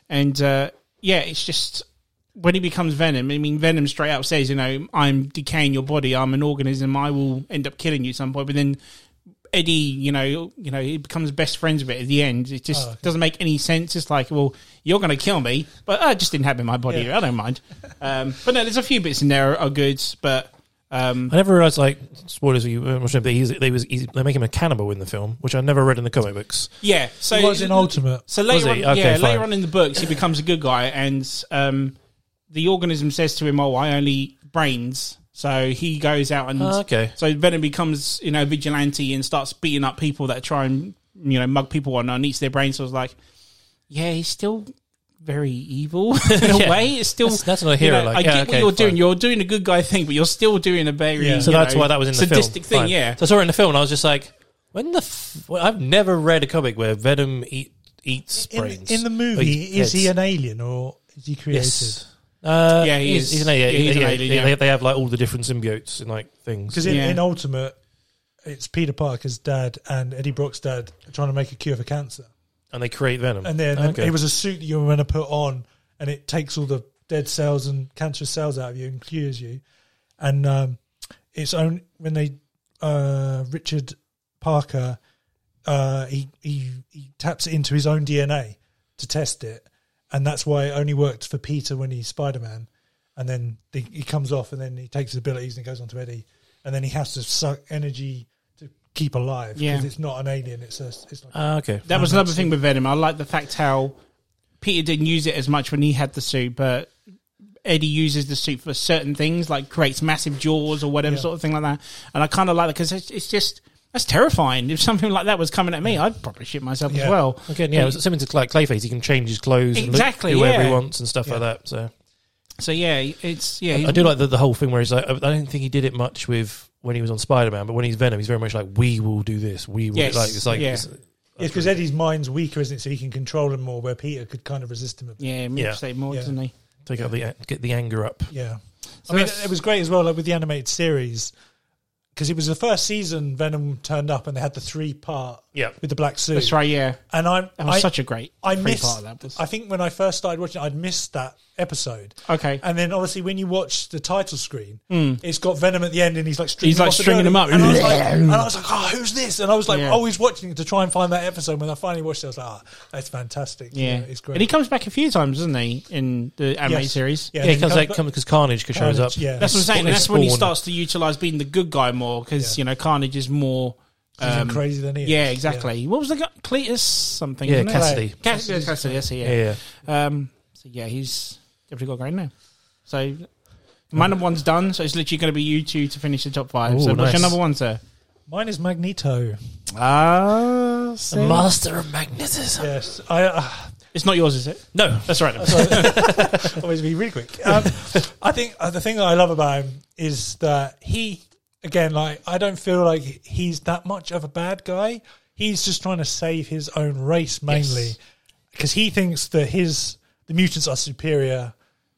and uh, yeah, it's just when he becomes Venom. I mean, Venom straight out says, you know, I'm decaying your body. I'm an organism. I will end up killing you at some point. But then Eddie, you know, you know, he becomes best friends with it at the end. It just
Oh, okay.
doesn't make any sense. It's like, well, you're going to kill me, but I just inhabit my body. I don't
(laughs)
mind. Um, but no, there's a few bits in there are good, but um,
I never realized like spoilers. You uh, but he's, they was he's, they make him a cannibal in the film, which I never read in the comic books.
yeah. So
It was in Ultimate.
So later,
Was he?
on,
Okay,
yeah,
fine.
later on in the books, he becomes a good guy, and um, the organism says to him, "Oh, I only eat brains." So he goes out and
Ah, okay.
so Venom becomes you know vigilante and starts beating up people that try and you know mug people on and eats their brains. So I was like, yeah, he's still very evil (laughs) in a
Yeah.
way. It's still
That's- that's not a hero,
You know,
like,
I
yeah,
get what
okay,
you're
fine.
doing. You're doing a good guy thing, but you're still doing a very
Yeah.
So
you
that's
know,
why that was in the
sadistic
film.
thing.
Fine.
Yeah,
So I saw it in the film, and I was just like, when the f- well, I've never read a comic where Venom eat, eats
In,
brains
in the
Or
movie,
eats
is he
heads.
an alien or is he created?
Yes. Uh,
Yeah, he
he's,
is.
He's an alien.
Yeah, he's an
Yeah,
alien,
they-
yeah.
They, they have like all the different symbiotes and like things.
Because in,
Yeah.
in Ultimate, it's Peter Parker's dad and Eddie Brock's dad trying to make a cure for cancer.
and they create venom.
And then
Okay.
it was a suit that you were going to put on, and it takes all the dead cells and cancerous cells out of you and cures you. And um, it's only when they uh, Richard Parker uh, he, he he taps it into his own DNA to test it, and that's why it only worked for Peter when he's Spider Man. And then the, he comes off, and then he takes his abilities and goes on to Eddie, and then he has to suck energy to keep alive
Yeah.
because it's not an alien; it's a it's like
Ah, okay.
That was another thing with Venom. I like the fact how Peter didn't use it as much when he had the suit, but Eddie uses the suit for certain things, like creates massive jaws or whatever
Yeah.
sort of thing like that. And I kind of like that because it's, it's just that's terrifying. If something like that was coming at me, I'd probably shit myself as
Yeah.
well.
Again, yeah, it was similar to like Clayface. He can change his clothes and look-
Exactly,
do whatever he
yeah.
wants and stuff like that. So
So yeah, it's yeah.
I do like the, the whole thing where he's like, I don't think he did it much with when he was on Spider Man, but when he's Venom, he's very much like, we will do this, we will. do-"
Yes,
Like it's like,
yeah.
it's-
Yeah, because Eddie's mind's weaker, isn't it? So he can control him more, where Peter could kind of resist him a bit.
yeah,
Yeah.
mixtape more,
Yeah.
doesn't he?
take out the get the anger up.
Yeah. I mean,
that's-
it was great as well, like with the animated series, because it was the first season Venom turned up and they had the three part
Yeah.
with the black suit.
That's right. Yeah,
And I'm,
that was
I,
such a great.
I
free
missed,
part of that was-
I think when I first started watching it, I'd missed that episode.
Okay.
And then obviously when you watch the title screen, it's got Venom at the end and he's like stringing,
Hmm. He's, like,
off the
stringing
building.
him up.
And I, was like, and I was like, oh, who's this? And I was like
Yeah.
always watching it to try and find that episode. When I finally watched it, I was like, ah, that's fantastic.
yeah.
it's great.
And he comes back a few times, doesn't he, in the anime
Yes.
series?
Yeah,
and
he comes
comes
like
back-
comes because Carnage shows up.
Carnage, yeah.
That's what I'm saying.
Spawn-
That's when he
Spawn.
starts to utilize being the good guy more because
Yeah.
you know Carnage is more.
He's
um,
crazy than he is.
yeah, exactly. What was the guy? Cletus something?
Yeah,
wasn't it?
Cassidy.
Cass- yeah, Cassidy. That's it.
Yeah,
Yeah.
yeah.
Um, so yeah, he's definitely got a great now. So my number one's done. So it's literally going to be you two to finish the top five. so
Ooh,
what's your
nice.
number one, sir?
Mine
(laughs)
is Magneto.
Ah,
The master of magnetism.
Yes, I uh,
it's not yours, is it?
No,
That's right.
(laughs) always be really quick. Um, I think uh, the thing that I love about him is that he, again, like I don't feel like he's that much of a bad guy. He's just trying to save his own race mainly
Yes.
because he thinks that his the mutants are superior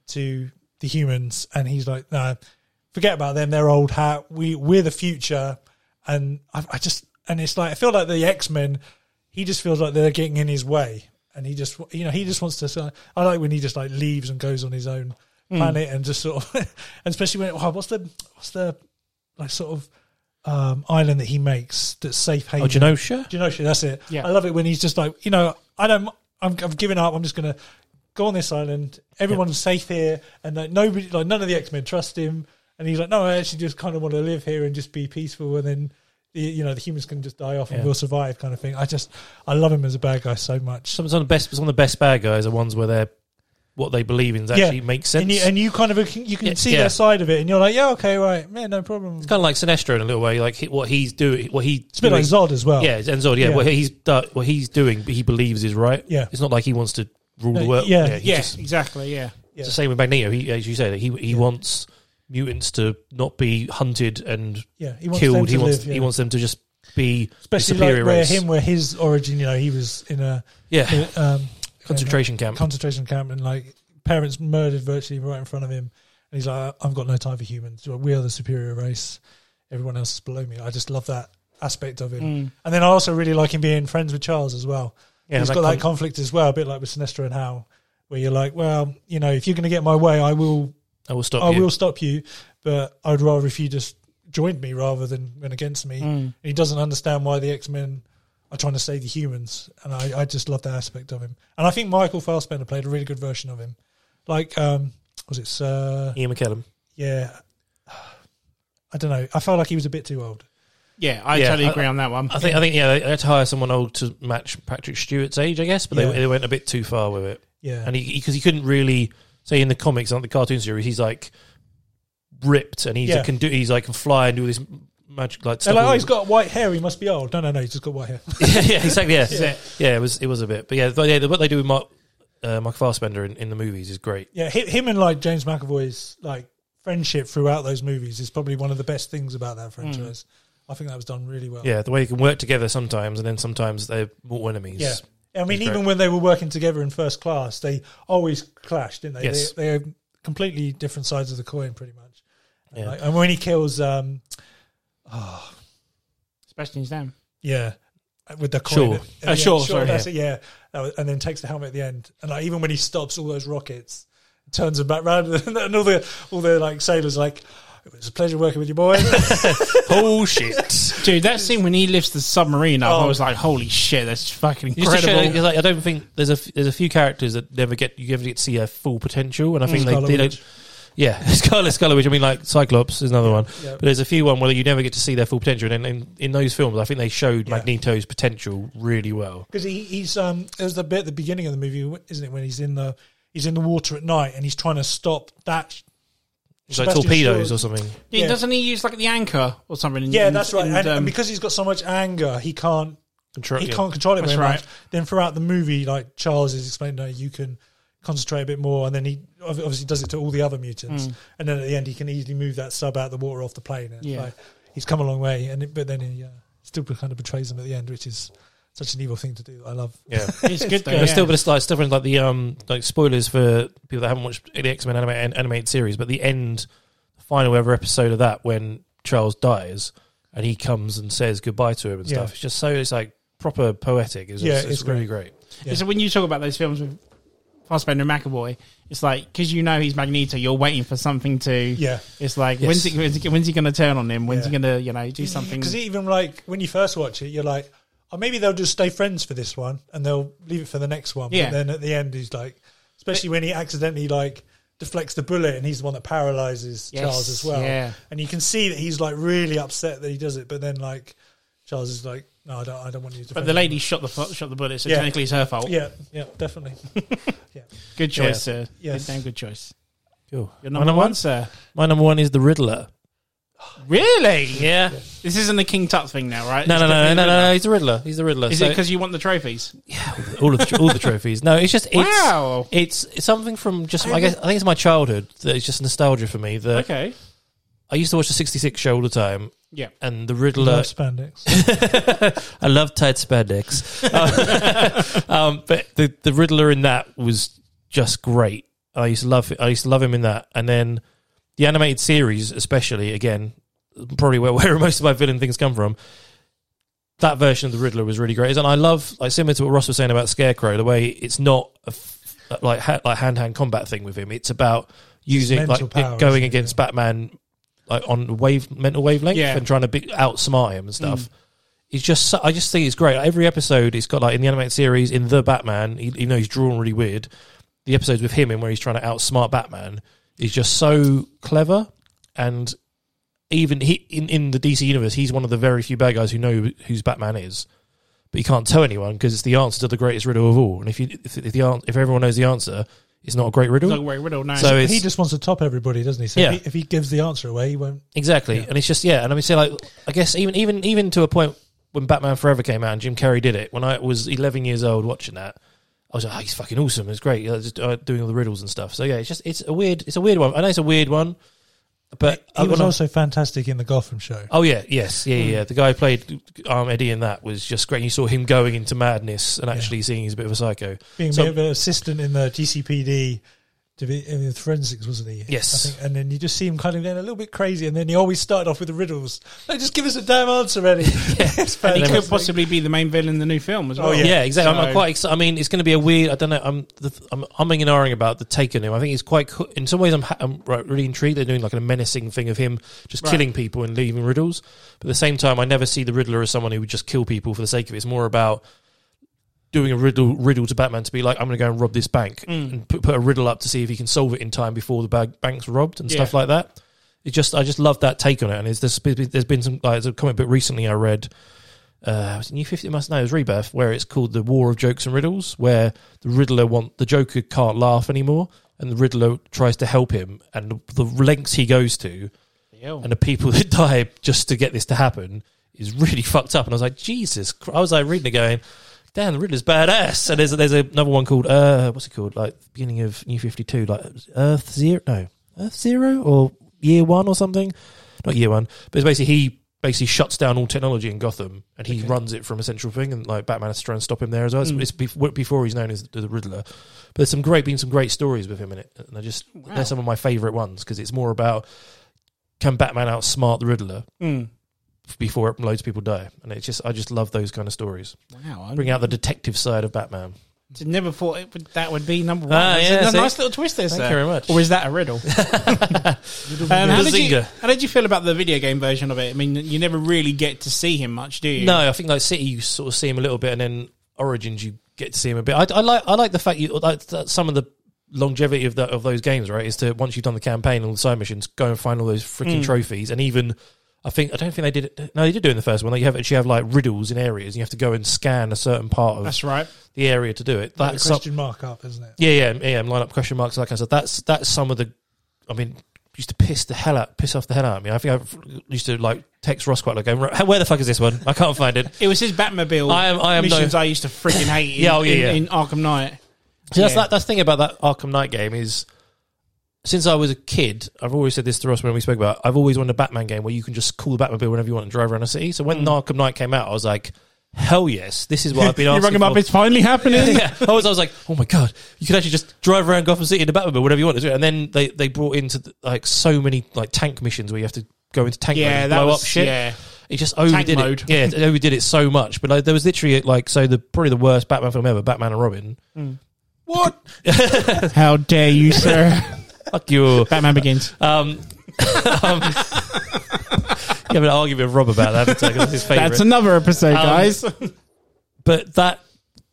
to the humans, and he's like, no, forget about them. They're old hat. We we're the future, and I, I just and it's like I feel like the X Men. He just feels like they're getting in his way, and he just you know he just wants to. sort of- I like when he just like leaves and goes on his own planet and just sort of, (laughs) and especially when oh, what's the what's the like sort of um, island that he makes that's safe haven.
oh, Genosha.
Genosha, that's it.
Yeah.
I love it when he's just like, you know, I don't, I'm, I'm giving up. I'm just going to go on this island. Everyone's safe here, and like nobody, like none of the X Men trust him. And he's like, no, I actually just kind of want to live here and just be peaceful, and then. the- You know the humans can just die off and
Yeah.
we'll survive, kind of thing. I just, I love him as a bad guy so much.
Some, some of the best, some of the best bad guys are ones where they're what they believe in actually makes sense.
And you, and you kind of you can
Yeah,
see
yeah.
their side of it, and you're like, yeah, okay, right, yeah, no problem.
it's kind of like Sinestro in a little way, like he- what he's doing, what he
It's a bit like Zod as well.
Yeah, it's Zod. Yeah,
Yeah.
what he's do- what he's doing, but he believes is right.
Yeah.
it's not like he wants to rule the
No,
world.
yeah,
he
Yeah,
just-
exactly. Yeah.
Yeah.
It's the same with Magneto. He, as you said, he he wants mutants to not be hunted and
Yeah, he wants them
killed.
to
He wants
live, yeah.
he wants them to just be
Especially
the superior
like where
race.
him, where his origin, you know, he was in a
yeah,
um, kind of
concentration camp.
concentration camp, and like parents murdered virtually right in front of him, and he's like, I've got no time for humans. We are the superior race. Everyone else is below me. I just love that aspect of him. And then I also really like him being friends with Charles as well.
Yeah,
he's
that
got that
con-
conflict as well, a bit like with Sinestro and Hal, where you're like, well, you know, if you're going to get my way, I will,
I will stop.
I
you.
will stop you, but I'd rather if you just joined me rather than went against me.
Hmm.
And he doesn't understand why the X Men are trying to save the humans, and I, I just love that aspect of him. And I think Michael Fassbender played a really good version of him, like um, was it Sir?
Ian McKellen.
Yeah, I don't know. I felt like he was a bit too old.
Yeah, I
Yeah,
totally
I-
agree on that one.
I think I think yeah, they they had to hire someone old to match Patrick Stewart's age, I guess, but
Yeah.
they they went a bit too far with it.
Yeah,
and he because he, couldn't really say in the comics, not the cartoon series, he's like ripped and he's
Yeah.
can do he's like can fly and do all this magic like
they're
stuff.
like,
all-
oh, he's got white hair. He must be old. No, no, no. He's just got white hair. (laughs)
(laughs) yeah, exactly. Yeah.
it.
yeah, it was it was a bit, but yeah, but yeah, what they do with Mark uh, Mark Fassbender in, in the movies is great.
yeah, hi- him and like James McAvoy's like friendship throughout those movies is probably one of the best things about that
Hmm.
franchise. I think that was done really well.
Yeah, the way they can work together sometimes, and then sometimes they're mortal enemies. (laughs)
Yeah. I mean,
That's
even
correct.
when they were working together in first class, they always clashed, didn't they?
Yes.
They, they're completely different sides of the coin, pretty much. And,
Yeah.
like- and when he kills, um,
Especially his name.
yeah, with the coin.
Sure.
at- at
Uh,
the
sure,
end.
sorry.
that's it, yeah. That was- and then takes the helmet at the end. And like, even when he stops all those rockets, turns them back (laughs) round, and all the, all the like sailors are like, it was a pleasure working with you, boy.
Oh (laughs) shit!
Dude, that scene when he lifts the submarine up, I
Oh.
was like, holy shit, that's fucking
Just to show,
incredible.
like, I don't think there's a f- there's a few characters that never get you ever get to see their full potential, and I Mm. think
Scarlet
they, they
Witch.
don't. Yeah, (laughs) Scarlet Scarlet Witch. I mean, like Cyclops is another one,
yeah.
but there's a few one where you never get to see their full potential. And in, in those films, I think they showed
Yeah.
Magneto's potential really well.
because he, he's um there's the bit at the beginning of the movie isn't it when he's in the he's in the water at night and he's trying to stop that
It's like
Sebastian
torpedoes
Shaw-
or something.
Dude,
yeah.
Doesn't he use like the anchor or something? in-
yeah
in-
that's right
in,
and,
um,
and because he's got so much anger he can't
Control-
he
yeah.
can't control it
That's
very
right.
much then throughout the movie like Charles is explaining no you can concentrate a bit more and then he ob- obviously does it to all the other mutants
Mm.
and then at the end he can easily move that sub out the water off the plane and it's
Yeah.
like, he's come a long way and it, but then he uh, still kind of betrays them at the end which is such an evil thing to do I love
Yeah.
it's good though.
There's
yeah.
still, but it's like stuff like the um like spoilers for people that haven't watched the X Men animated, animated series. But the end, final ever episode of that when Charles dies and he comes and says goodbye to him and
Yeah.
stuff. It's just so it's like proper poetic. It's,
Yeah,
it's,
it's
really great.
Yeah.
So when you talk about those films with Fassbender and McAvoy, it's like because you know he's Magneto, you're waiting for something to.
yeah
It's like
Yes.
when's, he, when's, he, when's he going to turn on him? When's he
Yeah.
going to you know do something?
Because even like when you first watch it, you're like, oh, maybe they'll just stay friends for this one and they'll leave it for the next one.
Yeah.
But then at the end, he's like, especially when he accidentally like deflects the bullet and he's the one that paralyzes
Yes,
Charles as well.
yeah.
And you can see that he's like really upset that he does it, but then like Charles is like, no, I don't, I don't want you to.
but
defend
the
me."
lady shot the fu- shot the bullet, so
Yeah.
technically it's her fault.
Yeah, yeah, definitely.
Good choice, sir.
Yes.
Good damn good choice.
Cool.
You're number one, sir.
My number one is the Riddler.
Really?
Yeah.
This isn't the King Tut thing now, right?
No,
It's
no, no,
definitely
no, no,
the-
no. He's the Riddler. He's the Riddler.
Is
So-
it because you want the trophies?
all of the, tr- all the trophies? No, it's just it's,
Wow.
It's it's something from just I guess I think it's my childhood that it's just nostalgia for me. That
Okay.
I used to watch the '66 show all the time,
Yeah.
and the
I
Riddler
love spandex.
I love tight spandex. um, but the the Riddler in that was just great. I used to love I used to love him in that, and then the animated series, especially again, probably where, (laughs) where most of my villain things come from. That version of the Riddler was really great, and I love like similar to what Ross was saying about Scarecrow. The way it's not a f- like ha- like hand to hand combat thing with him. It's about using
mental
like
power,
it going
isn't it?
against Batman like on wave mental wavelength
Yeah. Mm.
and trying to be, outsmart him and stuff. He's just so, I just think it's great. Every episode, it's got like in the animated series in the Batman. He, you know, he's drawn really weird. The episodes with him in where he's trying to outsmart Batman is just so clever and even he in, in the DC universe, he's one of the very few bad guys who know who's Batman is, but he can't tell anyone because it's the answer to the greatest riddle of all. And if you if, if the an- if everyone knows the answer, it's not a great riddle.
It's like Ray Riddle now.
so (laughs) it's,
he just wants to top everybody, doesn't he? So
Yeah.
if, he, if he gives the answer away, he won't.
Exactly, and it's just yeah, and I mean, say like I guess even even even to a point when Batman Forever came out and Jim Carrey did it when I was 11 years old watching that. I was like, oh, he's fucking awesome. It's great. Yeah, just uh, doing all the riddles and stuff. So yeah, it's just it's a weird, it's a weird one. I know it's a weird one, but
He
I-
was Hmm.
when I-
also fantastic in the Gotham show.
oh yeah, yes, yeah, yeah, yeah. The guy who played um, Eddie in that was just great. You saw him going into madness and actually seeing he's a bit of a psycho.
Being
So-
a bit of an assistant in the GCPD, to be in the forensics, wasn't he?
Yes.
I think, and then you just see him kind of going a little bit crazy, and then he always started off with the riddles. No, just give us a damn answer, Eddie. (laughs)
and he could
It's fantastic.
possibly be the main villain in the new film as well.
Oh,
Yeah,
Yeah.
exactly. I'm, I'm
So-
quite excited. I mean, it's going to be a weird. I don't know. I'm the, I'm umming and ahhing about the take on him. I think he's quite. co- In some ways, I'm ha- I'm right, really intrigued. They're doing like a menacing thing of him just
Right.
killing people and leaving riddles. But at the same time, I never see the Riddler as someone who would just kill people for the sake of it. It's more about doing a riddle riddle to Batman to be like, I'm going to go and rob this bank and put, put a riddle up to see if he can solve it in time before the bag, bank's robbed and stuff
Yeah.
like that. It just I just love that take on it. And it's, there's there's been some like, there's a comic book recently I read uh, was it New Fifty? It must know it was Rebirth, where it's called the War of Jokes and Riddles, where the Riddler want the Joker can't laugh anymore, and the Riddler tries to help him, and the, the lengths he goes to, and the people (laughs) that die just to get this to happen is really fucked up. And I was like, Jesus, Christ. I was like reading it going. Damn, the Riddler's badass. And there's there's another one called uh, what's it called? Like beginning of New Fifty Two, like Earth Zero, no, Earth Zero or Year One or something. Not Year One, but it's basically he basically shuts down all technology in Gotham, and he runs it from a central thing. And like Batman has to try and stop him there as well. It's, it's bef- before he's known as the Riddler. But there's some great, been some great stories with him in it, and I just they're some of my favorite ones because it's more about can Batman outsmart the Riddler
Mm.
before loads of people die, and it's just I just love those kind of stories.
Wow, I
Bring out the detective side of Batman.
never thought it would, that would be number one.
Ah,
That's
yeah,
a
see?
nice little twist there,
Thank
sir.
you very much.
Or is that a
(laughs)
riddle? Um, how, did you,
Bazinga.
how did you feel about the video game version of it? I mean, you never really get to see him much, do you?
No, I think like City, you sort of see him a little bit, and then Origins, you get to see him a bit. I, I like I like the fact you like that some of the longevity of that of those games, right? Is to once you've done the campaign and all the side missions, go and find all those freaking trophies, and even. I think I don't think they did it. No, they did do it in the first one. Like you have actually have like riddles in areas, and you have to go and scan a certain part of
That's right.
the area to do it.
The
That's some-
question mark up, isn't it?
yeah, yeah, yeah. Line up question marks like I said. That's that's some of the. I mean, used to piss the hell out, piss off the hell out of me. I think I used to like text Ross quite like, going, "Right, where the fuck is this one? I can't find it.
It was his Batmobile
I am- I am
missions
no-
I used to freaking hate in,
Yeah, oh, yeah,
in,
yeah.
in Arkham Knight.
See, that's
Yeah.
that, that's the thing about that Arkham Knight game is since I was a kid, I've always said this to Ross when we spoke about. it, I've always wanted a Batman game where you can just call the Batmobile whenever you want and drive around a city. So when Arkham Knight came out, I was like, hell yes, this is what I've
Mm. (laughs)
been
You
asking
rung him up,
for.
it's finally happening.
(laughs) yeah, I was, I was like, oh my god, you could actually just drive around Gotham City in a Batmobile, whatever you want to do. And then they, they brought into the, like so many like tank missions where you have to go into tank
Yeah,
mode and
that
blow
was-
up shit.
yeah.
It just overdid
mode.
it. Yeah, it overdid it so much. But like, there was literally like so the probably the worst Batman film ever, Batman and Robin.
What? How dare you, sir?
(laughs)
Fuck you.
Batman Begins.
Oh,
Um, (laughs) um, you have an argument with Rob about that. haven't you? 'Cause it's his favourite.
That's another
Um, (laughs)
episode, guys.
but that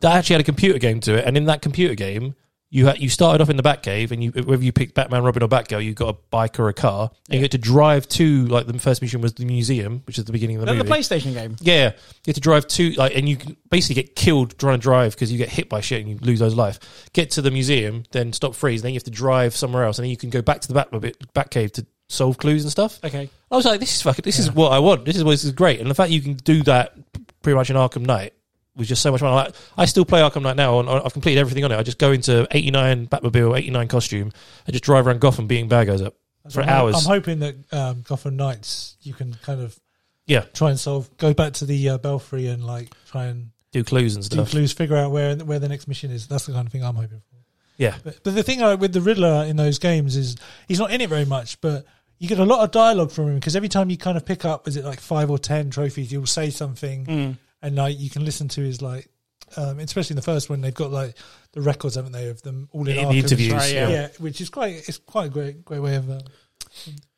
that actually had a computer game to it, and in that computer game, you had, you started off in the Batcave, and you whether you picked Batman, Robin, or Batgirl, you got a bike or a car, and you had to drive to like the first mission was the museum, which is the beginning of the
Another
movie.
PlayStation game.
Yeah, you have to drive to like, and you can basically get killed trying to drive because you get hit by shit and you lose those life. Get to the museum, then stop freeze, then you have to drive somewhere else, and then you can go back to the Batmobile, Batcave to solve clues and stuff.
Okay.
I was like, this is fucking, this is what I want. This is what this is great. And the fact you can do that pretty much in Arkham Knight was just so much fun. Like, I still play Arkham Knight now, and I- I've completed everything on it. I just go into 89 Batmobile, 89 costume, and just drive around Gotham beating bad guys up for
I'm,
hours.
I'm hoping that um, Gotham Knights, you can kind of
yeah,
try and solve, go back to the uh, Belfry and like try and
do clues and
do
stuff.
clues, figure out where where the next mission is. That's the kind of thing I'm hoping for.
Yeah.
But, but the thing I, with the Riddler in those games is he's not in it very much, but you get a lot of dialogue from him because every time you kind of pick up, is it like five or ten trophies, you'll say something,
Mm.
and like you can listen to his like, um, especially in the first one, they've got like the records, haven't they, of them all in,
In the
Arkham.
interviews,
right,
yeah.
yeah. which is quite it's quite a great great way of uh,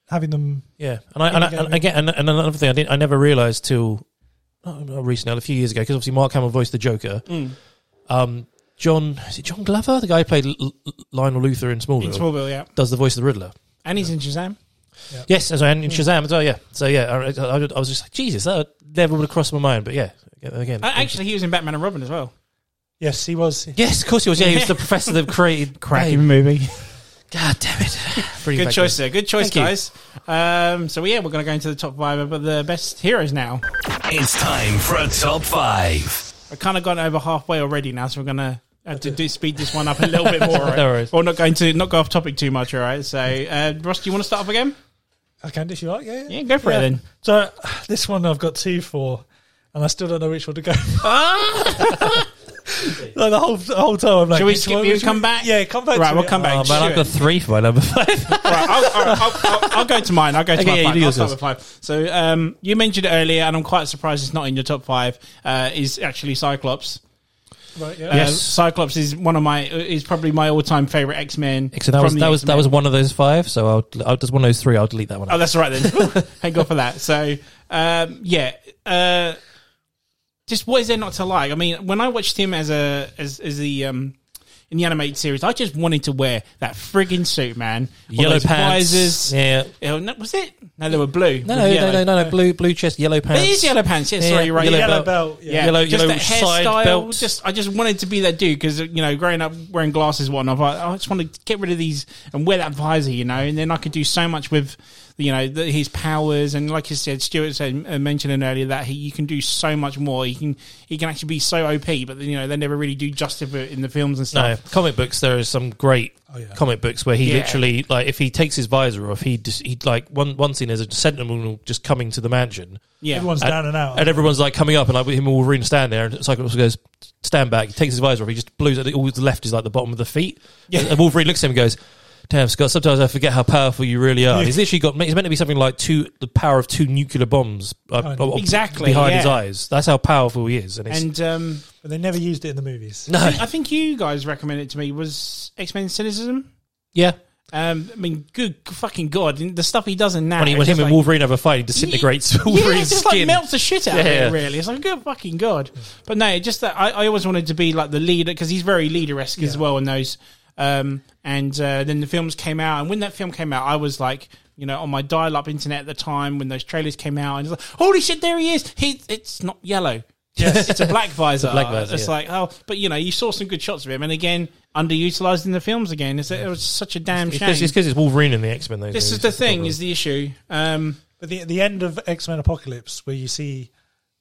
having them.
Yeah, and I and, I,
Video
and
game.
again and, and another thing I didn't I never realized till not not recently, a few years ago, because obviously Mark Hamill voiced the Joker. Um, John is it John Glover, the guy who played L- L- Lionel Luther in Smallville,
In Smallville, yeah.
does the voice of the Riddler.
And he's in Shazam.
Yes, as I and in Shazam as well. Yeah, so yeah, I, I, I was just like Jesus, that never would have crossed my mind. But yeah, again,
Uh,
Uh, Actually, he was in Batman and Robin as well.
Yes, he was.
Yes, of course he was. Yeah,
(laughs)
he was the professor that created
Cracking
Babe.
movie.
God damn it! (laughs)
Good
Pretty effective.
choice there. Good choice,
Thank
guys. Um, so yeah, we're going to go into the top five of the best heroes now.
It's time for a top five.
I've kind of gone over halfway already now, so we're going to have to do, speed this one up a little bit more. all Right?
(laughs) No worries.
Or not going to not go off topic too much. All right. So uh, Ross, do you want to start off again?
I can if you like. Yeah,
Yeah, go for it then.
So (sighs) this one I've got two for, and I still don't know which one to go. for. like the whole the whole time I'm like,
Shall we
which
skip
one-
you and
which
come
one-
back?
Yeah, come back.
Right,
to
we'll
it.
come back.
Oh man, I've
Stuart.
got three for my number five.
right, I'll, I'll, I'll, I'll, I'll go to mine. I'll go to
Okay,
my
yeah,
five.
you do
I'll
yours
start with five. So um, you mentioned it earlier, and I'm quite surprised it's not in your top five. Uh, is actually Cyclops.
Right, yeah.
Uh,
Yes.
Cyclops is one of my is probably my all time favorite X Men.
So that was that was that was one of those five. So I'll, I'll just one of those three. I'll delete that one.
Oh, that's all right
(laughs)
then. Thank God for that. So, um, yeah, uh, just what is there not to like? I mean, when I watched him as a as as the um, in the animated series, I just wanted to wear that friggin' suit, man. All
yellow
those
pants.
Visors.
Yeah.
Oh, no, was it? No, they were blue.
No, no, no, no, no, no. Blue, blue chest, yellow pants.
It is yellow pants. Yeah,
Yeah,
sorry, you're right.
yellow
yeah.
Yellow
belt.
belt.
Yeah,
Yeah.
Yellow-
just
yellow
that
side
hairstyle.
belt.
Just, I just wanted to be that dude because you know, growing up wearing glasses, and whatnot. I, I just wanted to get rid of these and wear that visor, you know, and then I could do so much with, you know, the, his powers and like you said, Stuart said uh, mentioned earlier that he you can do so much more. He can he can actually be so OP, but you know they never really do justice for it in the films and
No,
stuff.
comic books. There is some great
yeah.
comic books where he
Oh, Yeah.
literally like if he takes his visor off, he just he like one one scene is a sentinel just coming to the mansion,
Yeah,
Everyone's down and out.
uh,
and everyone's like coming up, and like with him and Wolverine stand there, and Cyclops goes stand back. He takes his visor off. He just blows it. All the left is like the bottom of the feet. Yeah. and Wolverine looks at him and goes. Damn, Scott. Sometimes I forget how powerful you really are. He's literally got. He's meant to be something like two, the power of two nuclear bombs, uh, uh,
Exactly,
behind his
yeah.
eyes. That's how powerful he is. And,
(laughs)
it's,
and um,
but they never used it in the movies.
no,
I think you guys recommended it to me was X Men Cynicism.
yeah.
Um, I mean, good fucking god, and the stuff he does in that.
When, he,
it's
when him
just
and
like-
Wolverine have a fight, he disintegrates
(laughs) yeah,
(laughs) Wolverine's
it just like
skin.
melts the shit out of
Yeah.
it. Really, it's like good fucking god. But no, just that I, I always wanted to be like the leader because he's very leader esque as well in those. Um, and uh, then the films came out, and when that film came out, I was like, you know, on my dial up internet at the time when those trailers came out, and it's like, holy shit, there he is. He, it's not yellow. Yes, (laughs) it's a
(laughs)
black visor.
black visor,
It's
yeah.
like oh, but you know, you saw some good shots of him, and again, underutilized in the films again. It's, It was such a damn shame.
It's because it's Wolverine and the X Men.
this is the thing, is the issue. Um,
But the the end of X Men Apocalypse, where you see,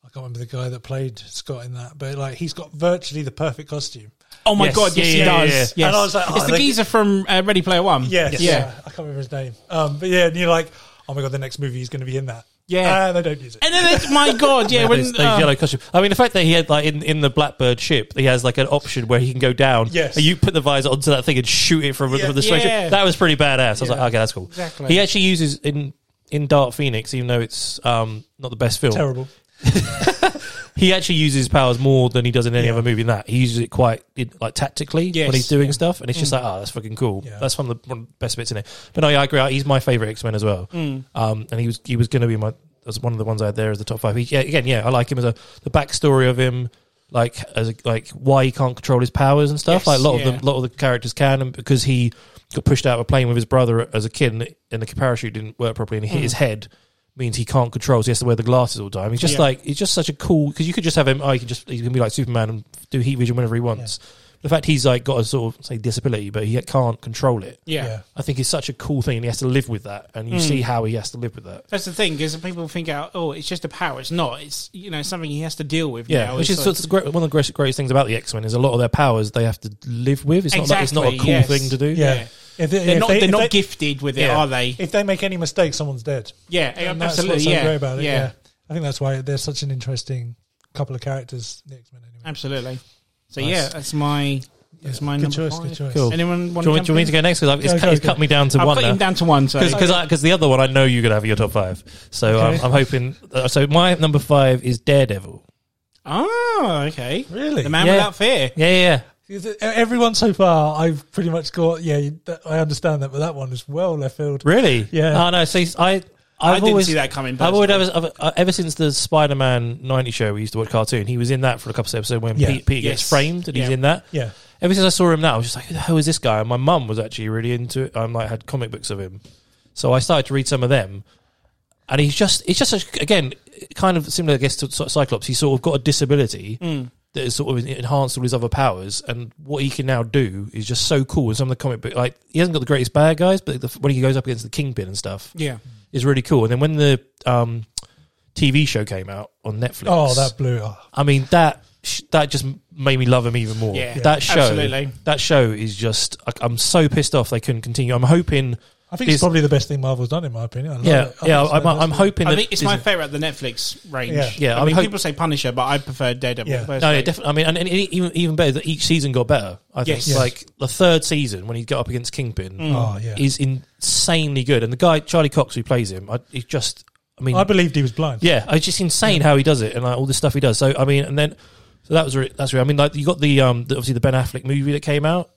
I can't remember the guy that played Scott in that, but like he's got virtually the perfect costume.
Oh my
Yes.
god, yes,
Yeah,
he
yeah,
does.
yeah, yeah.
Yes.
And I was like, oh,
it's the
they-
geezer from uh, Ready Player One.
Yes,
yeah.
yeah, I can't remember his name. Um, but yeah, and you're like, oh my god, the next movie is going to be in that.
Yeah.
and they don't use it.
And then, it's, my god, yeah, when
those, those
uh,
yellow costume. I mean, the fact that he had like in, in the Blackbird ship, he has like an option where he can go down.
Yes.
and you put the visor onto that thing and shoot it from, from the spaceship.
Yeah.
That was pretty badass. I was like,
Yeah.
okay, that's cool.
Exactly.
He actually uses in in Dark Phoenix, even though it's um not the best film.
Terrible.
He actually uses his powers more than he does in any other movie. Than that he uses it quite it, like tactically
Yes. Mm.
when he's doing stuff, and it's just like, oh, that's fucking cool.
Yeah.
That's one of, the, one of the best bits in it. But no, yeah, I agree. He's my favorite X Men as well.
Mm.
Um, and he was he was going to be my as one of the ones I had there as the top five. He, yeah, again, yeah, I like him as a the backstory of him, like as a, like why he can't control his powers and stuff.
Yes,
like a lot
yeah.
of the lot of the characters can, and because he got pushed out of a plane with his brother as a kid, and, and the parachute didn't work properly, and he hit his head. Means he can't control, so he has to wear the glasses all the time. He's just
Mm. Yeah.
like he's just such a cool because you could just have him. Oh, he can just he can be like Superman and do heat vision whenever he wants. The fact he's like got a sort of say disability, but he can't control it.
yeah.
Yeah.
I think it's such a cool thing, and he has to live with that. And you see how he has to live with that.
That's the thing because people think out, oh, it's just a power. It's not. It's you know something he has to deal with.
Yeah,
now.
which
It's
is
like-
sort of great, one of the greatest, greatest things about the X Men is a lot of their powers they have to live with. It's not like, it's not a
Exactly,
cool
yes.
thing to do.
Yeah,
Yeah.
If they,
they're
if
not.
they-
They're
if
not
they-
gifted with it,
Yeah.
are they?
If they make any mistake, someone's dead.
Yeah,
And that's
absolutely.
what's so
yeah.
great about it.
yeah,
Yeah. I think that's why they're such an interesting couple of characters. The X Men, anyway.
absolutely. So
Nice.
yeah, that's my that's my
Good
number
choice.
five.
Good choice.
Cool.
Anyone want
Do you,
to
want, do you want me to go next? Because it's,
Go,
cut-
go,
it's
go.
cut me down to
I've
one
got
now.
him down to one. So
because because the other one I know you're gonna have in your top five. So um, I'm hoping. Uh, so my number five is Daredevil.
oh, okay.
Really?
The man
Yeah.
without fear.
Yeah, yeah, yeah.
Is it- Everyone so far, I've pretty much got. Yeah, you- that- I understand that, but that one is well left field.
Really?
Yeah.
Oh no. See, I
I
I've
didn't
always,
see that coming.
I've always
personally.
ever, I've- uh, ever since the Spider-Man '90 show we used to watch cartoon. He was in that for a couple of episodes when
Yeah.
Pete, Peter
Yes.
gets framed, and he's
Yeah.
in that.
Yeah,
Ever since I saw him, now I was just like, "Who the hell is this guy?" And my mum was actually really into it. I'm like, had comic books of him, so I started to read some of them. And
Mm.
he's just, it's just a- again, kind of similar, I guess, to Cy- Cyclops. He's sort of got a disability, that has sort of enhanced all his other powers, and what he can now do is just so cool. In some of the comic book, like he hasn't got the greatest bad guys, but the, when he goes up against the Kingpin and stuff,
Yeah.
is really cool. And then when the um, TV show came out on Netflix,
Oh, that blew it off.
I mean that sh- that just made me love him even more.
Yeah,
that show,
absolutely.
that show is just. I, I'm so pissed off they couldn't continue. I'm hoping.
I think it's,
It's-
probably the best thing Marvel's done, in my opinion. I love
Yeah,
it. I think
yeah. I'm,
it's
I'm
fantastic.
hoping.
I
that
think it's my
Disney-
favorite of the Netflix range.
Yeah.
Yeah,
I,
I
mean,
hope-
people say Punisher, but I prefer Daredevil.
Yeah.
No,
personally.
yeah, definitely. I mean, and, and even even better that each season got better. I think
Yes. Yes.
like the third season when he got up against Kingpin
Oh, yeah.
Mm.
is insanely good, and the guy Charlie Cox who plays him, I, he's just. I mean,
I believed he was blind.
yeah, Oh, it's just insane how he does it and like all this stuff he does. So I mean, and then so that was re- that's real. I mean, like you got the um the, obviously the Ben Affleck movie that came out.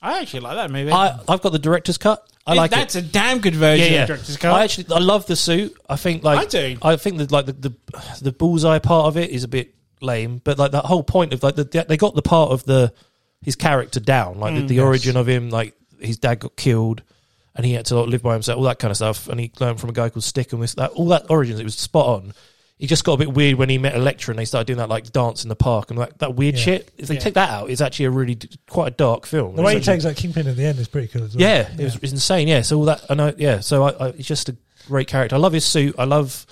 I actually like that movie.
I I've got the director's cut. I like it.
That's a damn good version of Director's Cut.
I actually I love the suit. I think like
I do.
I think that like the, the the bullseye part of it is a bit lame, but like that whole point of like the, they got the part of the his character down, like
Mm,
the, the origin of him, like his dad got killed and he had to like, live by himself, all that kind of stuff, and he learned from a guy called Stick and this that all that origins. It was spot on. He just got a bit weird when he met Electra and they started doing that like dance in the park and like that weird
Yeah.
shit. If they take that out, it's actually a really d- quite a dark film.
The way he
It's actually-
takes that kingpin at the end is pretty cool as well.
yeah, it was it's insane. Yeah, so all that I know. Yeah, so I, I, he's just a great character. I love his suit. I love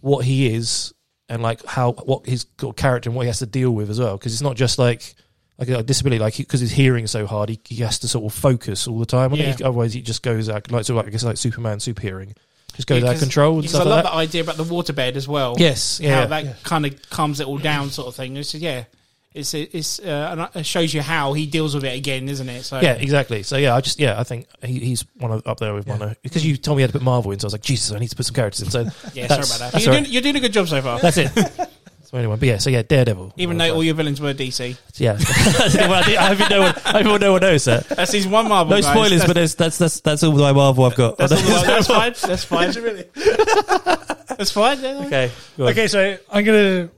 what he is and like how what his sort of character and what he has to deal with as well. Because it's not just like like a disability. Like because his hearing so hard, he, he has to sort of focus all the time. I think he, otherwise, he just goes out like so. Like I guess like Superman, super hearing, just goes
Yeah,
out of
'cause-
control and
because
stuff
I love
like
that.
that.
idea about the waterbed as well.
Yes, yeah,
how that kind of calms it all down, sort of thing. It's just, yeah, it's it's uh, and it shows you how he deals with it again, isn't it? So
yeah, exactly. So yeah, I just yeah, I think he, he's one of, up there with one of because you told me you had to put Marvel in, so I was like, Jesus, I need to put some characters in. So (laughs)
yeah.
that's-
sorry about that.
that's
You're,
all right.
doing, you're doing a good job so far,
That's it. So anyway, but yeah, so yeah, Daredevil.
even though all your villains were DC. (laughs)
yeah, well, I, think, I hope no one, I hope no one knows that.
That's his one Marvel.
No
guys.
spoilers,
That's-
but there's, that's that's that's all my Marvel I've got.
That's, all the- that's
(laughs)
fine. That's fine. that's fine. yeah.
okay, go on.
Okay, so I'm gonna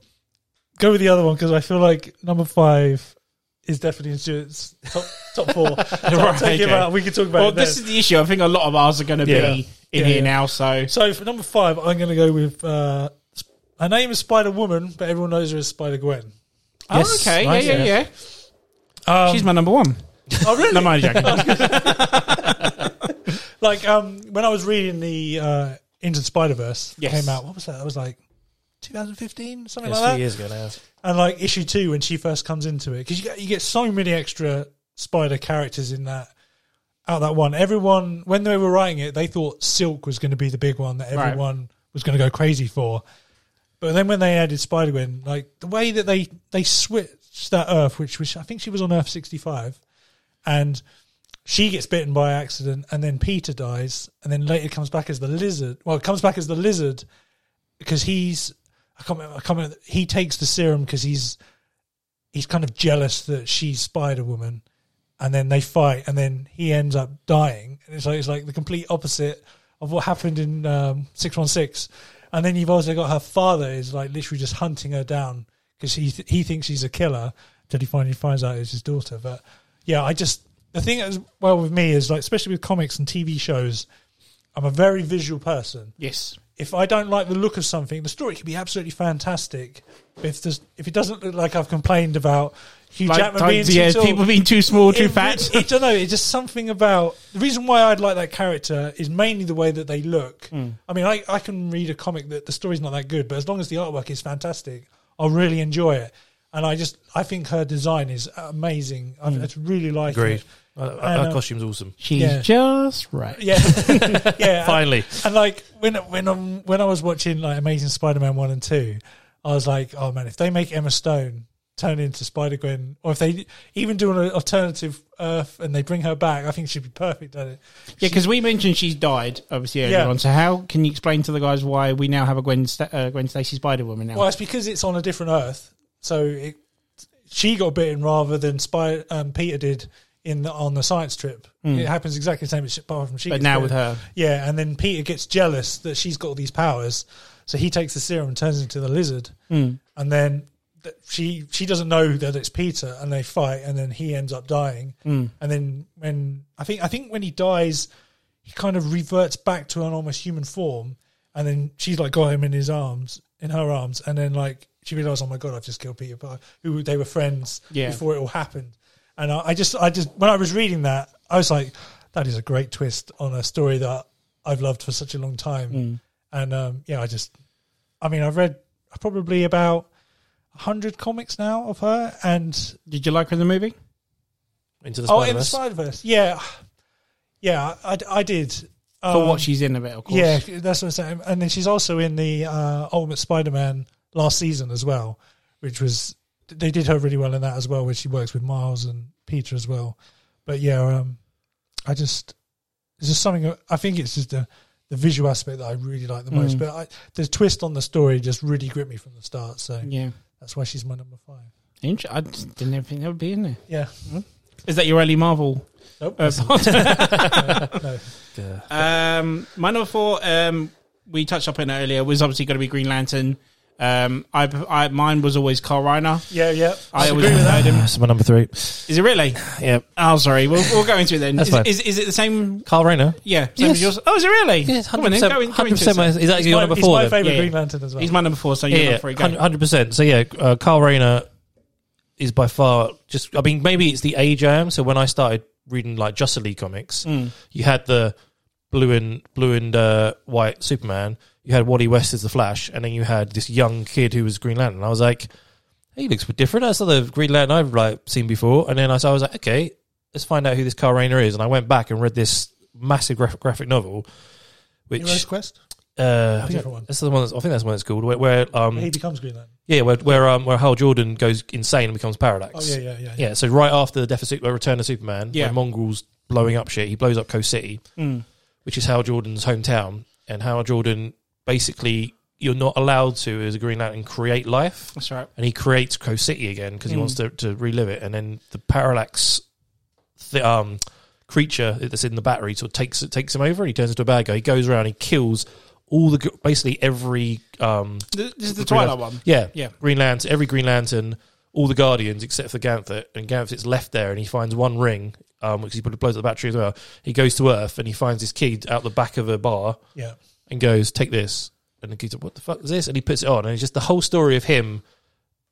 go with the other one because I feel like number five is definitely in Stuart's top top four. So I'll
Right,
take him
okay.
out. We can talk about
Well,
it. Then.
this is the issue. I think a lot of ours are going to
Yeah.
be in
Yeah,
here
yeah.
now. So
so for number five, I'm gonna go with uh, sp- her name is Spider Woman, but everyone knows her as Spider (laughs) Gwen.
Oh,
Yes,
okay,
nice,
yeah, Um, yeah,
yeah.
yeah. She's my number one.
Oh, really?
No, I'm only joking. (laughs)
like um, when I was reading the uh, Into the Spider Verse
Yes.
came out, what was that? That was like 2015, something
It's
like
three
that.
years ago now.
And like issue two when she first comes into it, because you get you get so many extra spider characters in that out of that one. Everyone when they were writing it, they thought Silk was going to be the big one that
Right.
everyone was going to go crazy for. But then when they added Spider Gwen, like the way that they they switched that Earth, which was I think she was on Earth sixty five, and she gets bitten by accident, and then Peter dies, and then later comes back as the lizard. Well, comes back as the lizard because he's I can't remember, I can't remember he takes the serum because he's he's kind of jealous that she's Spider Woman, and then they fight, and then he ends up dying, and it's like it's like the complete opposite of what happened in um, Six One Six, and then you've also got her father is like literally just hunting her down because he th- he thinks she's a killer till he finally finds out it's his daughter. But yeah, I just the thing as well with me is like especially with comics and TV shows, I'm a very visual person
yes.
if I don't like the look of something, the story could be absolutely fantastic. But if there's, if it doesn't look like I've complained about Hugh
Like,
Jackman
like,
being
yeah,
too tall,
people being too small, too
it-
fat.
It, I don't know. It's just something about the reason why I'd like that character is mainly the way that they look.
Hmm.
I mean, I, I can read a comic that the story's not that good, but as long as the artwork is fantastic, I'll really enjoy it. And I just I think her design is amazing. I,
Hmm.
I just really like
Agreed.
it.
Uh,
And,
Our
uh,
costume's awesome.
She's
Yeah.
just right.
Yeah, (laughs) yeah. and-
Finally,
and like when when um, when I was watching like Amazing Spider-Man one and two, I was like, oh man, if they make Emma Stone turn into Spider Gwen, or if they even do an alternative Earth and they bring her back, I think she'd be perfect at it.
Yeah, because we mentioned she's died obviously earlier
Yeah.
on. So how can you explain to the guys why we now have a Gwen Sta- uh, Gwen Stacy Spider Woman now?
Well, it's because it's on a different Earth, so it, she got bitten rather than Spider um, Peter did in the, on the science trip. It happens exactly the same, as- apart from she.
Hmm. but
gets
now
bitten.
with her,
Yeah, and then Peter gets jealous that she's got all these powers, so he takes the serum and turns into the lizard. Mm. And then th- she she doesn't know that it's Peter, and they fight, and then he ends up dying. Mm. And then when I think I think when he dies, he kind of reverts back to an almost human form, and then she's like got him in his arms, in her arms, and then like she realised, oh my god, I've just killed Peter Parker, who they were friends
Yeah.
before it all happened. And I, I just, I just, when I was reading that, I was like, that is a great twist on a story that I've loved for such a long time. And um, yeah, I just, I mean, I've read probably about hundred comics now of her, and
Did you like her in the movie?
Into the
Oh, in the
Spider-Verse.
Spider Verse, yeah, yeah, I, I did.
For
Um,
what she's in a bit, of course.
yeah, that's what I'm saying. And then she's also in the uh, Ultimate Spider Man last season as well, which was they did her really well in that as well, where she works with Miles and Peter as well. But yeah, um, I just it's just something I think it's just the the visual aspect that I really like the
Mm.
most. But I, the twist on the story just really gripped me from the start, so
Yeah.
that's why she's my number five.
Inter- I just didn't ever think that would be in there.
Yeah,
Is that your early Marvel?
Nope.
Um,
Uh, (laughs)
(laughs) no.
um, my number four, um, we touched up on it earlier, was obviously going to be Green Lantern. Um, I, I, mine was always Carl Reiner.
(laughs) yeah, yeah.
I always
agree with that.
preferred him.
That's my number three.
Is it
(sighs)
really?
Yep.
Oh, sorry. We'll, we'll go into it then.
That's
Is,
fine.
is, is it the same?
Carl Rayner.
Yeah. Same as
Yes.
yours? Oh, is it really?
Yes,
Come on then,
100%.
go in- go into it, sir.
100% my- is that your
my,
number
he's
four?
my
then?
favorite
Yeah, yeah.
Green Lantern as well.
He's my number four, so you're
yeah,
not free. Go.
hundred percent. So yeah, uh, Carl Rayner is by far just. I mean, maybe it's the age I am. So when I started reading like Justice League comics,
Mm,
you had the blue and blue and uh, white Superman. You had Wally West as the Flash, and then you had this young kid who was Green Lantern. I was like, he looks different. That's not the Green Lantern I've like seen before. And then I, so I was like, okay, let's find out who this Carl Rayner is. And I went back and read this massive graph- graphic novel,
Heroes
which
Quest.
uh, I think
Different one.
that's the one. That's, I think that's what it's called. Where, where um,
He becomes Green Lantern.
yeah, where where, um, where Hal Jordan goes insane and becomes Parallax.
Oh yeah, yeah, yeah.
Yeah, so right after the deficit, uh, Return of Superman,
Yeah.
when Mongrel's blowing up shit, he blows up Coast City,
mm,
which is Hal Jordan's hometown. And Hal Jordan, basically, you're not allowed to, as a Green Lantern, create life.
That's right.
And he creates Coast City again because he wants to, to relive it. And then the Parallax th- um, creature that's in the battery sort of takes, takes him over and he turns into a bad guy. He goes around, he kills all the, gr- basically every um,
Th- This is the
Green
Twilight
Lantern.
one.
Yeah,
Yeah.
Green Lantern, every Green Lantern, all the Guardians except for Ganthet, and Ganthet's left there, and he finds one ring, um, which he put- blows up the battery as well. He goes to Earth and he finds this key out the back of a bar
yeah.
and goes, "Take this," and the kid's like, "What the fuck is this?" And he puts it on, and it's just the whole story of him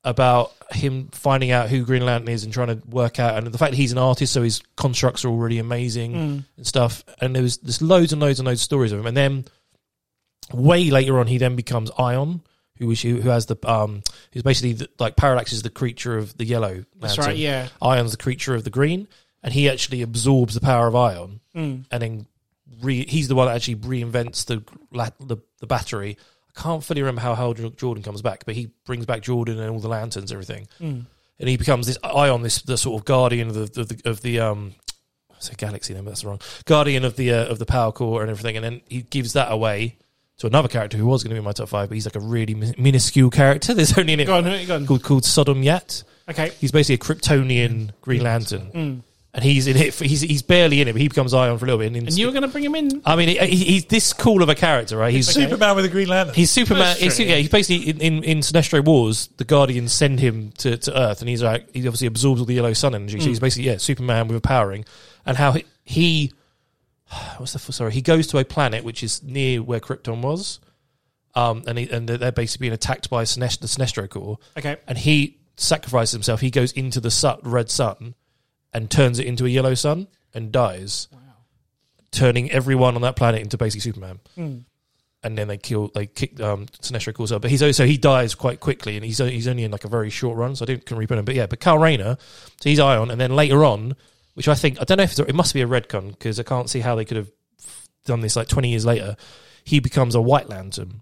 about him finding out who Green Lantern is and trying to work out, and the fact that he's an artist, so his constructs are all really amazing
Mm.
and stuff. And there was there's loads and loads and loads of stories of him, and then way later on, he then becomes Ion, who is who has the um, who's basically the, like Parallax is the creature of the yellow. Lantern.
That's right, yeah.
Ion's the creature of the green, and he actually absorbs the power of Ion,
Hmm.
and then re- he's the one that actually reinvents the la- the, the battery. I can't fully remember how Hal Jor- Jordan comes back, but he brings back Jordan and all the lanterns, and everything,
Hmm.
and he becomes this Ion, this the sort of guardian of the of the, of the um. I say galaxy, then but that's wrong. Guardian of the uh, of the power core and everything, and then he gives that away to another character who was going to be in my top five, but he's like a really min- minuscule character. (laughs) There's only in it
Go on, go on.
called called Sodom Yat.
Okay.
He's basically a Kryptonian Green Lantern,
Mm.
and he's in it. For, he's he's barely in it, but he becomes Ion for a little bit. And,
And you were going to bring him in?
I mean, he, he- he's this cool of a character, right? He's
Superman with a Green Lantern.
He's Superman.
That's
He's,
true.
yeah, he's basically in, in, in Sinestro Wars. The Guardians send him to, to Earth, and he's like he obviously absorbs all the yellow sun energy.
Mm.
So he's basically yeah, Superman with a powering, and how he, he (sighs) what's the f- sorry he goes to a planet which is near where Krypton was, um, and he, and they're basically being attacked by Sinest- the Sinestro Corps,
Okay.
and he sacrifices himself. He goes into the sun, red sun and turns it into a yellow sun and dies, turning everyone on that planet into basically Superman.
Hmm.
And then they kill, they kick um, Sinestro calls up, but he's also he dies quite quickly, and he's o- he's only in like a very short run, so I didn't can reprint him. But yeah, but Carl Rayner, so he's Ion, and then later on, which I think I don't know if it's, it must be a redcon because I can't see how they could have done this like twenty years later. He becomes a White Lantern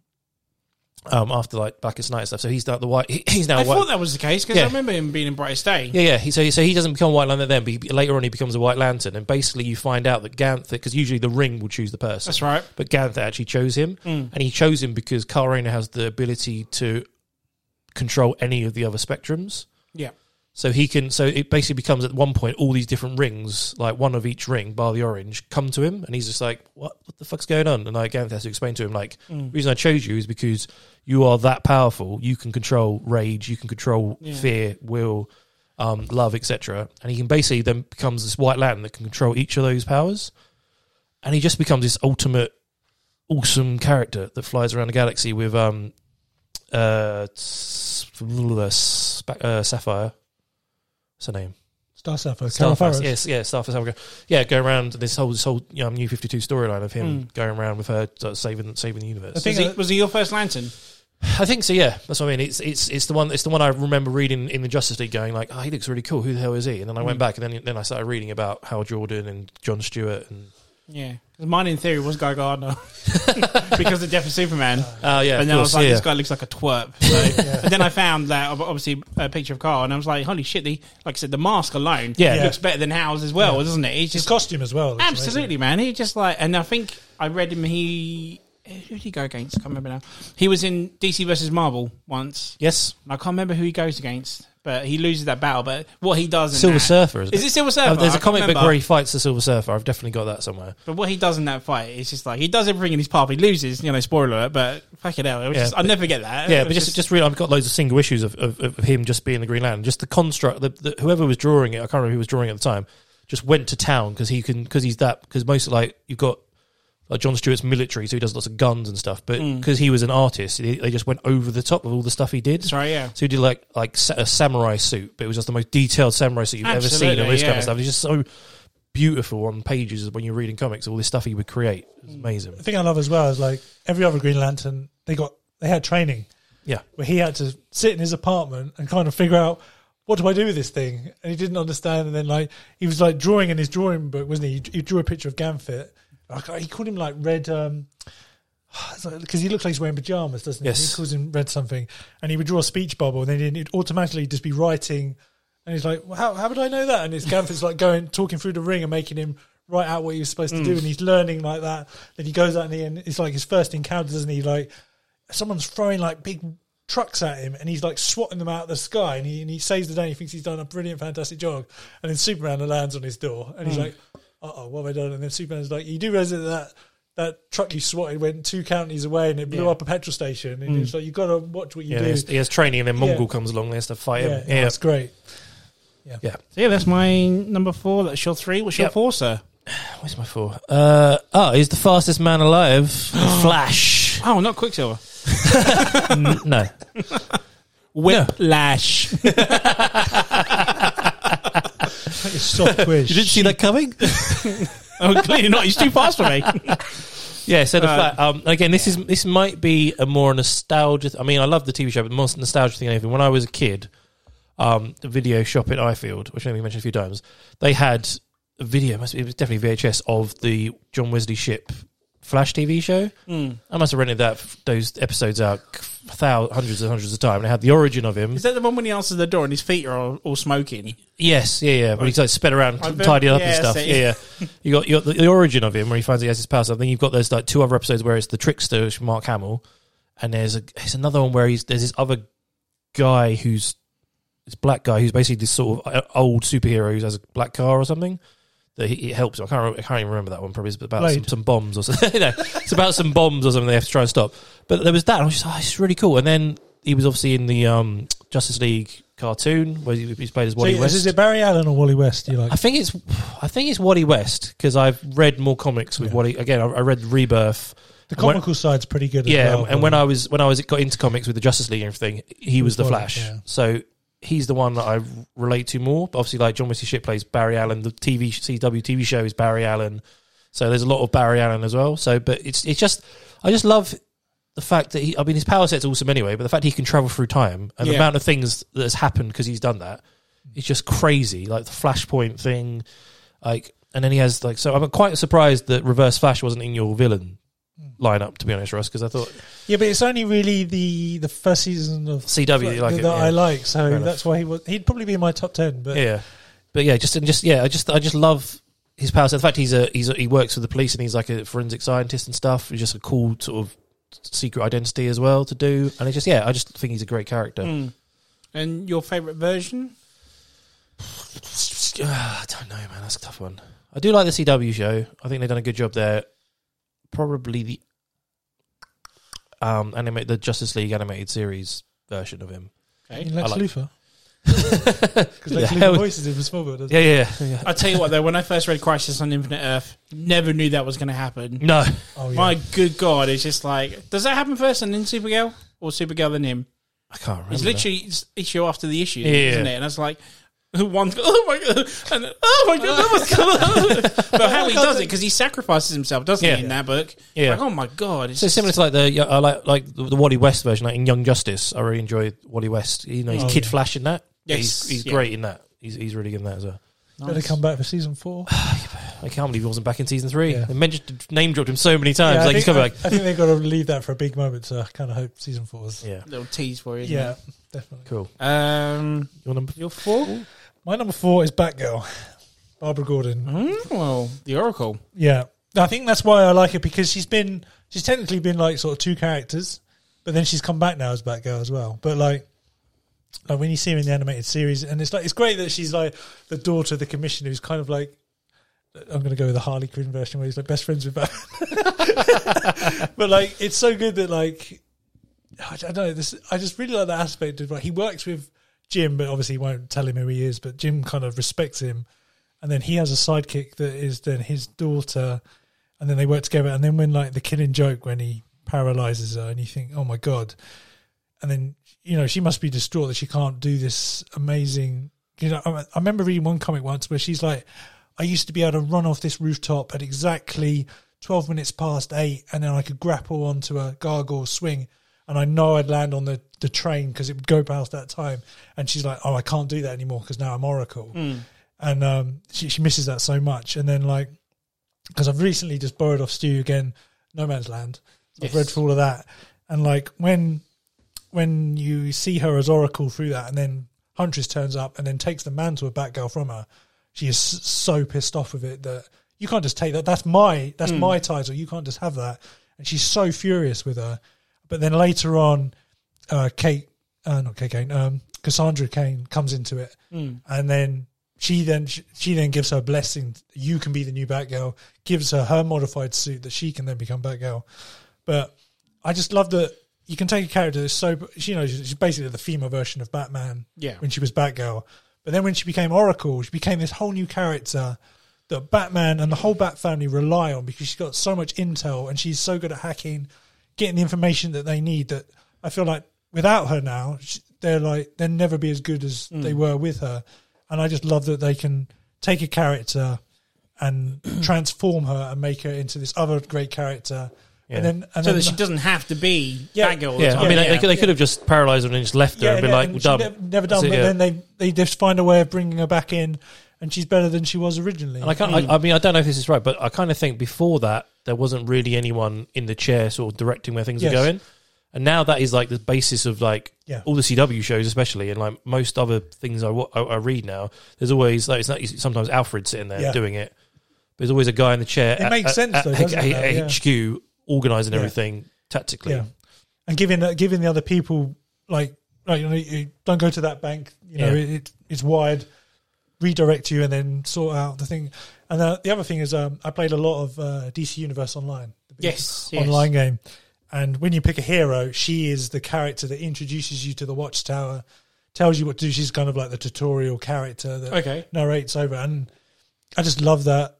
um, after like Black Night and stuff, so he's now the white. he- he's now
I
white.
thought that was the case because
Yeah.
I remember him being in Brightest Day.
Yeah, yeah. He, so, so he doesn't become White Lantern then, but he, later on he becomes a White Lantern, and basically you find out that Ganthet, because usually the ring will choose the person.
That's right.
But Ganthet actually chose him, and he chose him because Kyle Rayner has the ability to control any of the other spectrums.
Yeah.
So he can. So it basically becomes at one point all these different rings, like one of each ring, bar the orange, come to him, and he's just like, "What? What the fuck's going on?" And like Ganthet has to explain to him, like, "The reason I chose you is because you are that powerful. You can control rage. You can control fear, will, um, love, etc." And he can basically then becomes this White Lantern that can control each of those powers, and he just becomes this ultimate, awesome character that flies around the galaxy with um, uh, s- sp- uh, Sapphire. What's her name?
Star Sapphire, Carol
Starfire.
Farris.
Yes, yeah, Starfire. Sapphire. Yeah, go around this whole this whole um, New Fifty Two storyline of him going around with her uh, saving saving
(laughs)
the universe.
I
Was
think
he,
that-
was he your first lantern?
I think so. Yeah, that's what I mean. It's it's it's the one it's the one I remember reading in the Justice League, going like, "Oh, he looks really cool. Who the hell is he?" And then I went back and then then I started reading about Hal Jordan and John Stewart and
Yeah. 'Cause Mine in theory was Guy
(laughs)
Gardner because of the Death of Superman.
oh yeah,
and
of
then I was
course,
like,
yeah.
this guy looks like a twerp. So,
(laughs)
And then I found that ob- obviously a picture of Carl, and I was like, holy shit! The, like I said, the mask alone
Yeah.
looks better than Howes as well, doesn't it? It's
His
just
costume as well. looks
absolutely, man. He just like, and I think I read him. He who did he go against? I can't remember now. He was in DC versus Marvel once.
yes,
And I can't remember who he goes against, but he loses that battle. But what he does, in
Silver
that-
Surfer. Isn't
Is it Silver Surfer?
Oh, there's
I
a
can't
comic book
remember.
where he fights the Silver Surfer. I've definitely got that somewhere.
But what he does in that fight is just like he does everything in his power. but He loses, you know. Spoiler alert, but fuck it out.
Yeah,
just, I
but-
never get that.
Yeah,
It
but
was
just just, really, I've got loads of single issues of, of, of him just being the Green Lantern. Just the construct that that whoever was drawing it, I can't remember who was drawing it at the time, just went to town because he can because he's that because most like you've got like John Stewart's military, so he does lots of guns and stuff. But
Mm.
because he was an artist, they, they just went over the top of all the stuff he did.
That's right, yeah.
So he did like like sa- a samurai suit, but it was just the most detailed samurai suit you've ever seen. All
Absolutely,
this kind
yeah.
of stuff. It's just so beautiful on pages when you're reading comics. All this stuff he would create, it
Mm.
was amazing.
The thing I love as well is like every other Green Lantern, they got they had training
Yeah,
where he had to sit in his apartment and kind of figure out what do I do with this thing, and he didn't understand. And then like he was like drawing in his drawing book, wasn't he? He, he drew a picture of Gamfit. Like, he called him like red. um because he looks like he's wearing pajamas, doesn't he?
Yes.
He calls him red something, and he would draw a speech bubble, and then he'd automatically just be writing. And he's like, well, "How how would I know that?" And it's Gamp's like going talking through the ring and making him write out what he was supposed to do, and he's learning like that. Then he goes out and, he, and it's like his first encounter, doesn't he? Like someone's throwing like big trucks at him, and he's like swatting them out of the sky, and he and he saves the day. And he thinks he's done a brilliant, fantastic job, and then Superman lands on his door, and he's
Hmm.
like, "Uh oh, what have I done?" And then Superman's like, "You do realize that." that that truck you swatted went two counties away and it blew
Yeah.
up a petrol station. And it's like, you've got to watch what you
Hmm. yeah. He
do.
has, he has training, and then
Yeah.
Mongol comes along, and he has to fight
Yeah,
him. Yeah,
that's great.
So yeah, that's my number four. That's your three. What's your
Yep.
four, sir?
Where's my four? Uh, oh, he's the fastest man (gasps) alive. The Flash.
Oh, not Quicksilver.
N- no.
Whiplash.
(laughs)
It's
(laughs)
soft quiz.
You didn't see that coming?
oh, clearly not. He's too fast for me.
(laughs) yeah, so the
Uh,
Flash. Um, again, this is this might be a more nostalgia. I mean, I love the TV show, but the most nostalgia thing than anything. When I was a kid, um, the video shop in Ifield, which I know we mentioned a few times, they had a video, must be, it was definitely VHS, of the John Wesley Ship Flash TV show. I must have rented that those episodes out thou- hundreds and hundreds of times. And it had the origin of him.
Is that the one when he answers the door and his feet are all, all smoking?
Yes, yeah, yeah. But he's like sped around,
I've been-
tidied up
yeah,
and stuff.
so-
Yeah, yeah. You got you got the, the origin of him where he finds he has his powers. I think you've got those like two other episodes where it's the trickster, which is Mark Hamill, and there's a there's another one where he's there's this other guy who's this black guy who's basically this sort of uh, old superhero who has a black car or something. That he, it helps. I can't. re- I can't even remember that one. Probably it's about some,
Blade.
some bombs or (laughs) something. no, it's about some bombs or something. They have to try and stop. But there was that. And I was just, oh, it's really cool. And then he was obviously in the um, Justice League cartoon where he, he's played as
So
Wally West.
Is it Barry Allen or Wally West? You like?
I think it's I think it's Waddy West because I've read more comics with
Yeah.
Waddy. Again, I, I read Rebirth.
The
And when-
comical side's pretty good. as
yeah,
well,
and when I was when I was got into comics with the Justice League and everything, he was the
Waddy,
Flash.
yeah.
So he's the one that I relate to more. But obviously, like John Wesley Shipp plays Barry Allen. The TV CW TV show is Barry Allen. So there's a lot of Barry Allen as well. So, but it's it's just I just love the fact that he. I mean, his power set's awesome anyway. But the fact he can travel through time and the
Yeah.
amount of things that has happened because he's done that, it's just crazy. Like the Flashpoint thing, like, and then he has like. So I'm quite surprised that Reverse Flash wasn't in your villain lineup. To be honest, Russ, because I thought
yeah, but it's only really the the first season of
CW you like
that,
it.
I
yeah.
like,
Fair
so
enough.
that's why he was. He'd probably be in my top ten, but
yeah, but yeah, just and just yeah, I just I just love his powers. In fact, he's a he's a, he works for the police and he's like a forensic scientist and stuff. He's just a cool sort of secret identity as well to do. And it's just yeah, I just think he's a great character.
Hmm. And your favorite version?
Ah, (sighs) I don't know, man. That's a tough one. I do like the CW show. I think they've done a good job there. Probably the um animate the Justice League animated series version of him.
in Lex
I like- (laughs)
Luthor. Because
The
Lex
hell-
Luthor voices him for Smallville, doesn't
Yeah, yeah, yeah.
I tell you what, though, when I first read Crisis on Infinite Earth, never knew that was going to happen.
No,
he? Oh, yeah.
My good God, it's just like, does that happen first and then Supergirl?
or Supergirl than him?
I can't remember.
It's literally it's issue after the issue,
Yeah.
isn't it? And it's like. (laughs) One's go, oh my god, and oh my god, that was cool. but how he does it because he sacrifices himself, doesn't
Yeah.
he, in that book?
Yeah.
Like, oh my god, it's
So similar to like the I like like the, the Wally West version, like in Young Justice. I really enjoy Wally West. You know, he's Kid Flash in that.
Yes,
he's, he's
yeah.
great in that. He's he's really good in that as well.
Better come back for season
(laughs)
four.
I can't believe he wasn't back in season three.
Yeah.
They mentioned name dropped him so many times. like
I,
he's
think,
coming
I,
back.
I think they've got to leave that for a big moment. So I kind of hope season four is.
Yeah,
little tease for you. Isn't
Yeah, definitely.
cool.
It? Um.
Your number your four?
My number four is Batgirl, Barbara Gordon.
mm, Well, the Oracle.
Yeah, I think that's why I like it because she's been she's technically been like sort of two characters, but then she's come back now as Batgirl as well. But like, like when you see her in the animated series, and it's like it's great that she's like the daughter of the commissioner who's kind of like. I'm going to go with the Harley Quinn version where he's like best friends with Batman. (laughs) but like, it's so good that like, I don't know. This I just really like that aspect of like he works with Jim, but obviously he won't tell him who he is. But Jim kind of respects him, and then he has a sidekick that is then his daughter, and then they work together. And then when like the killing joke when he paralyzes her, and you think, oh my god, and then you know she must be distraught that she can't do this amazing. You know, I, I remember reading one comic once where she's like, I used to be able to run off this rooftop at exactly twelve minutes past eight, and then I could grapple onto a gargoyle swing. And I know I'd land on the, the train because it would go past that time. And she's like, "Oh, I can't do that anymore because now I'm Oracle." and um, she, she misses that so much. And then like, because I've recently just borrowed off Stu again, No Man's Land. I've
Yes.
read through all of that, and like when when you see her as Oracle through that, and then Huntress turns up and then takes the mantle of Batgirl from her, she is s- so pissed off with it that you can't just take that. That's my that's my title. You can't just have that. And she's so furious with her. But then later on, uh, Kate, uh, not Kate Kane, um, Cassandra Kane comes into it, and then she then she, she then gives her blessing. You can be the new Batgirl. Gives her her modified suit that she can then become Batgirl. But I just love that you can take a character that's so you know she's basically the female version of Batman.
Yeah.
when she was Batgirl, but then when she became Oracle, she became this whole new character that Batman and the whole Bat family rely on because she's got so much intel and she's so good at hacking, getting the information that they need. That I feel like without her now, sh- they're like they'll never be as good as
Hmm.
they were with her. And I just love that they can take a character and
(clears throat)
transform her and make her into this other great character. And then, and
so
then
that she doesn't have to be
Yeah.
that girl. all the
Um, Yeah,
time.
I mean,
yeah.
like, they, could, they could have just paralyzed her and just left her and been
no,
like,
and
"We're
she
done."
Never, never done.
That's it,
but
yeah.
then they they just find a way of bringing her back in, and she's better than she was originally.
And I, can't, I, I mean, I don't know if this is right, but I kind of think before that there wasn't really anyone in the chair sort of directing where things
Yes.
are going, and now that is like the basis of like
Yeah.
all the CW shows, especially, and like most other things I, wa- I, I read now. There's always like it's not it's sometimes Alfred sitting there
Yeah.
doing it, but there's always a guy in the chair.
It makes sense though, doesn't it, though? Yeah.
HQ organizing
Yeah.
everything tactically.
Yeah, and giving giving the other people like like you know you don't go to that bank. You know
Yeah.
it, it it's wide. Redirect you and then sort out the thing. And uh, the other thing is, um, I played a lot of uh, DC Universe online. the big
Yes, yes.
online game. And when you pick a hero, she is the character that introduces you to the Watchtower, tells you what to do. She's kind of like the tutorial character that
Okay.
narrates over. And I just love that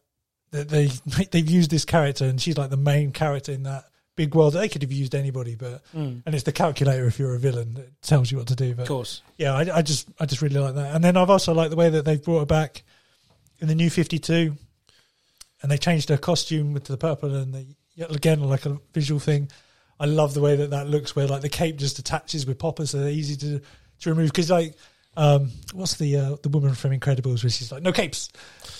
that they (laughs) they've used this character, and she's like the main character in that big world. They could have used anybody, but and it's the calculator if you're a villain that tells you what to do. But
Mm. Of course.
yeah, I, I just I just really like that. And then I've also liked the way that they've brought her back in the new Fifty Two, and they changed her costume with the purple and the yet again like a visual thing. I love the way that that looks, where like the cape just attaches with poppers, so they're easy to to remove. Because like, um, what's the uh, the woman from Incredibles where she's like no capes,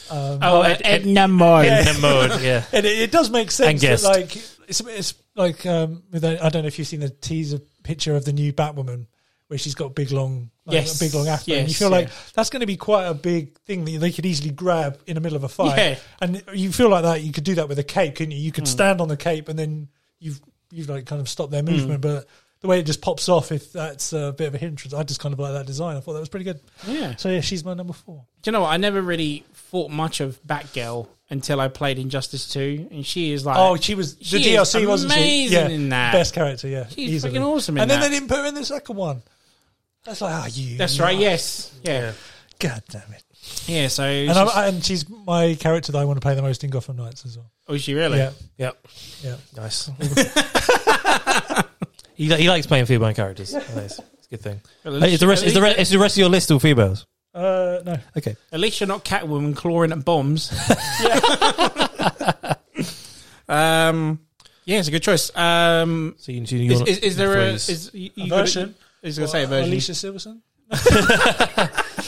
Um,
Oh, Ed, Edna Mode.
Yeah.
In a mode, yeah.
and it, it does make sense.
And
That,
guest.
like it's it's like um, with the, I don't know if you've seen the teaser picture of the new Batwoman where she's got big long like,
Yes.
a big long afro, and you
Yes,
feel like
yeah.
that's going to be quite a big thing that they could easily grab in the middle of a fight.
Yeah. Hmm.
And you feel like that you could do that with a cape, couldn't you? You could stand on the cape and then you've you've like kind of stopped their movement, but. The way it just pops off, if that's a bit of a hindrance, I just kind of like that design. I thought that was pretty good.
Yeah.
So yeah, she's my number four.
Do you know what? I never really thought much of Batgirl until I played Injustice 2, and she is like.
Oh, she was the
She is
DLC, wasn't she?
amazing in that.
best character. Yeah,
She's freaking awesome in
and then
that.
they didn't put her in the second one. That's like, ah, you.
that's right. Yes. Yeah.
God damn it.
Yeah. so.
And,
she's-
I'm, and she's my character that I want to play the most in Gotham Knights as well.
oh, is she really?
Yeah,
Yep.
yeah.
Nice. (laughs) He, li- he likes playing female characters. It's, it's a good thing.
least-
Hey, is, the rest, is, the re- is the rest of your list all females?
Uh, no.
Okay.
At least you're not Catwoman clawing at bombs. (laughs) um, yeah, it's a good choice. Um,
So you, you, you
is,
wanna-
is, is there a,
phrase.
is, you, you
A
gotta-
version?
I was going to say a version.
Alicia Silverson?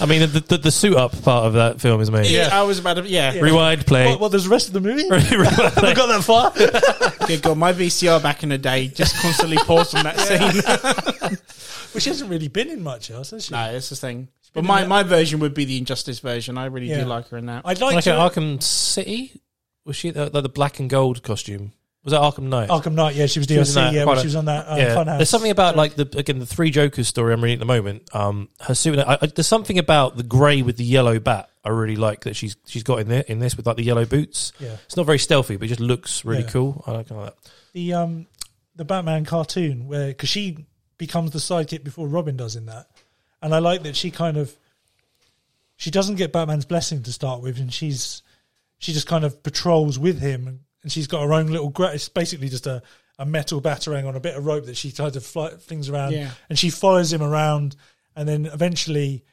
I mean, the, the, the suit up part of that film is amazing.
Yeah, I was about to. Yeah.
Rewind, play.
What, what, Oh, there's the rest of the movie? (laughs) we
Rewind, play.
got that far?
Good God, my VCR back in the day just constantly paused on that
(laughs)
scene.
Well, she hasn't really been in much else, has she?
no, that's the thing. But my, my version would be the Injustice version. I really
Yeah.
do like her in that.
I'd like,
like
to.
at Arkham City? Was she the, the, the black and gold costume? Was that Arkham Knight?
Arkham Knight, yeah, she was DLC,
was in that,
Oh, yeah,
quite
when
a-
she was on that uh,
yeah.
Funhouse.
There's something about like the again the three Jokers story I'm reading at the moment. Um, her suit. I, I, there's something about the grey with the yellow bat. I really like that she's she's got in there in this with like the yellow boots.
Yeah.
It's not very stealthy, but it just looks really
Yeah.
cool. I like, I like that.
the um the Batman cartoon where because she becomes the sidekick before Robin does in that, and I like that she kind of she doesn't get Batman's blessing to start with, and she's she just kind of patrols with him, and, and she's got her own little. Gra- it's basically just a a metal batarang on a bit of rope that she kind of fly, flings around,
Yeah.
and she follows him around, and then eventually,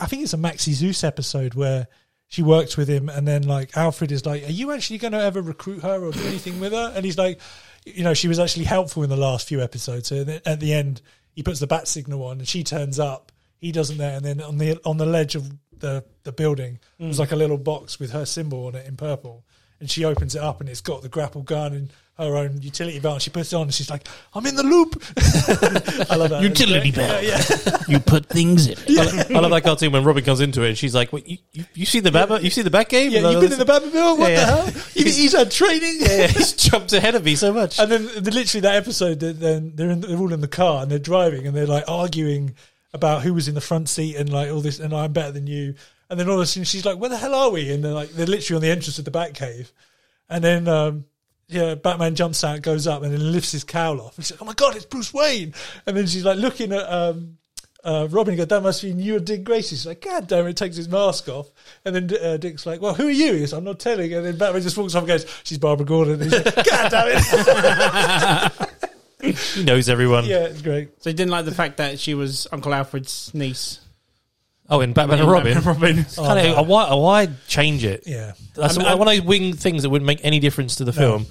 I think it's a Maxi Zeus episode where. She works with him, and then like Alfred is like, "Are you actually going to ever recruit her or do anything with her?" And he's like, you know, she was actually helpful in the last few episodes. So then at the end, he puts the bat signal on, and she turns up. He doesn't there, and then on the on the ledge of the the building there's was like a little box with her symbol on it in purple, and she opens it up, and it's got the grapple gun and her own utility belt. She puts it on, and she's like, "I'm in the loop." (laughs) I love that
Utility
belt. Yeah,
You put things in.
I love- I love that cartoon when Robin comes into it and she's like, "Wait, you, you, you see the bat? You see the bat game?
yeah. You've been in the Batmobile. What
Yeah, yeah.
the hell? You- He's had training. (laughs)
Yeah, he's jumped ahead of me so much.
And then the, literally that episode, they- then they're in, they're all in the car and they're driving and they're like arguing about who was in the front seat and like all this and I'm better than you. And then all of a sudden she's like, "Where the hell are we?" And they're like, they're literally on the entrance of the Batcave. And then um, yeah, Batman jumps out, goes up, and then lifts his cowl off. And she's like, "Oh my god, it's Bruce Wayne!" And then she's like looking at um, uh, Robin and go, "That must be you and Dick Grayson." She's like, "God damn!" it, takes his mask off, and then uh, Dick's like, "Well, who are you?" He's, like, "I'm not telling." And then Batman just walks off and goes, "She's Barbara Gordon." (laughs) And he's like, "God damn it!"
he knows everyone.
Yeah, it's great.
So you didn't like the fact that she was Uncle Alfred's niece.
Oh, in Batman and Robin. (laughs) Kind of,
Oh, no.
why, why change it?
Yeah.
That's
I mean,
one
I'm-
of those wing things that wouldn't make any difference to the film.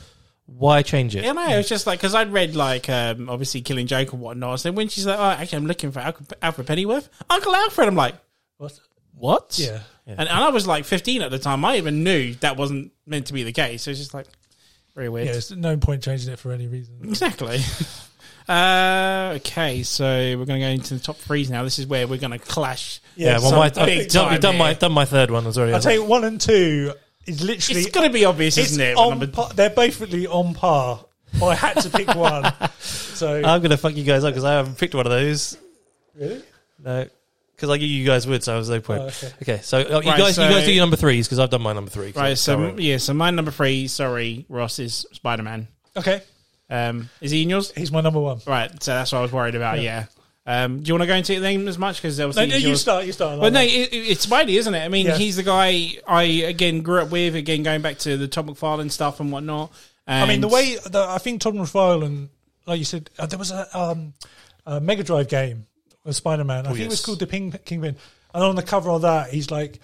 Why change it?
Yeah, no, it's just like because I'd read like um, obviously Killing Joke and whatnot. So when she's like, "Oh, actually, I'm looking for Alfred, Alfred Pennyworth, Uncle Alfred," I'm like,
What?
"What?"
Yeah.
And, and I was like 15 at the time. I even knew that wasn't meant to be the case. So it's just like very weird.
Yeah, there's no point changing it for any reason.
Exactly. (laughs) Uh, okay, so we're going to go into the top threes now. This is where we're going to clash.
Yeah, well,
some
my, I've
big
done,
time
done my
here.
done my third one. I was already.
I'll tell you, one and two is literally.
It's going to be obvious,
it's
isn't it? when
on
I'm a-
par, they're basically on par. I had to pick (laughs) one. So,
I'm gonna fuck you guys up because I haven't picked one of those.
really?
No, because I knew you guys would, so I was no point.
Oh,
okay.
okay.
so uh, you
Right,
guys,
so-
you guys do your number threes because I've done my number three. 'cause I
right,
can't
so
remember.
yeah, so my number three, sorry, Ross, is Spider Man.
Okay.
Um, is he in yours?
He's my number one.
Right, so that's what I was worried about, yeah. Um, do you want to go into it then as much? Because
No,
obviously.
no,
it's
you
yours.
start. You start.
Well, no, it, it- it's Spidey, isn't it? I mean,
Yeah.
he's the guy I, again, grew up with, again, going back to the Tom McFarlane stuff and whatnot.
I mean,
and-
the way that I think Todd McFarlane, and like you said, uh, there was a, um, a Mega Drive game of Spider
Oh,
Man. I think it was
yes.
called the Ping Kingpin. And on the cover of that, he's like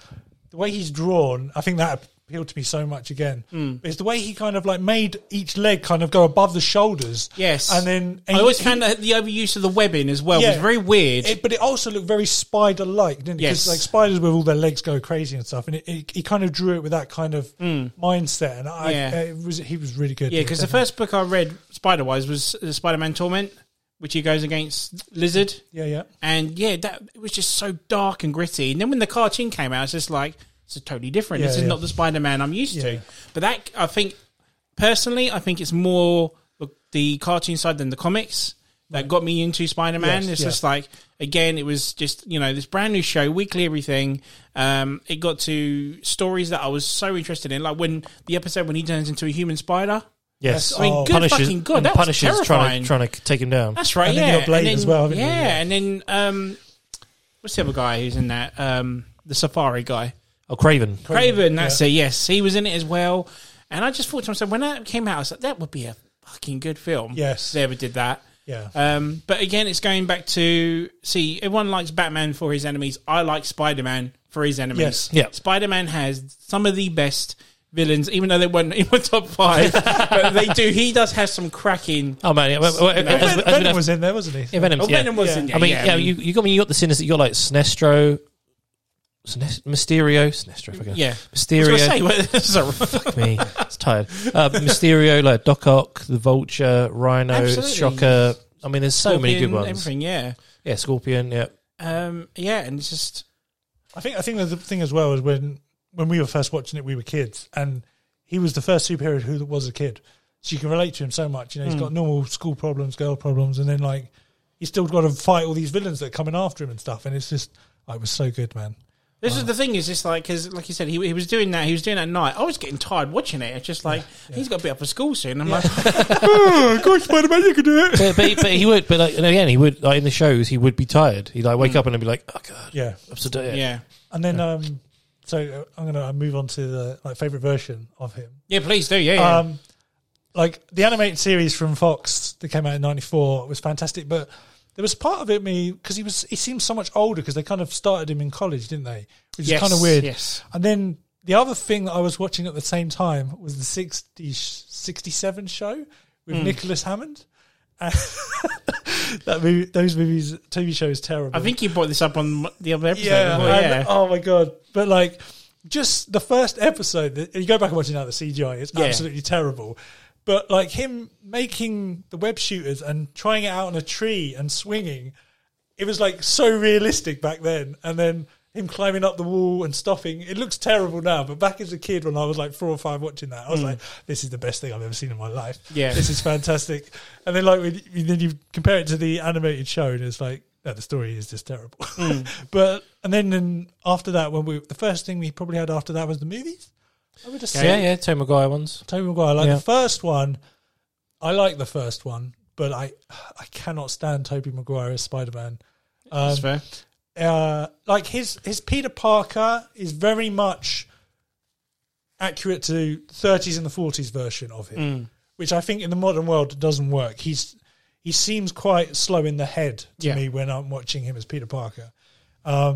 the way he's drawn. I think that appealed to me so much again.
Hmm.
It's the way he kind of like made each leg kind of go above the shoulders.
Yes.
and then and
I always
he-
found that the overuse of the webbing as well was
Yeah.
very weird.
It, but it also looked very spider-like, didn't it? 'Cause,
Yes.
like spiders with all their legs go crazy and stuff, and it, it, he kind of drew it with that kind of mindset. And I,
Hmm. Yeah.
it was he was really good.
yeah, because the first book I read, Spider Wise, was Spider Man Torment, which he goes against Lizard.
yeah, yeah.
And yeah, that it was just so dark and gritty. And then when the cartoon came out, it's just like it's totally different.
Yeah,
this is
yeah.
not the Spider Man I'm used
Yeah.
to. But that I think personally, I think it's more the- the cartoon side than the comics that got me into Spider Man.
Yes,
it's
yeah.
just like again, it was just you know this brand new show, weekly everything. Um, it got to stories that I was so interested in, like when the episode when he turns into a human spider.
yes,
I mean,
Oh.
good fucking god,
and
that was
Punisher's trying
terrifying.
to trying to take him down.
That's right.
And
yeah.
then you got Blade
And then-
as well, haven't you?
Yeah, and then um, what's the other guy who's in that? Um, the Safari guy,
Oh, Craven.
Craven. That's it. Yes, he was in it as well. And I just thought to myself when that came out, I was like, that would be a fucking good film.
Yes.
if they ever did that.
Yeah.
Um, but again, it's going back to see everyone likes Batman for his enemies. I like Spider Man for his enemies.
Yes.
Yeah.
Spider Man has some of the best villains, even though they weren't in my top five. (laughs) but they do. He does have some cracking.
Oh man, yeah, well, well, as- as
Ven-
we- as we
Venom
have-
was in there, wasn't he?
yeah, Venom's,
Oh,
yeah.
Venom was in
I
there.
mean,
yeah,
yeah, you you got I mean, you got the sinister. You got like Sinestro, Sinest- Mysterio, Sinestro. Fucking
yeah. I
Mysterio.
was gonna say, well, it's a-
Fuck me, it's tired. Uh, Mysterio, like Doc Ock, the Vulture, Rhino,
Absolutely.
Shocker. I mean, there's so many good
Scorpion,
ones.
Everything, yeah,
Yeah, Scorpion. Yeah,
um, yeah, and it's just
I think I think the thing as well is when when we were first watching it, we were kids, and he was the first superhero who was a kid, so you can relate to him so much. You know, he's
Hmm.
got normal school problems, girl problems, and then like he's still got to fight all these villains that are coming after him and stuff. And it's just, oh, it was so good, man.
This is the thing is just like because like you said he, he was doing that he was doing that at night I was getting tired watching it it's just like he's got to be up for school soon I'm like
oh, God, Spider Man, you can do it.
but, but, but he would. But like, and again, he would like in the shows. He would be tired. He'd like
Hmm.
wake up and then be like, "Oh god,
Yeah,
I'm so tired."
yeah
and then um, so I'm gonna uh, move on to the like favorite version of him.
yeah please do yeah, yeah.
um, like the animated series from Fox that came out in '94 was fantastic, but there was part of it me because he was he seemed so much older because they kind of started him in college, didn't they? Which
Yes,
is kind of weird.
yes.
And then the other thing that I was watching at the same time was the 60, 67 show with
Hmm.
Nicholas Hammond. (laughs) And that movie, those movies, TV show is terrible.
I think you brought this up on the other episode
Yeah,
before,
and-
yeah
Oh my god! But like, just the first episode. that- You go back and watch it now. The CGI is
Yeah.
absolutely terrible. But like him making the web shooters and trying it out on a tree and swinging, it was like so realistic back then. And then him climbing up the wall and stopping. It looks terrible now, but back as a kid when I was like four or five watching that,
Hmm.
I was like, "This is the best thing I've ever seen in my life.
Yeah.
this is fantastic." And then like when, you- then you compare it to the animated show, and it's like, no, the story is just terrible.
Hmm.
(laughs) but and then then after that, when we the first thing we probably had after that was the movies. I would just say
yeah, yeah. Tom Maguire ones.
Toby Maguire. Like
Yeah.
the first one, I like the first one, but I I cannot stand Toby Maguire as Spider Man.
that's fair
Uh, like his his Peter Parker is very much accurate to 30s and the 40s version of him, which I think in the modern world doesn't work. He's he seems quite slow in the head to
Yeah.
me when I'm watching him as Peter Parker. Um,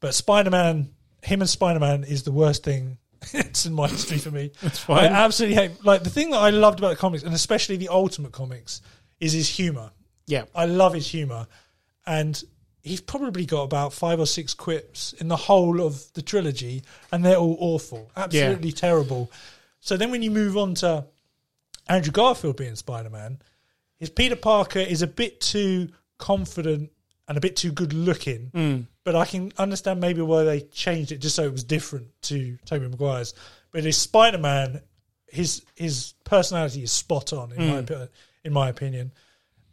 but Spider Man, him and Spider Man is the worst thing. (laughs) it's in my history for me. I absolutely hate. Like the thing that I loved about the comics, and especially the Ultimate comics, is his humor.
yeah
I love his humour, and he's probably got about five or six quips in the whole of the trilogy, and they're all awful, absolutely terrible. So then, when you move on to Andrew Garfield being Spider Man, his Peter Parker is a bit too confident and a bit too good looking. But I can understand maybe why they changed it just so it was different to Tobey Maguire's. But his Spider Man, his his personality is spot on in my opi- in my opinion.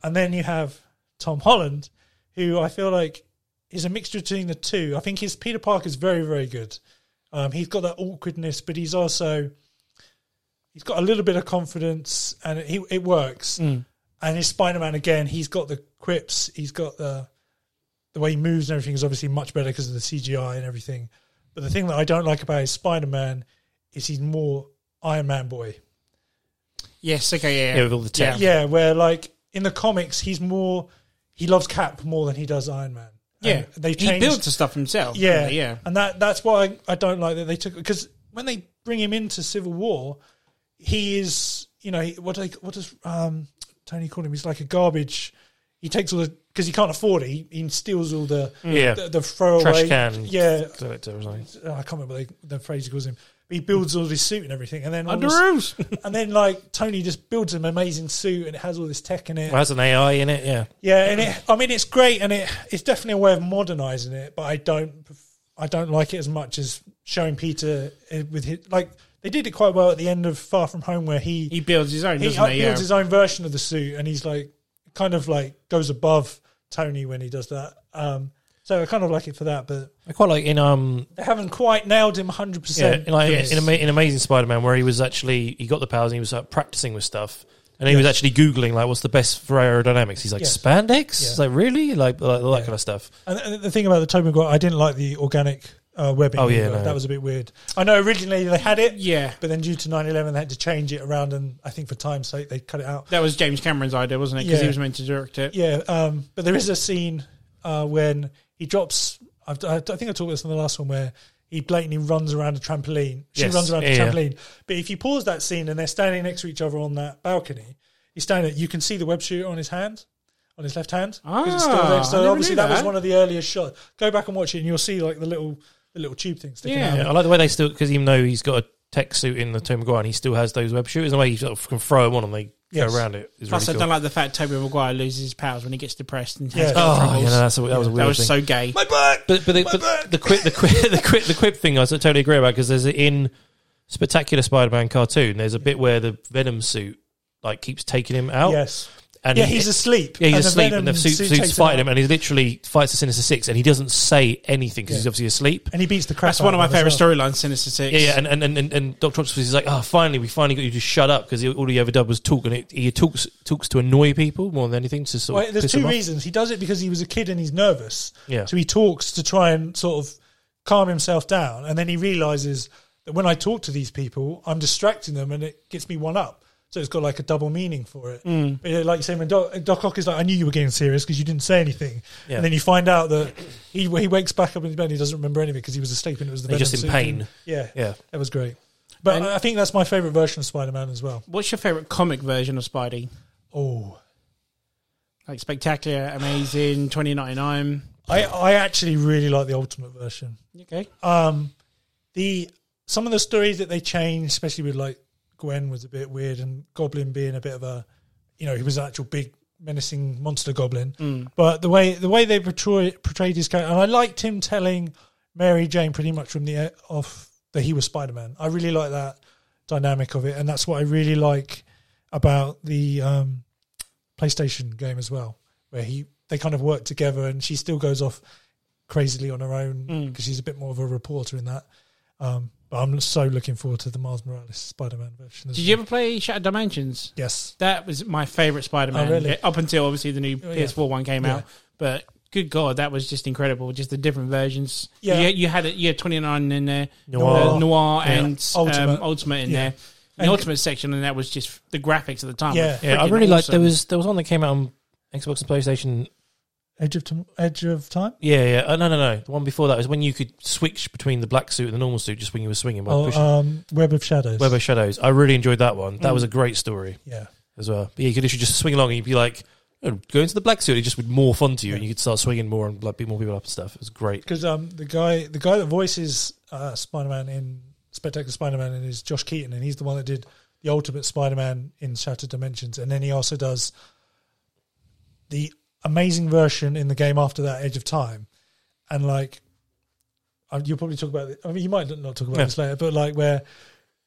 And then you have Tom Holland, who I feel like is a mixture between the two. I think his Peter Parker is very, very good. Um, he's got that awkwardness, but he's also he's got a little bit of confidence, and he it works. And his Spider Man again, he's got the quips, he's got the the way he moves and everything is obviously much better because of the CGI and everything. But the thing that I don't like about his Spider Man is he's more Iron Man boy.
yes okay yeah
Yeah, with all the tech.
Yeah, where like in the comics, he's more he loves Cap more than he does Iron Man.
yeah,
And they
he
changed.
builds the stuff himself
yeah,
doesn't he? yeah
and that that's why I, I don't like that they took because when they bring him into Civil War, he is you know he, what do they, what does um, Tony call him? He's like a garbage. He takes all the because he can't afford it. He, he steals all the
Mm.
Yeah.
the, the throwaway
Trash can.
Yeah,
Director or something.
I can't remember the, the phrase he calls him. He builds all his suit and everything, and then all
under
this-
rules
and then like Tony just builds an amazing suit and it has all this tech in it.
Well, has an AI in it. Yeah.
Yeah, and it, I mean it's great and it it's definitely a way of modernizing it, but I don't I don't like it as much as showing Peter uh, with his like they did it quite well at the end of Far From Home where he
he builds his own
he
doesn't he yeah
builds his own version of the suit and he's like kind of like goes above Tony when he does that. Um, so I kind of like it for that, but
I quite like in um
they haven't quite nailed him hundred
Yeah,
percent.
like
Yes.
in, Ama- in Amazing Spider-Man, where he was actually he got the powers and he was like, practicing with stuff, and he was actually googling like what's the best for aerodynamics. He's like
Yes.
spandex,
Yeah.
It's like really, like, like all that kind of stuff.
And, and the thing about the Tobey Maguire, I didn't like the organic uh, webbing.
Oh, yeah,
either.
no.
that was a bit weird. I know originally they had it,
Yeah.
but then due to 9-11 they had to change it around, and I think for time's sake they cut it out.
That was James Cameron's idea, wasn't it? Because he
Yeah.
was meant to direct it.
Yeah, um, but there is a scene uh, when he drops. I've, I think I talked about this in the last one where he blatantly runs around a trampoline. She
Yes,
runs around
yeah,
a
yeah.
trampoline. But if you pause that scene and they're standing next to each other on that balcony, he's standing. You can see the web shooter on his hand, on his left hand. 'cause it's still
Ah,
there.
I
So
never
obviously
knew
that. was
that.
one of the earliest shots. Go back and watch it, and you'll see like the little the little tube thing sticking
Yeah.
out.
Yeah, I like the way they still because even though he's got a tech suit in the Tom McGuire, and he still has those web shooters. The way he sort of can throw them on and they
Yes.
go around it is really
Plus,
cool.
I don't like the fact Toby Maguire loses his powers when he gets depressed and
Yeah.
has
oh,
oh, troubles.
yeah, no, that's a, that was a weird
that was
thing.
so gay.
My back.
But but the,
My
but
back!
the quip the quip (laughs) the quip the quip thing I sort of totally agree about because there's a, in Spectacular Spider-Man cartoon there's a bit where the Venom suit like keeps taking him out.
Yes.
and
Yeah,
he-
he's asleep.
Oh. Yeah, he's
and the
asleep,
Venom
and the suit,
suit
suit's
takes
fighting him,
out,
and he literally fights the Sinister Six, and he doesn't say anything because
Yeah.
he's obviously asleep.
and he beats the crap.
That's one of
out
my
him as
favourite
well.
storylines, Sinister Six.
Yeah, yeah, and and, and, and, and Doctor Octopus is like, oh, finally, we finally got you to shut up because all he ever did was talk, and it, he talks talks to annoy people more than anything to sort
Well,
of
there's
piss
two
them off.
reasons. He does it because he was a kid and he's nervous.
Yeah.
So he talks to try and sort of calm himself down, and then he realizes that when I talk to these people, I'm distracting them, and it gets me one up. So it's got like a double meaning for it.
Mm.
But yeah, like you say, when Doc, Doc Ock is like, I knew you were getting serious because you didn't say anything,
Yeah.
and then you find out that he he wakes back up in his bed and he doesn't remember anything because he was asleep and it was the
He's
Venom
just in
suit.
pain.
Yeah,
Yeah.
that was great. But
And-
I I think that's my favorite version of Spider-Man as well.
What's your favourite comic version of Spidey?
Oh,
Like Spectacular, Amazing, 2099.
I I actually really like the Ultimate version.
Okay.
um, the some of the stories that they changed, especially with like Gwen, was a bit weird, and Goblin being a bit of a, you know, he was an actual big menacing monster Goblin.
Mm.
But the way the way they portray, portrayed his character, and I liked him telling Mary Jane pretty much from the off that he was Spider Man. I really like that dynamic of it, and that's what I really like about the um, PlayStation game as well, where he they kind of work together, and she still goes off crazily on her own
Mm.
because she's a bit more of a reporter in that. Um, but I'm so looking forward to the Miles Morales Spider-Man version. as
Did
well.
you ever play Shattered Dimensions?
Yes.
That was my favourite Spider-Man.
Oh, really?
Up until obviously the new
Oh, yeah.
PS4 one came
Yeah.
out, but good god, that was just incredible. Just the different versions.
Yeah.
you, you had it. You had twenty nine in there,
Noir.
uh, noir
Yeah.
and ultimate,
Ultimate.
um, ultimate in
Yeah.
there. The
And-
ultimate section, and that was just the graphics at the time.
Yeah.
Yeah, I
freaking
really like
awesome.
there was there was one that came out on Xbox and PlayStation.
Edge of Tom- Edge of Time.
Yeah, yeah, oh, no, no, no. The one before that was when you could switch between the black suit and the normal suit just when you were swinging by
Oh, Mm.
pushing.
um, Web of Shadows.
Web of Shadows. I really enjoyed that one. That was a great story
yeah.
as well. But yeah, you could literally just swing along and you'd be like, oh, go into the black suit. It just would morph onto you and you could start swinging more and like beat more people up and stuff. It was great.
Because um, the guy the guy that voices uh, Spider-Man in Spectacular Spider-Man and is Josh Keaton, and he's the one that did the Ultimate Spider-Man in Shattered Dimensions, and then he also does the amazing version in the game after that, Edge of Time, and like uh, you'll probably talk about. It, I mean, you might not talk about
Yeah.
this later, but like where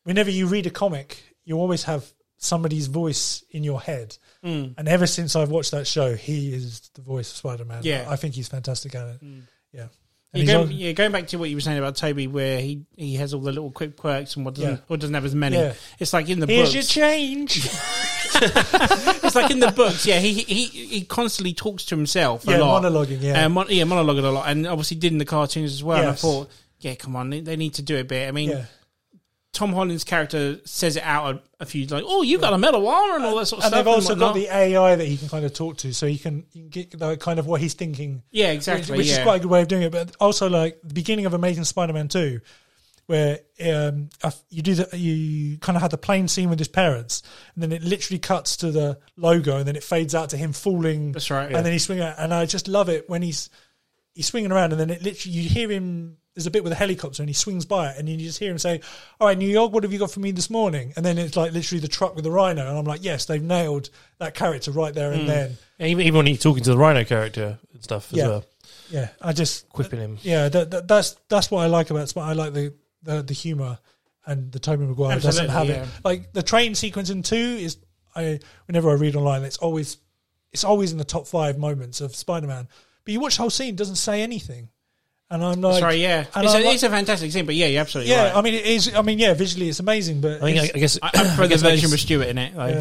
whenever you read a comic, you always have somebody's voice in your head.
Mm.
And ever since I've watched that show, he is the voice of Spider-Man.
Yeah.
I think he's fantastic at it. Yeah. And
Yeah,
he's
going,
on-
yeah, going back to what you were saying about Toby, where he, he has all the little quick quirks and what doesn't
Yeah.
or doesn't have as many.
Yeah.
It's like in the
Here's
books.
your
(laughs)
change.
it's like in the books. Yeah, he he he constantly talks to himself.
yeah,
a lot. Um,
monologuing. Yeah.
Yeah. mon- yeah, monologuing a lot, and obviously did in the cartoons as well. And I
Yes.
thought, yeah, come on, they- they need to do it a bit. I mean,
yeah.
Tom Holland's character says it out a, a few, like, "Oh, you've got a metal armor and all that sort of
And
stuff."
they've also
whatnot.
got the AI that he can kind of talk to, so he can, you can get the kind of what he's thinking
yeah, exactly,
which, which
yeah.
is quite a good way of doing it. But also, like the beginning of Amazing Spider-Man Two, where um, I f- you do the, you kind of had the plane scene with his parents, and then it literally cuts to the logo, and then it fades out to him falling.
That's right,
And
yeah.
then he's swinging, out, and I just love it when he's he's swinging around, and then it literally you hear him. There's a bit with a helicopter, and he swings by it, and you just hear him say, "All right, New York, what have you got for me this morning?" And then it's like literally the truck with the rhino, and I'm like, "Yes, they've nailed that character right there
Hmm.
and then."
And even, even when he's talking to the Rhino character and stuff as
Yeah.
well,
Yeah, I just
quipping him.
yeah, that, that, that's that's what I like about Spider. I like the the, the humor and the Tobey Maguire doesn't have
Absolutely,
it.
yeah.
Like the train sequence in two is I whenever I read online, it's always it's always in the top five moments of Spider Man. But you watch the whole scene, it doesn't say anything, and I'm like,
That's right, yeah.
and
It's
I'm
a,
like-
it's a fantastic scene, but yeah, you're absolutely
yeah.
right.
I mean, it is. I mean, yeah, visually it's amazing, but
I think I,
it's-
I guess
I, I prefer the
guess I
version
just-
with Stewart in it. Like,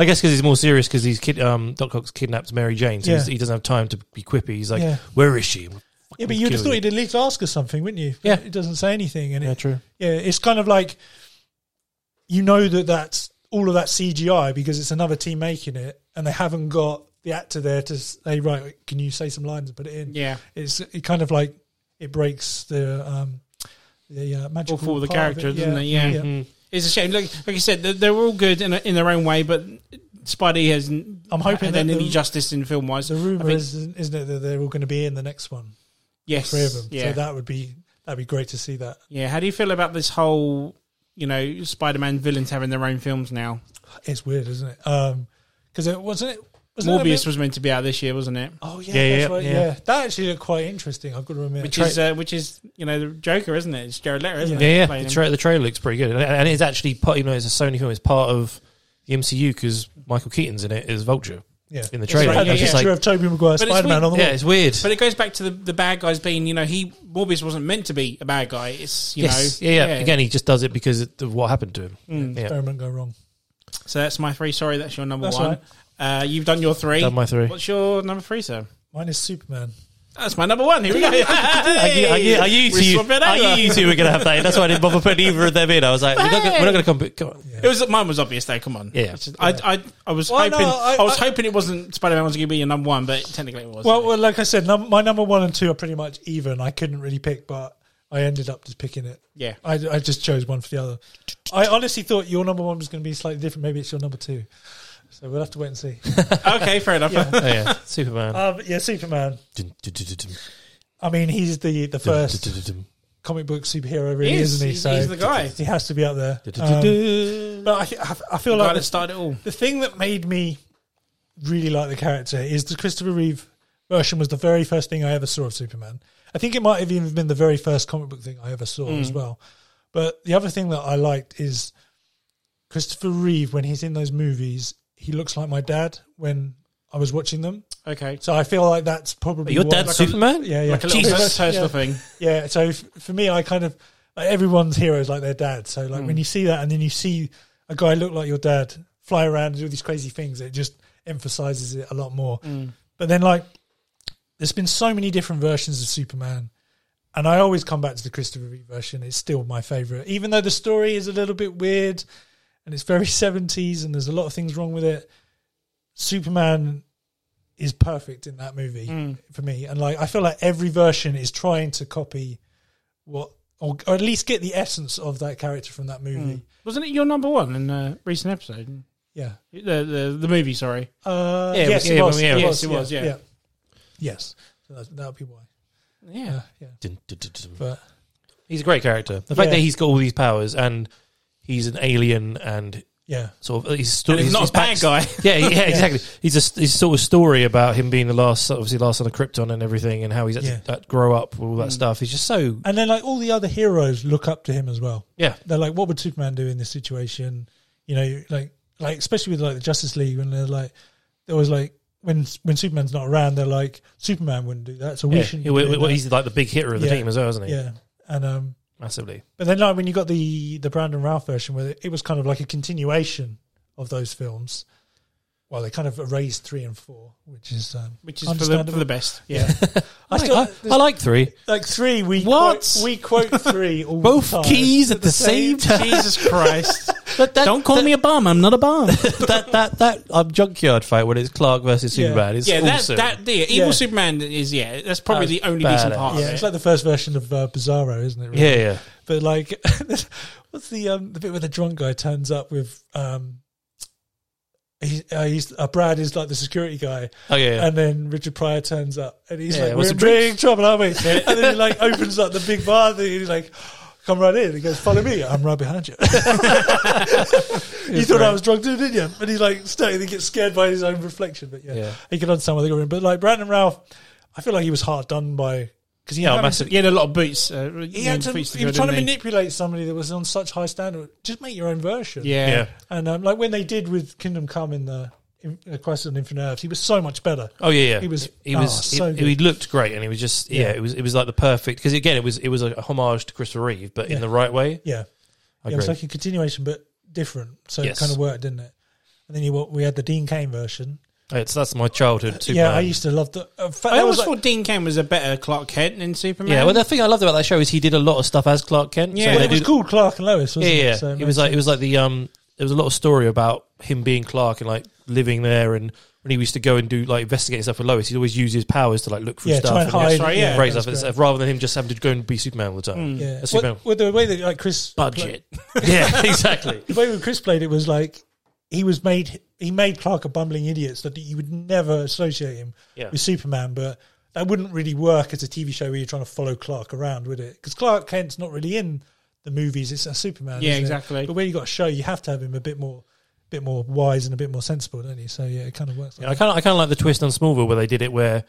I guess because he's more serious because he's kid, um, Doc Ock's kidnapped Mary Jane, so
Yeah.
he's- he doesn't have time to be quippy. He's like,
Yeah.
"Where is she?
Yeah, but
and
you'd have
kill
thought he'd at least ask us something, wouldn't you?
Yeah.
It doesn't say anything. And
Yeah,
it,
true.
yeah, it's kind of like you know that that's all of that CGI because it's another team making it and they haven't got the actor there to say, right, can you say some lines and put it in?
Yeah.
It's it kind of like it breaks the. Um, the uh, magical
for the
part of
character, doesn't it? Yeah. mm-hmm. It's a shame. Like, like you said, they, they were all good in, in their own way, but Spidey has.
I'm hoping
had
that
any
the-
justice in film wise.
The rumor
think-
is, isn't it, that they're all going to be in the next one,
Yes,
three of them.
Yeah,
So that would be that'd be great to see that.
yeah. How do you feel about this whole, you know, Spider-Man villains having their own films now?
It's weird, isn't it? Um, because it wasn't it wasn't it a bit-
Morbius was meant to be out this year, wasn't it?
Oh yeah,
Yeah,
that's
yeah,
right.
yeah.
Yeah. that actually looked quite interesting. I've got to admit.
Which is, uh, which is, you know, the Joker, isn't it? It's Jared Leto, isn't
Yeah,
it?
yeah.
Playing
The,
him.
tra- the trailer looks pretty good, and, and it's actually part. Even though it's a Sony film, it's part of the MCU because Michael Keaton's in it as Vulture.
yeah,
in the
It's
trailer,
like
yeah,
a picture
yeah.
of Tobey Maguire
But it's
Spider Man on the
Yeah,
wall.
it's weird.
But it goes back to the, the bad guys being, you know, he Morbius wasn't meant to be a bad guy. It's you
yes,
know,
yeah, yeah. Again, he just does it because it- of what happened to him. Yeah,
Experiment go wrong.
So that's my three. Sorry, that's your number
That's
one. Uh, you've done your three.
done my three.
What's your number three, sir?
Mine is Superman.
That's my number one. Here we go.
(laughs) I knew, I knew, I knew you
We're
two,
swapping
I
over.
knew you two were going to have that. That's why I didn't bother putting either of them in. I was like, we're not gonna- we're not going to come. come on.
It was mine was obvious though. Come on,
Yeah.
It's just- I, I, I was
Well, no,
hoping I,
I-
was
I-
hoping it wasn't Spider Man was going to be your number one, but technically it was.
Well, well, like I said, num- my number one and two are pretty much even. I couldn't really pick, but I ended up just picking it.
yeah,
I, I just chose one for the other. I honestly thought your number one was going to be slightly different. Maybe it's your number two. So we'll have to wait and
(laughs)
see.
okay, fair enough.
Yeah.
Oh yeah, Superman.
Um, yeah, Superman.
Dun, dun, dun, dun, dun, dun,
I mean, he's the, the
dun,
first
dun, dun,
comic book
(laughs)
superhero,
He
really,
is.
is. not he?
He's-
so
he's the guy.
He has to be up there.
dun, dun, dun,
Um,
dun.
but I, th- I, I feel
The guy
like
that
the,
started it all.
the thing that made me really like the character is the Christopher Reeve version was the very first thing I ever saw of Superman. I think it might have even been the very first comic book thing I ever saw as
Mm.
well. But the other thing that I liked is Christopher Reeve when he's in those movies, he looks like my dad when I was watching them.
Okay,
So I feel like that's probably
Your
what-
dad's
like a-
Superman.
yeah, yeah,
like a little
Jesus.
pers- personal
Yeah.
thing.
yeah, so f- for me, I kind of like everyone's hero is like their dad. So like when you see that, and then you see a guy look like your dad fly around and do all these crazy things, it just emphasizes it a lot more. But then like, there's been so many different versions of Superman, and I always come back to the Christopher Reeve version. It's still my favorite, even though the story is a little bit weird and it's very (laughs) 70s, and there's a lot of things wrong with it. Superman is perfect in that movie
Hmm.
for me. And like, I feel like every version is trying to copy what, or, or at least get the essence of that character from that movie.
Hmm.
Wasn't it your number one in a recent episode?
Yeah.
The, the the movie, sorry.
Uh,
Yeah,
yes,
yeah,
it was.
yeah,
it
yeah.
was.
Yes, it was, yeah.
Yes. So that, that would be why.
Yeah,
Yeah. Yeah.
Dun, dun, dun, dun, dun.
But
He's a great character. The fact
Yeah.
that he's got all these powers and he's an alien and
yeah.
sort of uh, he's, sto-
and he's
his-
not
his
a bad
backst-
guy.
(laughs) Yeah, yeah, exactly. He's a he's sort of story about him being the last, obviously last on the Krypton and everything, and how he's had
Yeah.
to uh, grow up with all that stuff. He's just so
And then like all the other heroes look up to him as well.
yeah,
they're like, what would Superman do in this situation? You know, like like especially with like the Justice League when they're like, there was like when when Superman's not around, they're like Superman wouldn't do that, so we
yeah.
shouldn't.
He-
be
we-
doing
we-
that."
he's like the big hitter of the
Yeah.
team as well, isn't he?
yeah, and um,
Massively.
but then like when you got the the Brandon Ralph version, where it was kind of like a continuation of those films. Well, they kind of erased three and four, which is um,
Which is for the, for the best. Yeah, (laughs)
I
I, I,
still,
I like three.
like three. We
What?
quote,
(laughs)
we quote three all
Both
the time.
keys at the same time.
Jesus Christ!
That- that-
Don't call
that-
me a bum. I'm not a bum.
that that that um, junkyard fight when it's Clark versus
Yeah.
Superman. It's
yeah, that
awesome.
that yeah, evil
Yeah.
Superman is yeah. That's probably
That
the
was
only decent
badass.
part. of
Yeah,
it.
it's like the first version of uh, Bizarro, isn't it? really?
yeah, yeah.
But like, (laughs) what's the um the bit where the drunk guy turns up with um. He, uh, he's uh, Brad is like the security guy,
Oh yeah, yeah.
and then Richard Pryor turns up, and he's
Yeah,
like,
what's
"We're in
the drinks?"
big trouble, aren't we?" and then he like opens up the big bar, and he's like, "Come right in." He goes, "Follow me. I'm right behind you." (laughs) you thought I was drunk too, didn't you? And he's like, starting to get scared by his own reflection. But yeah,
Yeah.
he can understand why they got him. But like Brandon Ralph, I feel like he was hard done by because he
Yeah,
had
massive-
He had a lot of boots. Uh,
he had to, he was trying to manipulate somebody that was on such high standard. Just make your own version.
Yeah.
yeah.
And um, like when they did with Kingdom Come in the in, uh, Crisis on Infinite Earths, he was so much better.
Oh yeah, yeah.
He was-
he
oh,
was
so
he,
good.
he looked great, and he was just yeah.
Yeah.
It was it was like the perfect because again it was it was a homage to Christopher Reeve, but in
Yeah.
the right way.
Yeah.
I
Yeah, it was
agree.
like a continuation, but different. So
Yes.
it kind of worked, didn't it? And then you, we had the Dean Kane version,
It's that's my childhood. Superman.
Yeah, I used to love the. In fact,
I
that
always
was like,
thought Dean Kane was a better Clark Kent than Superman.
Yeah, well, the thing I loved about that show is he did a lot of stuff as Clark Kent.
Yeah,
so
well,
they
it was
did-
called Clark and Lois, wasn't
yeah, yeah.
it? So
it was like it was like the um. There was a lot of story about him being Clark and like living there, and when he used to go and do like investigating stuff with Lois, he'd always use his powers to like look for
yeah,
stuff
try and
that's
hide.
right, yeah.
raise
that's
up and
great.
stuff, rather than him just having to go and be Superman all the time.
Yeah,
A Superman
well, well, the way that like Chris
budget. (laughs) yeah, exactly.
the way that Chris played it was like he was made he made Clark a bumbling idiot so that you would never associate him
Yeah.
with Superman, but that wouldn't really work as a TV show where you're trying to follow Clark around, would it? Because Clark Kent's not really in the movies; it's a Superman.
Yeah,
isn't it?
exactly.
But where you got a show, you have to have him a bit more, bit more wise and a bit more sensible, don't you? So yeah, it kind of works. Like
(laughs) I kind of I kind of like the twist on Smallville where they did it where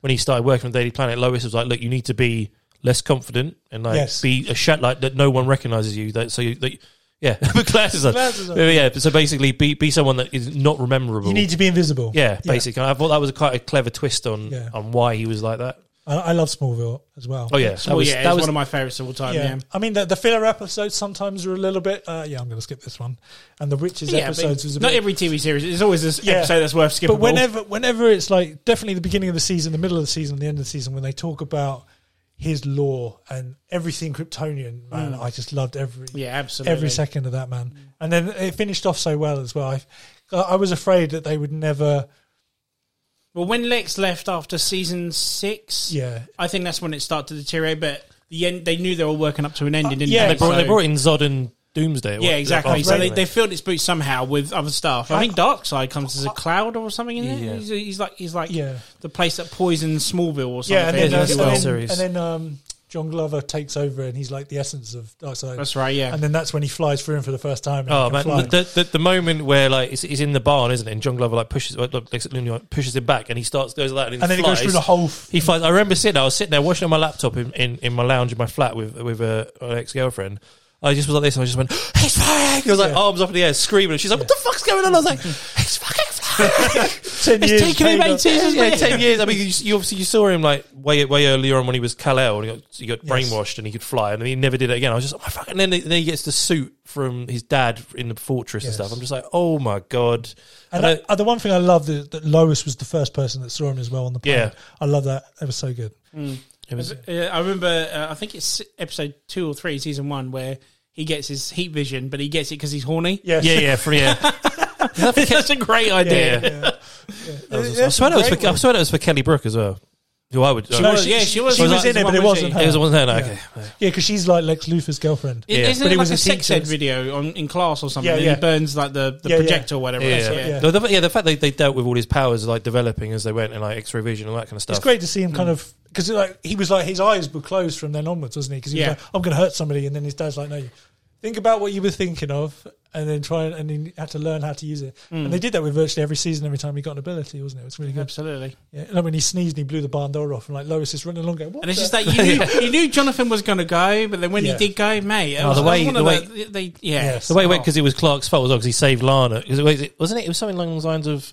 when he started working on Daily Planet, Lois was like, "Look, you need to be less confident and like
Yes.
be a shut like that no one recognizes you." That so you, that, yeah, (laughs) but glasses on.
Glasses on.
Yeah, yeah, so basically, be be someone that is not rememberable.
that. You need to be invisible.
yeah, basically, I thought that was quite a clever twist on
Yeah.
on why he was like that.
I, I love Smallville as well.
Oh yeah, that
Well,
was
yeah,
that
it's
was
one of my favorites of all time.
Yeah.
Yeah,
I mean the, the filler episodes sometimes are a little bit. Uh, yeah, I'm going to skip this one. And the witches
Yeah, but
episodes was a
not
bit,
every TV series. There's always this
Yeah.
episode that's worth skipping.
But whenever, whenever it's like definitely the beginning of the season, the middle of the season, the end of the season, when they talk about his law and everything Kryptonian, man, I just loved every
yeah, absolutely.
every second of that man. And then it finished off so well as well. I, I was afraid that they would never.
Well, when Lex left after season six,
Yeah.
I think that's when it started to deteriorate. But the end, they knew they were working up to an end, didn't
Uh, yeah,
they?
they, brought,
So-
they brought in Zod and Doomsday.
yeah, exactly.
After
So they,
that.
they filled its boots somehow with other stuff. I think
Uh,
Darkseid comes as a cloud or something in
Yeah.
it. He's, he's like he's like
Yeah.
the place that poisoned Smallville or something.
Yeah, and then,
Yeah,
uh,
that's
and
the
then,
series.
and then um, John Glover takes over and he's like the essence of Darkseid.
that's right. Yeah,
And then that's when he flies through him for the first time. And
Oh
oh,
man, the, the, the moment where like he's, he's in the barn, isn't it? And John Glover like pushes like, like, like, pushes him back, and he starts goes like that, and,
and then
he
it goes
flies.
through the whole. F-
He flies. I remember sitting. there, I was sitting there watching on my laptop in, in, in my lounge in my flat with with uh, an ex girlfriend. I just was like this, and I just went, "He's flying!" I was like, arms up in the air, screaming, and she's like, "What the fuck's going on?" I was (laughs) like, "He's fucking (laughs) flying!"
ten years
it's taken him
later.
eight years. Yeah, ten years. I mean, you, you obviously you saw him like way way earlier on when he was Kal El, and he got, he got
Yes.
brainwashed and he could fly, and then he never did it again. I was just, oh my fucking. And then, then he gets the suit from his dad in the fortress
Yes.
and stuff. I'm just like, oh my god.
And
I
I,
don't-
uh, the one thing I love that, that Lois was the first person that saw him as well on the planet.
Yeah.
I love that. It was so good.
it was-
Uh, I remember. Uh, I think it's episode two or three, season one, where he gets his heat vision, but he gets it because he's horny.
Yes.
yeah, yeah, for, (laughs) yeah.
(laughs) that's a great idea.
Yeah. I swear that was for, I swear that was for Kelly Brook as well. Who I would.
She
uh,
was- yeah, she was-
She
was
was
that-
in it, but it
was
wasn't
she?
her.
It was wasn't her. No,
Yeah.
okay. No.
Yeah, because she's like Lex Luthor's girlfriend.
It,
Yeah.
Isn't
But
it,
it was
like
a
a sex ed
teacher's.
video on, in class or something?
Yeah,
and
yeah.
he burns like the, the
Yeah, yeah.
projector or whatever.
Yeah,
it's,
yeah.
yeah.
No, the, yeah, the fact they, they dealt with all his powers like developing as they went and like X-ray vision and all that kind of stuff. Mm.
It's great to see him kind of because like he was like his eyes were closed from then onwards, wasn't he? Because he
Yeah.
was like, "I'm going to hurt somebody," and then his dad's like, "No, you think about what you were thinking of." And then try and, and he had to learn how to use it.
Mm.
And they did that with virtually every season, every time he got an ability, wasn't it? It was really good.
Absolutely,
Yeah. And then when he sneezed, he blew the barn door off, and like Lois is running along going, "What?"
and it's
the-
just that you
(laughs)
knew, you knew Jonathan was going to go, but then when
Yeah.
he did go, mate, it
Oh,
was,
the
it was
way-
one
the
of
way-
the, they, yeah,
Yes.
The way it went
Oh.
because it was Clark's fault as well because he saved Lana. 'Cause it was, wasn't it? It was something along the lines of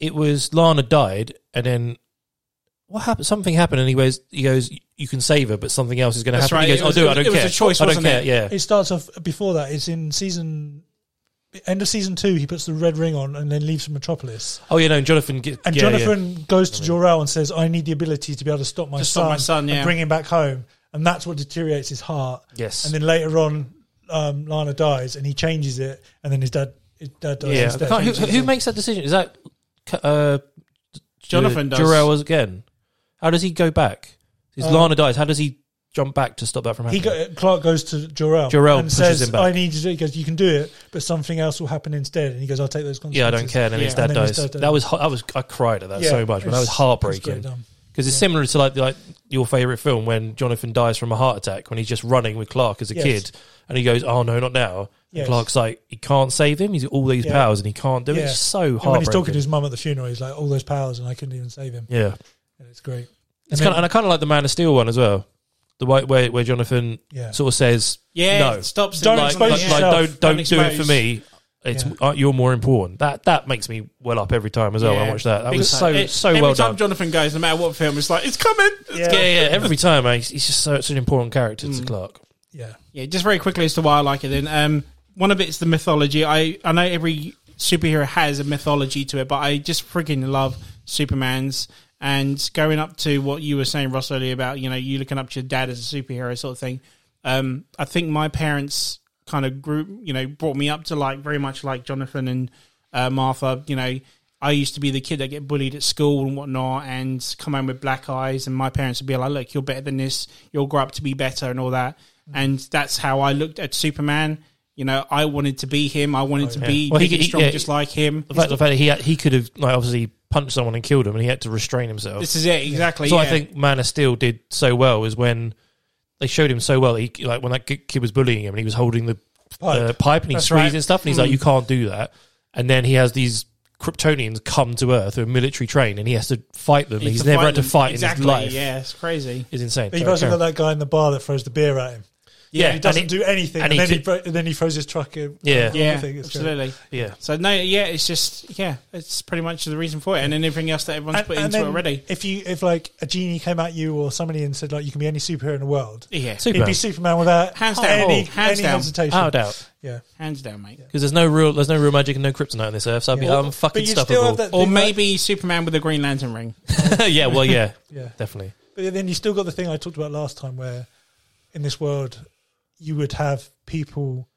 it was Lana died and then what happened? Something happened and he goes, he goes, you can save her, but something else is going to
That's
happen.
right.
He goes,
It
I'll
was-
do it. I
it
don't
was
care.
a choice,
I don't
wasn't
care.
it?
Yeah.
It starts off before that. It's in season end of season two. He puts the red ring on and then leaves for Metropolis.
Oh yeah, no. And Jonathan. Get,
And
yeah,
Jonathan goes to Jor El and says, "I need the ability to be able to stop my
To
son,
stop my son, yeah.
and bring him back home." And that's what deteriorates his heart.
Yes.
And then later on, um, Lana dies, and he changes it. And then his dad, his dad dies.
Yeah. yeah. I
instead.
can't- who, who makes that decision? Is that uh,
Jonathan does.
Jor-El was again. How does he go back? Is
Uh,
Lana dies? How does he jump back to stop that from
He
happening?
go, Clark goes to Jor El
Jor-El
and
pushes
says,
him back.
"I need you." to-" He goes, "You can do it, but something else will happen instead." And he goes, "I'll take those consequences."
yeah, I don't care. And then
Yeah.
his dad
And then his
dies.
dad dies.
That was ho- that was I cried at that
Yeah,
so much. Man. That
it's-
was
it's
heartbreaking.
great, um,
Because it's similar to like like your favorite film when Jonathan dies from a heart attack when he's just running with Clark as a
Yes.
kid, and he goes, "Oh no, not now." And
Yes.
Clark's like, "He can't save him. He's got all these
Yeah.
powers, and he can't do it."
Yeah.
It's so
And when he's
heartbreaking.
talking to his mum at the funeral, he's like, "All those powers, and I couldn't even save him."
yeah,
And it's great.
it's
then-
kind of, and I kind of like the Man of Steel one as well. The way where, where Jonathan
Yeah.
sort of says,
yeah,
no,
it stops. him,
Don't
like,
expose
like,
yeah.
like,
yourself.
don't don't
Don't
do it for
expose.
me. It's
Yeah.
uh, you're more important. That that makes me well up every time as well. When I watch that. That
Big
was
time.
so
It-
so
every
well
time
done.
Jonathan goes, no matter what film, it's like it's coming. It's
Yeah.
yeah, yeah. Every time, man. he's, he's just so it's an important character to Clark.
Yeah.
Yeah, just very quickly as to why I like it. Then um, one of it's the mythology. I I know every superhero has a mythology to it, but I just freaking love Superman's. And going up to what you were saying, Ross, earlier about you know you looking up to your dad as a superhero sort of thing. Um, I think my parents kind of grew, you know, brought me up to like very much like Jonathan and uh, Martha. You know, I used to be the kid that get bullied at school and whatnot, and come home with black eyes, and my parents would be like, "Look, you're better than this. You'll grow up to be better," and all that.
Mm.
And that's how I looked at Superman. You know, I wanted to be him. I wanted to be
Well, he
big and
could- he-
strong,
Oh, yeah,
just like him.
The fact, the fact that he had, he could have like obviously punched someone and killed him, and he had to restrain himself.
This is it exactly.
so I
yeah.
think Man of Steel did so well is when they showed him so well. He like when that ki- kid was bullying him, and he was holding the pipe,
Pipe.
uh, pipe and he
That's
squeezed
right.
and stuff, and he's like, "You can't do that." And then he has these Kryptonians come to Earth through a military train, and he has to fight them.
You
he's
have
never had to
them.
fight
exactly,
in his life.
Yeah, it's crazy.
It's insane.
But you've
Sorry,
also
carry
got
on.
that guy in the bar that throws the beer at him.
yeah,
He doesn't
and it-
do anything, and,
and he
then, he
could-
thro- and then he throws his truck in.
Yeah.
Yeah,
think it's great.
absolutely.
yeah.
So no, yeah, it's just yeah, it's pretty much the reason for it, and then everything else that everyone's
And-
put
and
into it
then
already.
If you, if like a genie came at you or somebody and said like you can be any superhero in the world,
Yeah,
Super-
it'd be Superman without
Hands down.
any,
Oh, hands
any
down.
hesitation.
Without a doubt,
Yeah.
hands down, mate.
because there's no real, there's no real magic and no kryptonite on this earth, so I'd be
Yeah.
like, I'm fucking
But you still have
stuffable.
that-
Or
Thing
maybe Superman with a Green Lantern ring.
yeah, well, yeah,
Yeah.
definitely.
But then you still got the thing I talked about last time, where in this world you would have people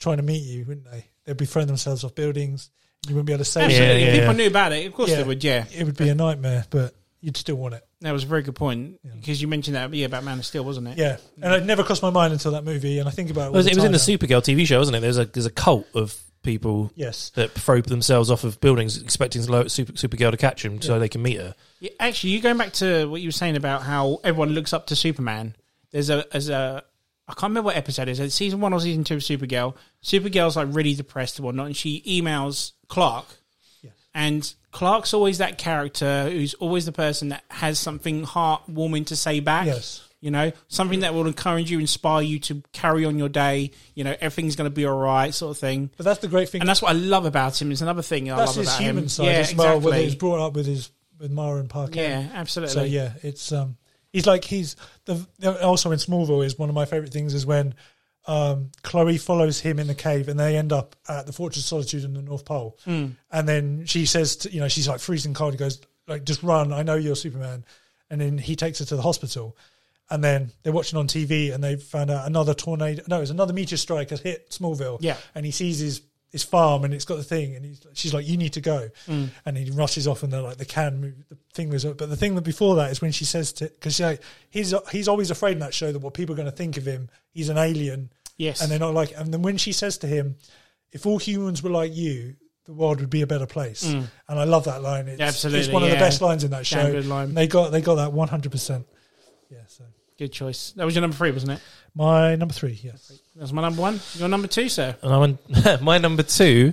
trying to meet you, wouldn't they? They'd be throwing themselves off buildings. You wouldn't be able to save
Absolutely.
them.
yeah,
if
yeah.
people knew about it, of course
Yeah.
they would. Yeah,
It would be a nightmare, but you'd still want it.
that was a very good point because you mentioned that. Yeah, about Man of Steel, wasn't it?
Yeah, and it never crossed my mind until that movie, and I think about it. All
It was,
the
it was in
time now.
the Supergirl TV show, wasn't it? There's a there's a cult of people
Yes,
that throw themselves off of buildings, expecting Lo- Super, Supergirl to catch him so they can meet her.
Yeah, Actually, you going back to what you were saying about how everyone looks up to Superman. There's a as a I can't remember what episode it is. It's season one or season two of Supergirl. Supergirl's like really depressed and whatnot, and she emails Clark. And Clark's always that character who's always the person that has something heartwarming to say back.
Yes.
You know, something that will encourage you, inspire you to carry on your day. You know, everything's going to be all right, sort of thing.
but that's the great thing.
And that's what I love about him. It's another thing I
that's
love
his
about
human
him.
side
yeah,
as well. Whether he's
exactly.
brought up with his with Mara and Parker.
Yeah, absolutely.
So yeah, it's um, he's like he's the also in Smallville is one of my favorite things is when um, Chloe follows him in the cave and they end up at the Fortress of Solitude in the North Pole, and then she says to, you know she's like freezing cold. He goes like just run, I know you're Superman, and then he takes her to the hospital. And then they're watching on TV, and they found out another tornado. No, it was another meteor strike has hit Smallville.
Yeah.
and he sees his his farm, and it's got the thing, and he's, she's like, "You need to go,"
Mm.
and he rushes off, and they're like, "The can move, the thing was." But the thing that before that is when she says to, because like, he's he's always afraid in that show that what people are going to think of him, he's an alien,
Yes.
and they're not like. And then when she says to him, "If all humans were like you." The world would be a better place, and I love that line. It's, it's
Mm. Absolutely,
one of the
yeah.
best lines in that show.
Damn good line.
They got they got that one hundred percent. Yeah. So
Good choice. That was your number three, wasn't it?
my number three, yes.
That was my number one. Your number two, sir.
And I went, (laughs) my number two.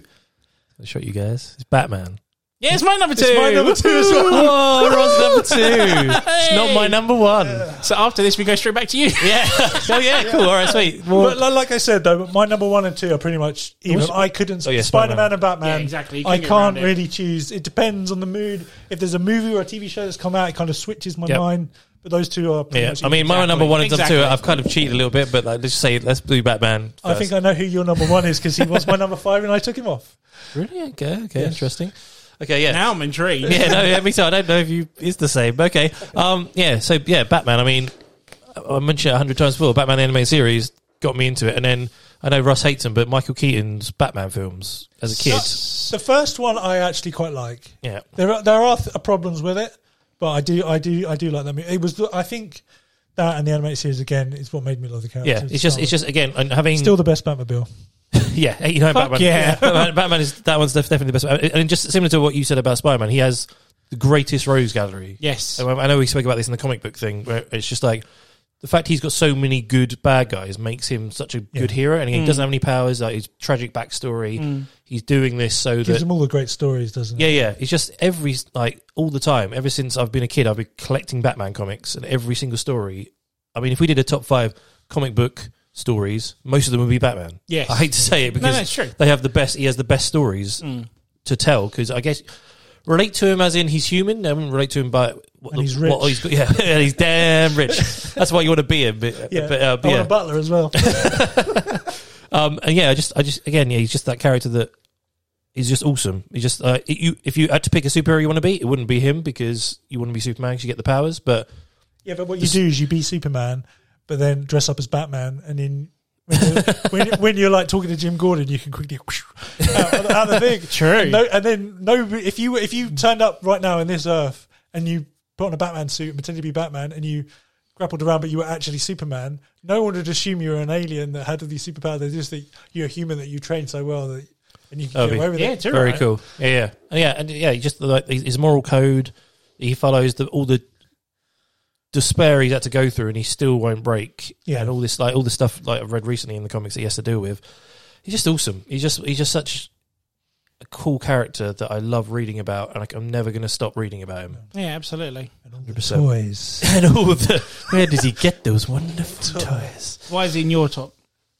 I shot you guys. It's Batman.
Yeah, it's my number two.
It's my number two as well.
Oh, Ron's number
(laughs)
two. It's not my number one.
So after this, we go straight back to you.
Yeah. (laughs) oh yeah. Cool. All right. Sweet. Well,
But like, like I said, though, my number one and two are pretty much even.
What's-
I couldn't.
Oh, yeah,
Spider Man
Spider-Man.
and Batman.
Yeah, exactly. You
I
couldn't get around
can't
it.
really choose. It depends on the mood. If there's a movie or a TV show that's come out, it kind of switches my
Yep.
mind. But those two are. Pretty
yeah.
much
I mean, my
Exactly.
number one and number two.
Exactly.
I've kind of cheated a little bit, but like, let's just say let's do Batman. First.
I think I know who your number one is because he was my number five and I took him off.
really okay. Okay. Interesting. Okay. Yeah.
Now I'm intrigued.
(laughs) yeah, no, every time I don't know if you is the same. Okay, um, yeah, so yeah, Batman. I mean, I I mentioned it a hundred times before. Batman the animated series got me into it, and then I know Russ hates him, but Michael Keaton's Batman films as a kid,
The first one I actually quite like.
yeah,
There are there are th- uh, problems with it, but I do I do I do like that. movie. It was the- I think that and the animated series again is what made me love the character.
yeah. It's just, it's just again, and having
still the best Batmobile.
yeah, eighty nine
Fuck
Batman.
yeah.
(laughs) Batman, Batman is that one's def- definitely the best. And and just similar to what you said about Spider Man, he has the greatest rose gallery.
Yes.
And I know we spoke about this in the comic book thing, where it's just like the fact he's got so many good bad guys makes him such a good hero, and he doesn't have any powers. Like his tragic backstory, he's doing this so
Gives
that
them all the great stories, doesn't it?
yeah, yeah. It's just every like all the time. Ever since I've been a kid, I've been collecting Batman comics, and every single story. I mean, if we did a top five comic book stories, most of them would be Batman.
Yes.
I hate to say it
No,
because
no, it's true.
they have the best. He has the best stories
Mm.
to tell because I guess relate to him as in he's human. I wouldn't relate to him by what,
And he's
what- oh,
rich.
he's got, yeah, (laughs) and he's
(laughs)
damn rich. That's why you want to be him. But,
Yeah,
but, uh,
I
but yeah.
want a butler as well.
Um, and yeah, I just, I just, again, yeah, he's just that character that he's just awesome. He just uh, it- you if you had to pick a superhero you want to be, it wouldn't be him because you wouldn't be Superman 'cause you get the powers. But
Yeah, but what you do is you be Superman, but then dress up as Batman, and then when you're, when, you- when you're like talking to Jim Gordon, you can quickly out, out the thing.
True.
And, no, and then no, if you if you turned up right now in this Earth and you put on a Batman suit and pretended to be Batman and you grappled around, but you were actually Superman, no one would assume you were an alien that had all these superpowers. They just think you're a human that you trained so well that and you can
Oh,
get away
yeah.
with
Yeah,
it.
it's all
very
right.
cool. Yeah, yeah, and yeah, and yeah. he Just like his his moral code, he follows the, all the despair he's had to go through, and he still won't break.
Yeah.
and all this like all the stuff like I've read recently in the comics that he has to deal with. He's just awesome. He's just he's just such a cool character that I love reading about, and I, I'm never going to stop reading about him.
Yeah, absolutely.
Hundred percent.
Toys.
And all of the where did he get those wonderful toys?
Why is he in your top?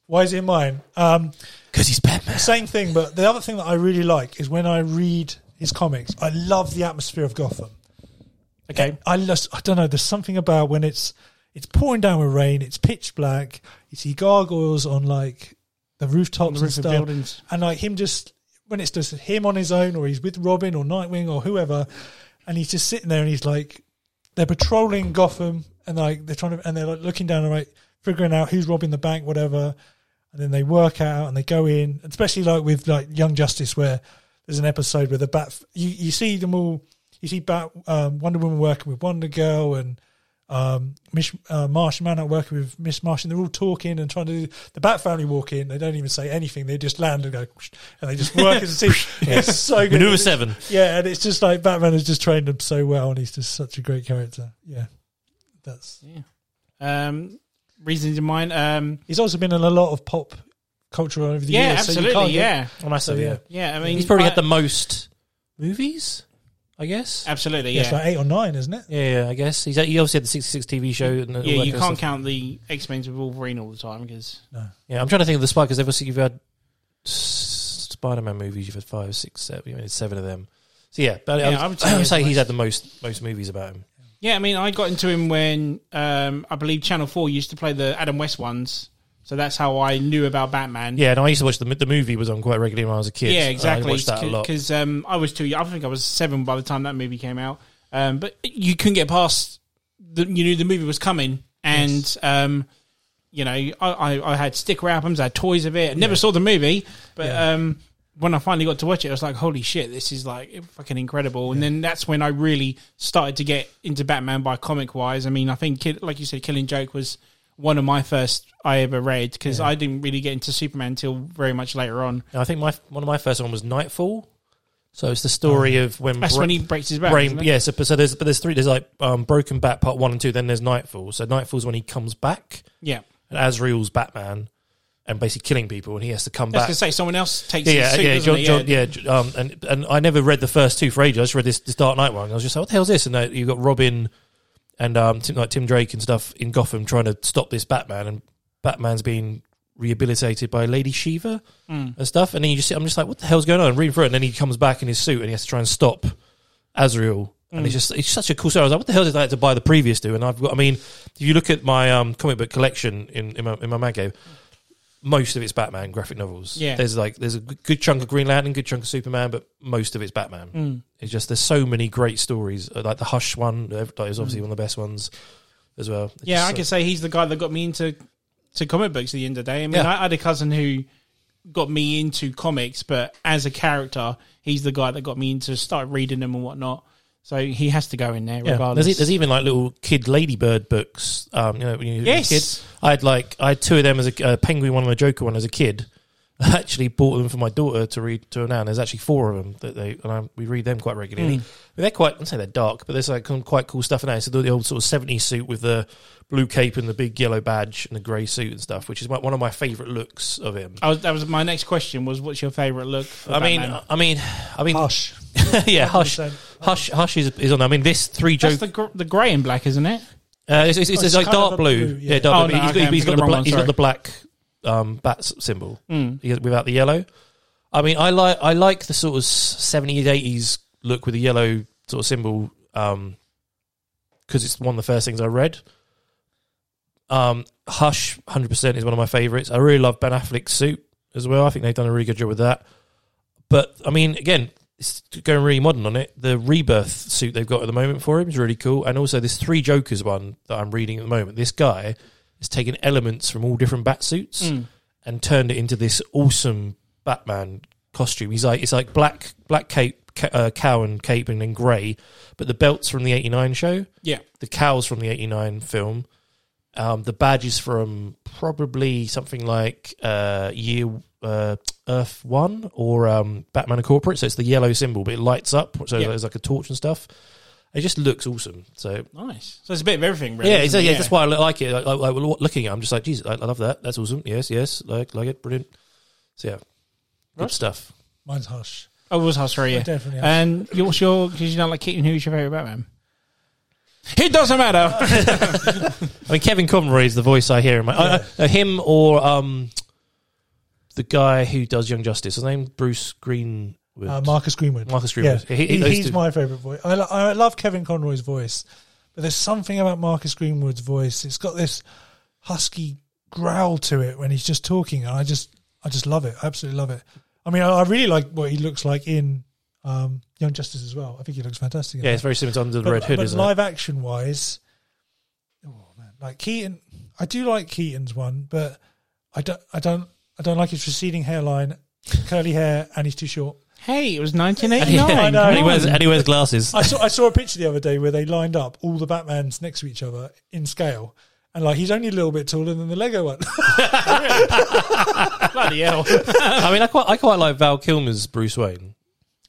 Why is it mine? Um,
Because he's Batman.
same thing, but the other thing that I really like is when I read his comics, I love the atmosphere of Gotham.
Okay.
I just, I don't know, there's something about when it's it's pouring down with rain, it's pitch black, you see gargoyles on like the rooftops
On the roof of
and stuff.
buildings.
And like him just when it's just him on his own or he's with Robin or Nightwing or whoever and he's just sitting there and he's like they're patrolling Gotham and like they're trying to and they're like looking down and like figuring out who's robbing the bank, whatever. And then they work out and they go in, especially like with like Young Justice, where there's an episode where the bat you, you see them all. You see Bat um, Wonder Woman working with Wonder Girl and um, Miss uh, Marsh Manhunter working with Miss Marsh, and they're all talking and trying to. do The Bat Family walk in, they don't even say anything. They just land and go, and they just work as a team. It's so good.
Maneuver seven.
Yeah, and it's just like Batman has just trained him so well, and he's just such a great character. Yeah, that's.
Um, reasons in mind. Um,
He's also been in a lot of pop culture over the
yeah,
years. so you
absolutely.
can't get-
yeah.
Oh, massive.
yeah.
yeah.
Yeah, I mean,
He's probably
I-
had the most movies, I guess.
Absolutely, yeah.
yeah, it's like eight or nine, isn't it?
Yeah, yeah, I guess he's he obviously had the '66 TV show. And all
yeah,
that
you
kind
can't
of stuff.
count the X Men with Wolverine all the time because
Yeah, I'm trying to think of the spikers. Ever see you've had s- Spider-Man movies? You've had five, six, seven. You had seven of them. So yeah, but
Yeah,
I
I
would,
would
I
say
would say
it's
he's had the most most movies about him.
Yeah, I mean, I got into him when um, I believe Channel Four used to play the Adam West ones, so that's how I knew about Batman.
Yeah, and I used to watch the the movie was on quite regularly when I was a kid.
yeah,
I
exactly.
watched that a lot.
Because um, I was too young. I think I was seven by the time that movie came out. Um, but you couldn't get past. The, you knew the movie was coming, and um, you know, I, I, I had sticker albums, I had toys of it. I never saw the movie, but um, when I finally got to watch it, I was like, "Holy shit, this is like fucking incredible!" And then that's when I really started to get into Batman by comic wise. I mean, I think, Kill- like you said, Killing Joke was one of my first I ever read because I didn't really get into Superman until very much later on.
And I think my one of my first one was Nightfall. So it's the story of when
Oh, That's
Bra-
when he breaks his back.
Brain,
isn't it?
yeah. So, but so there's but there's three. There's like um, Broken Bat Part One and Two. Then there's Nightfall. So Nightfall's when he comes back,
yeah.
and Azrael's Batman, and basically killing people, and he has to
I
come
was
back.
gonna say someone else takes his
Yeah,
suit,
yeah, yeah,
doesn't
John,
he?
John, yeah. j- Um, and and I never read the first two for ages. I just read this, this Dark Knight one. I was just like, what the hell's this? And uh, you got Robin and um, Tim, like Tim Drake and stuff in Gotham trying to stop this Batman, and Batman's being rehabilitated by Lady Shiva and stuff. And then you just, see- I'm just like, what the hell's going on? And reading through it, and then he comes back in his suit and he has to try and stop Azrael. And
Mm.
it's just it's such a cool story. I was like, what the hell did I have to buy the previous two? And I've got, I mean, if you look at my um, comic book collection in in my, in my man cave, most of it's Batman graphic novels.
Yeah.
there's like there's a g- good chunk of Green Lantern, good chunk of Superman, but most of it's Batman.
Mm.
It's just there's so many great stories. Uh, Like the Hush one, uh, that is obviously one of the best ones as well.
Mm.
It's
Yeah,
just
I
so-
could say he's the guy that got me into to comic books at the end of the day. I mean,
Yeah.
I had a cousin who got me into comics, but as a character, he's the guy that got me into start reading them and whatnot. So he has to go in there
Yeah.
regardless.
There's, e- there's even like little kid ladybird books. Um, you know, when you were
Yes.
a kid. I had like I had two of them as a, a penguin one and a joker one as a kid. (laughs) I actually bought them for my daughter to read to her now. And there's actually four of them that they and I, we read them quite regularly. But they're quite I'd say they're dark, but there's like some quite cool stuff in there. So the, the old sort of 70s suit with the blue cape and the big yellow badge and the grey suit and stuff, which is one one of my favourite looks of him.
I was, that was my next question was, what's your favorite look? For
I mean, uh,
Batman?
I mean, I mean,
Hush.
(laughs) yeah, hush,
100%.
hush, hush is, is on. I mean, this three
that's
Joker.
the gr- the grey and black, isn't it?
Uh, it's, it's, it's,
Oh, it's
like
kind of
dark
a
blue.
blue,
Yeah,
yeah.
dark
Oh,
blue.
no,
But
okay,
he's,
I'm
he's
thinking
got the
of the
black,
wrong
he's
one,
got the black um, bat s- symbol He's without the yellow. I mean, I like I like the sort of seventies eighties look with the yellow sort of symbol because it's one of the first things I read. Um, Hush, hundred percent, is one of my favorites. I really love Ben Affleck's suit as well. I think they've done a really good job with that. But I mean, again, it's going really modern on it. The rebirth suit they've got at the moment for him is really cool, and also this three Jokers one that I'm reading at the moment. This guy has taken elements from all different bat suits and turned it into this awesome Batman costume. He's like it's like black black cape, ca- uh, cow and cape, and then grey. But the belts from the '89 show,
Yeah.
the cows from the '89 film. Um, the badge is from probably something like uh, year uh, Earth One or um, Batman Incorporated. So it's the yellow symbol, but it lights up, so
Yeah.
there's like a torch and stuff. It just looks awesome. So
Nice. So it's a bit of everything, really.
yeah,
isn't
it's, yeah,
it?
that's why I like it. Like, like, like, looking at, it, I'm just like, geez, I, I love that. That's awesome. Yes, yes, like like it, brilliant. So yeah, good stuff.
Mine's hush.
Oh, it was Hush, sorry, yeah.
Definitely. Hush.
And you- what's your? Because you don't like Keaton. Who's your favorite Batman? It doesn't matter.
I mean, Kevin Conroy is the voice I hear in my uh, uh, him or um, the guy who does Young Justice. His name Bruce Greenwood.
Uh, Marcus Greenwood.
Marcus Greenwood.
Yeah.
He- he-
He-
those
he's
two.
my favourite voice. I, lo- I love Kevin Conroy's voice, but there's something about Marcus Greenwood's voice. It's got this husky growl to it when he's just talking, and I just, I just love it. I absolutely love it. I mean, I, I really like what he looks like in um, Young Justice as well. I think he looks fantastic. in
yeah,
that.
it's very similar to Under the
but,
(laughs) Red Hood,
but
isn't it?
live action wise, oh man, like Keaton, I do like Keaton's one, but I don't, I don't, I don't like his receding hairline, curly hair, and he's too short.
hey, it was
Yeah,
1989.
I know.
And he wears, and he wears glasses.
I saw I saw a picture the other day where they lined up all the Batmans next to each other in scale, and like he's only a little bit taller than the Lego one. (laughs)
Bloody hell.
(laughs) I mean, I quite, I quite like Val Kilmer's Bruce Wayne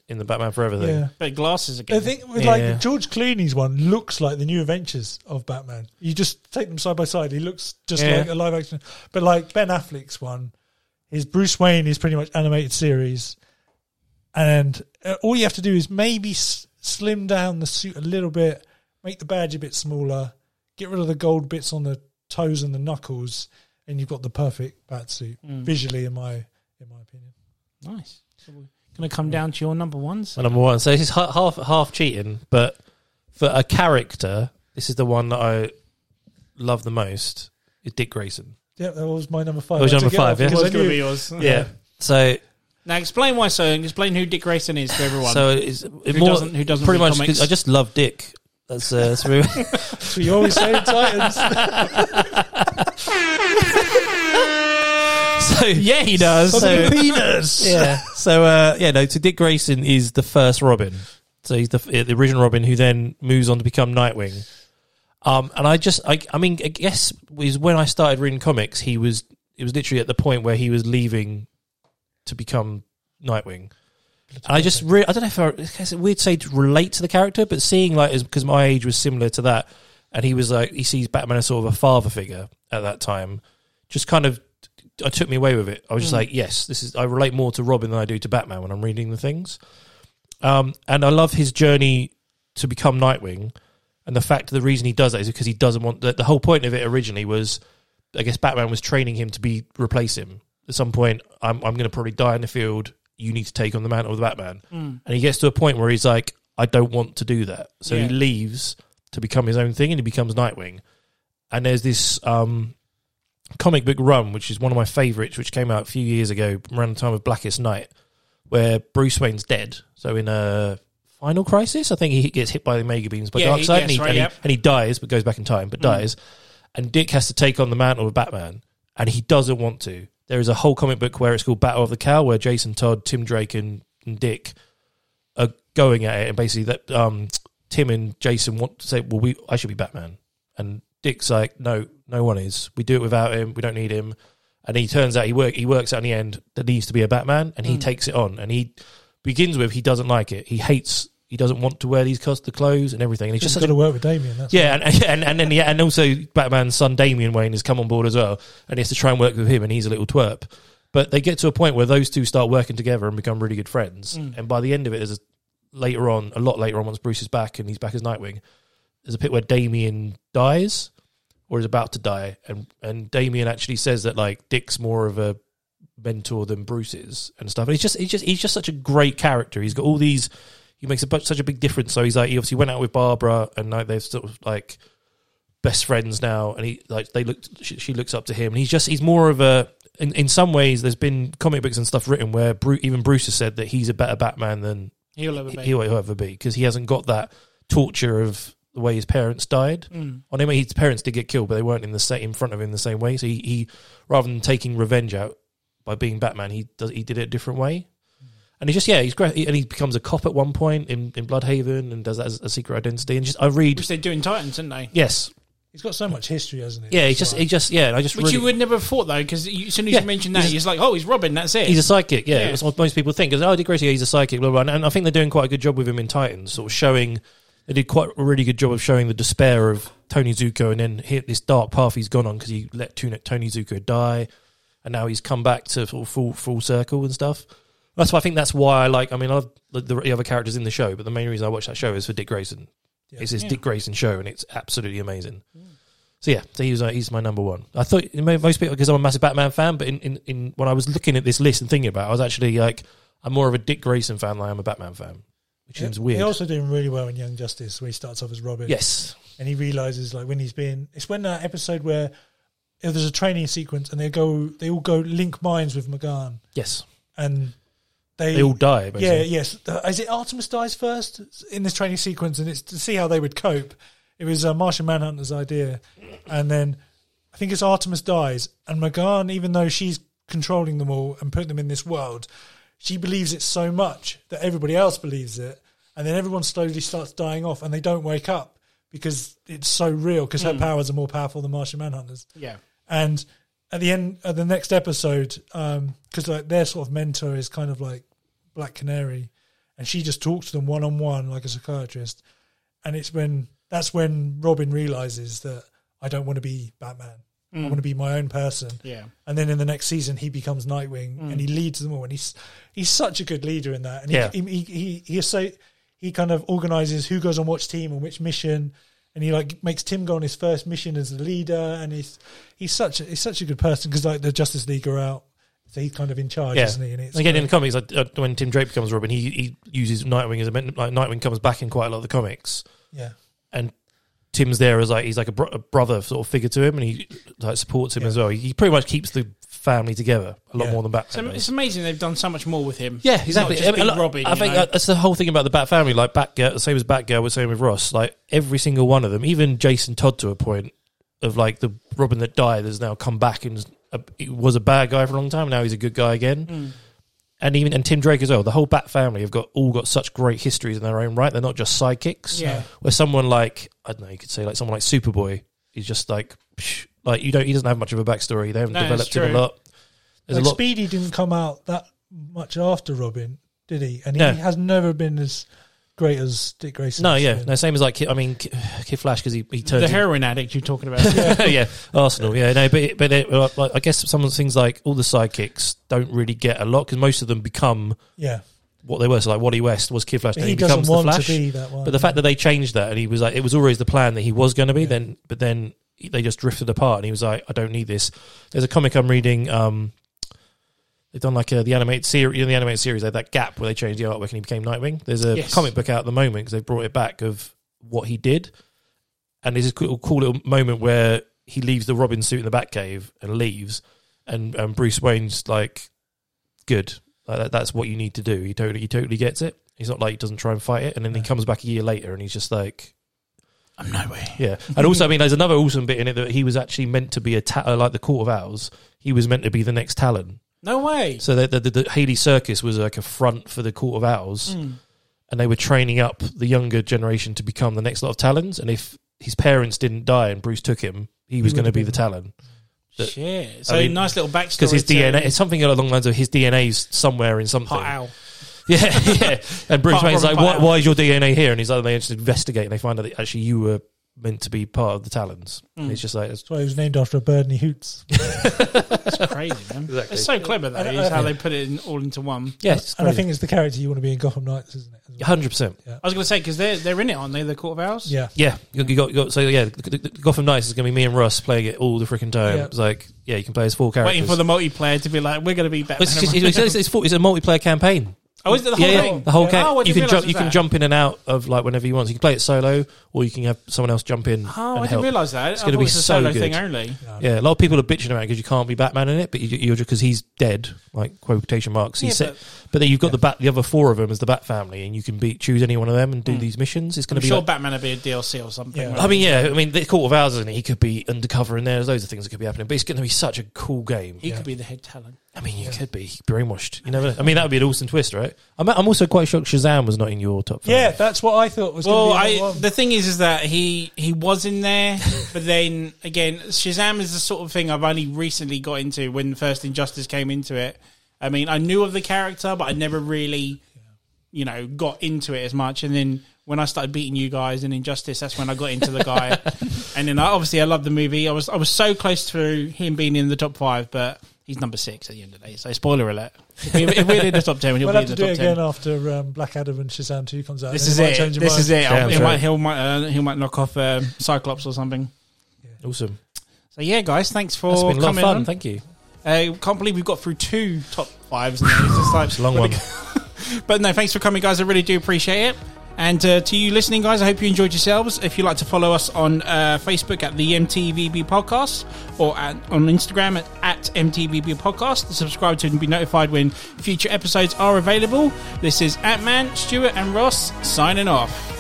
in the Batman Forever thing.
yeah,
but glasses
I
again.
think with
Yeah.
like George Clooney's one looks like the new adventures of Batman. You just take them side by side; he looks just
Yeah.
like a live action. But like Ben Affleck's one, his Bruce Wayne is pretty much animated series, and uh, all you have to do is maybe s- slim down the suit a little bit, make the badge a bit smaller, get rid of the gold bits on the toes and the knuckles, and you've got the perfect bat suit visually, in my in my opinion.
Nice. Gonna come down to your number ones.
My number one. So this is ha- half half cheating, but for a character, this is the one that I love the most. Is Dick Grayson?
Yeah, that was my number five.
That was
I had to
number
get that
five, yeah.
because I
Well, it's gonna
knew-
be yours.
Yeah. So
Now explain why so, and explain who Dick Grayson is to everyone.
so it's it
Um, Who
more
doesn't- who doesn't
pretty
read
much. 'cause
comics?
I just love Dick. That's uh, that's really, (laughs)
So you always say in Titans.
(laughs)
so yeah, he does. So, Yeah. So uh, yeah, no. So Dick Grayson is the first Robin. So he's the, the original Robin who then moves on to become Nightwing. Um, and I just, I, I mean, I guess is when I started reading comics, he was it was literally at the point where he was leaving to become Nightwing. And I just, re- I don't know if I, it's a weird to say to relate to the character, but seeing like, because my age was similar to that, and he was like, he sees Batman as sort of a father figure at that time, just kind of, I took me away with it. I was just like, yes, this is, I relate more to Robin than I do to Batman when I'm reading the things. Um, and I love his journey to become Nightwing. And the fact the reason he does that is because he doesn't want the, the whole point of it originally was, I guess Batman was training him to be replace him. At some point, I'm I'm going to probably die in the field. You need to take on the mantle of the Batman. And he gets to a point where he's like, I don't want to do that. So
Yeah.
he leaves to become his own thing, and he becomes Nightwing. And there's this um, comic book run, which is one of my favorites, which came out a few years ago around the time of Blackest Night, where Bruce Wayne's dead. So in a Final Crisis, I think he gets hit by the Mega Beams by
Yeah,
Darkseid,
he- yes,
and, he,
right,
and, he-
yep. Mm.
and he dies, but goes back in time, but dies. And Dick has to take on the mantle of Batman, and he doesn't want to. There is a whole comic book where it's called Battle of the Cow, where Jason Todd, Tim Drake, and, and Dick are going at it, and basically that um, Tim and Jason want to say, "Well, we I should be Batman," and Dick's like, "No, no one is. We do it without him. We don't need him." And he turns out he work he works out in the end that needs to be a Batman, and he takes it on, and he begins with he doesn't like it. He hates. He doesn't want to wear these cos- the clothes and everything. And
(laughs)
he's
Just
just
got
such a
to work with Damien. That's
yeah, and and and then yeah, and also Batman's son Damian Wayne has come on board as well, and he has to try and work with him, and he's a little twerp. But they get to a point where those two start working together and become really good friends. And by the end of it, there's a, later on, a lot later on, once Bruce is back and he's back as Nightwing, there's a bit where Damien dies or is about to die, and and Damien actually says that like Dick's more of a mentor than Bruce is and stuff. And he's just he's just he's just such a great character. He's got all these. He makes a, bu- such a big difference. So he's like he obviously went out with Barbara, and like they're sort of like best friends now. And he like they look she, she looks up to him, and he's just he's more of a in, in some ways, there's been comic books and stuff written where Bru- even Bruce has said that he's a better Batman than
He'll ever be.
he'll ever be because he hasn't got that torture of the way his parents died.
Mm.
On him, his parents did get killed, but they weren't in the sa in front of him the same way. So he, he rather than taking revenge out by being Batman, he does he did it a different way.
Mm.
And he's just yeah, he's great, and he becomes a cop at one point in, in Bloodhaven and does that as a secret identity. And just I read
Which they're doing Titans, aren't they?
yes,
He's got so much history, hasn't he?
yeah, he just he just yeah, and I just
Which
really,
you would never have thought though, because as soon as
Yeah,
you mention that,
he's
he's,
a-
like, oh, he's Robin. That's it.
He's a psychic, yeah.
Yeah.
That's what most people think. Because oh, Dick Grayson, yeah, he's a psychic, blah, blah blah. And I think they're doing quite a good job with him in Titans, sort of showing. They did quite a really good job of showing the despair of Tony Zuko, and then hit this dark path he's gone on because he let Tuna- Tony Zuko die, and now he's come back to sort of full full circle and stuff. That's why I think that's why I like. I mean, I love the, the other characters in the show, but the main reason I watch that show is for Dick Grayson. It's his Dick Grayson show, and it's absolutely amazing.
Mm.
So yeah, so he was uh, he's my number one. I thought mo- most people because I'm a massive Batman fan, but in, in, in when I was looking at this list and thinking about, it, I was actually like, I'm more of a Dick Grayson fan than I am a Batman fan, which seems weird.
He also doing really well in Young Justice, where he starts off as Robin.
yes,
and he realizes like when he's being it's when that episode where if there's a training sequence and they go they all go link minds with McGahn
yes,
and they,
they all die. Basically.
yeah yes Uh, is it Artemis dies first in this training sequence and it's to see how they would cope it was uh, Martian Manhunter's idea and then I think it's Artemis dies and McGahn even though she's controlling them all and putting them in this world she believes it so much that everybody else believes it and then everyone slowly starts dying off and they don't wake up because it's so real because her powers are more powerful than Martian Manhunters
yeah.
and at the end of the next episode because like their sort of mentor is kind of like black canary and she just talks to them one-on-one like a psychiatrist and it's when that's when robin realizes that i don't want to be batman i want to be my own person
Yeah.
and then in the next season he becomes nightwing and he leads them all and he's he's such a good leader in that and he,
Yeah.
he, he, he, he is so he kind of organizes who goes on which team and which mission and he like makes Tim go on his first mission as the leader and he's he's such a, he's such a good person because like the Justice League are out so he's kind of in charge
Yeah.
isn't he and it's
Again, in the comics, like, uh, when Tim Drake becomes Robin, he, he uses Nightwing as a men- like Nightwing comes back in quite a lot of the comics.
yeah
and Tim's there as like he's like a, bro- a brother sort of figure to him, and he like supports him
Yeah.
as well. He pretty much keeps the family together a lot
Yeah.
more than Batman.
So
does.
it's amazing they've done so much more with him.
yeah, exactly.
Not just
I mean,
being
a lot-
Robin.
I
you
think
know?
that- that's the whole thing about the Bat family. Like Batgirl, the same as Batgirl, we're saying with Ross. Like every single one of them, even Jason Todd to a point of like the Robin that died has now come back and is a, he was a bad guy for a long time. Now he's a good guy again.
Mm.
And even and Tim Drake as well. The whole Bat family have got all got such great histories in their own right. They're not just sidekicks.
Yeah.
Where someone like I don't know, you could say like someone like Superboy is just like psh, like you don't he doesn't have much of a backstory. They haven't
No, it's
developed him a
true.
lot. There's
like
a lot.
Speedy didn't come out that much after Robin did he and
No.
he has never been as great as Dick Grayson
No,
has
yeah,
been.
no. Same as like Ki- I mean, Ki- (sighs) Kid Flash because he he turns
the
into-
heroin addict you're talking about. yeah.
(laughs) yeah, Arsenal. Yeah, no, but but it, like, like, I guess some of the things like all the sidekicks don't really get a lot because most of them become
yeah
what they were. So like Wally West was Kid Flash,
But
then
he,
he,
doesn't
becomes the
want
Flash.
to be that one
but the fact that they changed that and he was like, it was always the plan that he was going to be. Then, but then they just drifted apart, and he was like, I don't need this. There's a comic I'm reading. Um, they've done like a, the animated series. In the animated series, they had that gap where they changed the artwork and he became Nightwing. There's a
Yes.
comic book out at the moment because they brought it back of what he did, and there's this cool, cool little moment where he leaves the Robin suit in the Batcave and leaves, and and Bruce Wayne's like, good. Like that, that's what you need to do. He totally, he totally gets it. He's not like he doesn't try and fight it, and then he comes back a year later, and he's just like,
I'm nowhere.
yeah. And also, I mean, there's another awesome bit in it that he was actually meant to be a ta- uh, like the Court of Owls. He was meant to be the next Talon.
No way.
So the the, the, the Haley Circus was like a front for the Court of Owls, and they were training up the younger generation to become the next lot of Talons. And if his parents didn't die and Bruce took him, he was going to be the Talon that-
Shit. So
I mean,
nice little backstory.
because his
to
DNA, it's something along the lines of his DNA's somewhere in something.
Hot
(laughs)
owl.
Yeah, yeah. And Bruce
Part Robin,
Wayne's like,
part
why,
Alan."
why is your DNA here? And he's like, they just investigate and they find out that actually you were meant to be part of the Talons. And it's just like, it's,
that's why he was named after a bird and he hoots
It's crazy, (laughs) man. It's so clever though.
And,
is
uh,
how they put it in, all into one.
yeah, it's
And I
crazy.
think it's the character you want to be in Gotham Knights, isn't it? as well?
100%.
I was going to say because they're they're in it, aren't they? The Court of Owls.
Yeah.
Yeah, you, you got, you got so yeah. The, the- the Gotham Knights is going to be me and Russ playing it all the freaking time.
Yeah.
It's like yeah, you can play as four characters.
Waiting for the multiplayer to be like, we're going to be
It's,
Batman. (laughs)
just, it's, it's, it's, it's, full- it's a multiplayer campaign.
Oh, is it the whole
yeah,
thing?
yeah, the whole
Yeah.
game.
Oh, I didn't
you can
realise
jump.
it
You
was
can
that.
jump in and out of like whenever you want. So you can play it solo, or you can have someone else jump in.
Oh, I
and
didn't
help.
realise that. It's
gonna
going to
be
be a
so
solo
good.
thing only.
Yeah, a lot of people are bitching about because you can't be Batman in it, but you, you're because he's dead, like quotation marks. He's
Yeah,
set, but, then you've got the bat, the other four of them as the Bat Family, and you can be choose any one of them and do these missions. It's going
Hmm. I'm
to be
sure
like-
Batman will be a DLC or something.
Yeah.
won't
I
it?
mean, yeah, I mean, the Court of Owls, isn't it? He could be undercover in there. There's loads of things that could be happening, but it's going to be such a cool game.
he could be the head talent.
I mean, you could be brainwashed. You never. know. I mean, that would be an awesome twist, right? I'm, I'm also quite shocked Shazam was not in your top. Five.
Yeah, that's what I thought was.
Well,
gonna be
I,
number one.
the thing is, is that he he was in there, but then again, Shazam is the sort of thing I've only recently got into when first Injustice came into it. I mean, I knew of the character, but I never really, you know, got into it as much. And then when I started beating you guys in Injustice, that's when I got into the
(laughs)
guy. and then I, obviously, I love the movie. I was I was so close to him being in the top five, but he's number six at the end of the day. So spoiler alert: if, we, if we're in the top ten, he'll
we'll
be
have
in the
to do
top
it
ten.
again after um, Black Adam and Shazam Two comes out.
This
and
is
might
it.
change your
This
mind.
is it.
Yeah,
he
true.
might, he might, uh, he might knock off uh, Cyclops or something.
awesome.
So yeah, guys, thanks for
That's been a lot of
coming.
fun.
on.
Thank you.
Uh, can't believe we've got through two top fives. Now. It's just like,
(laughs) It's a long one.
(laughs) But no, thanks for coming, guys. I really do appreciate it. And uh, to you listening, guys, I hope you enjoyed yourselves. If you'd like to follow us on uh, Facebook at the MTVB Podcast or at, on Instagram at, at MTVB Podcast, subscribe to and be notified when future episodes are available. This is Atman, Stuart, and Ross signing off.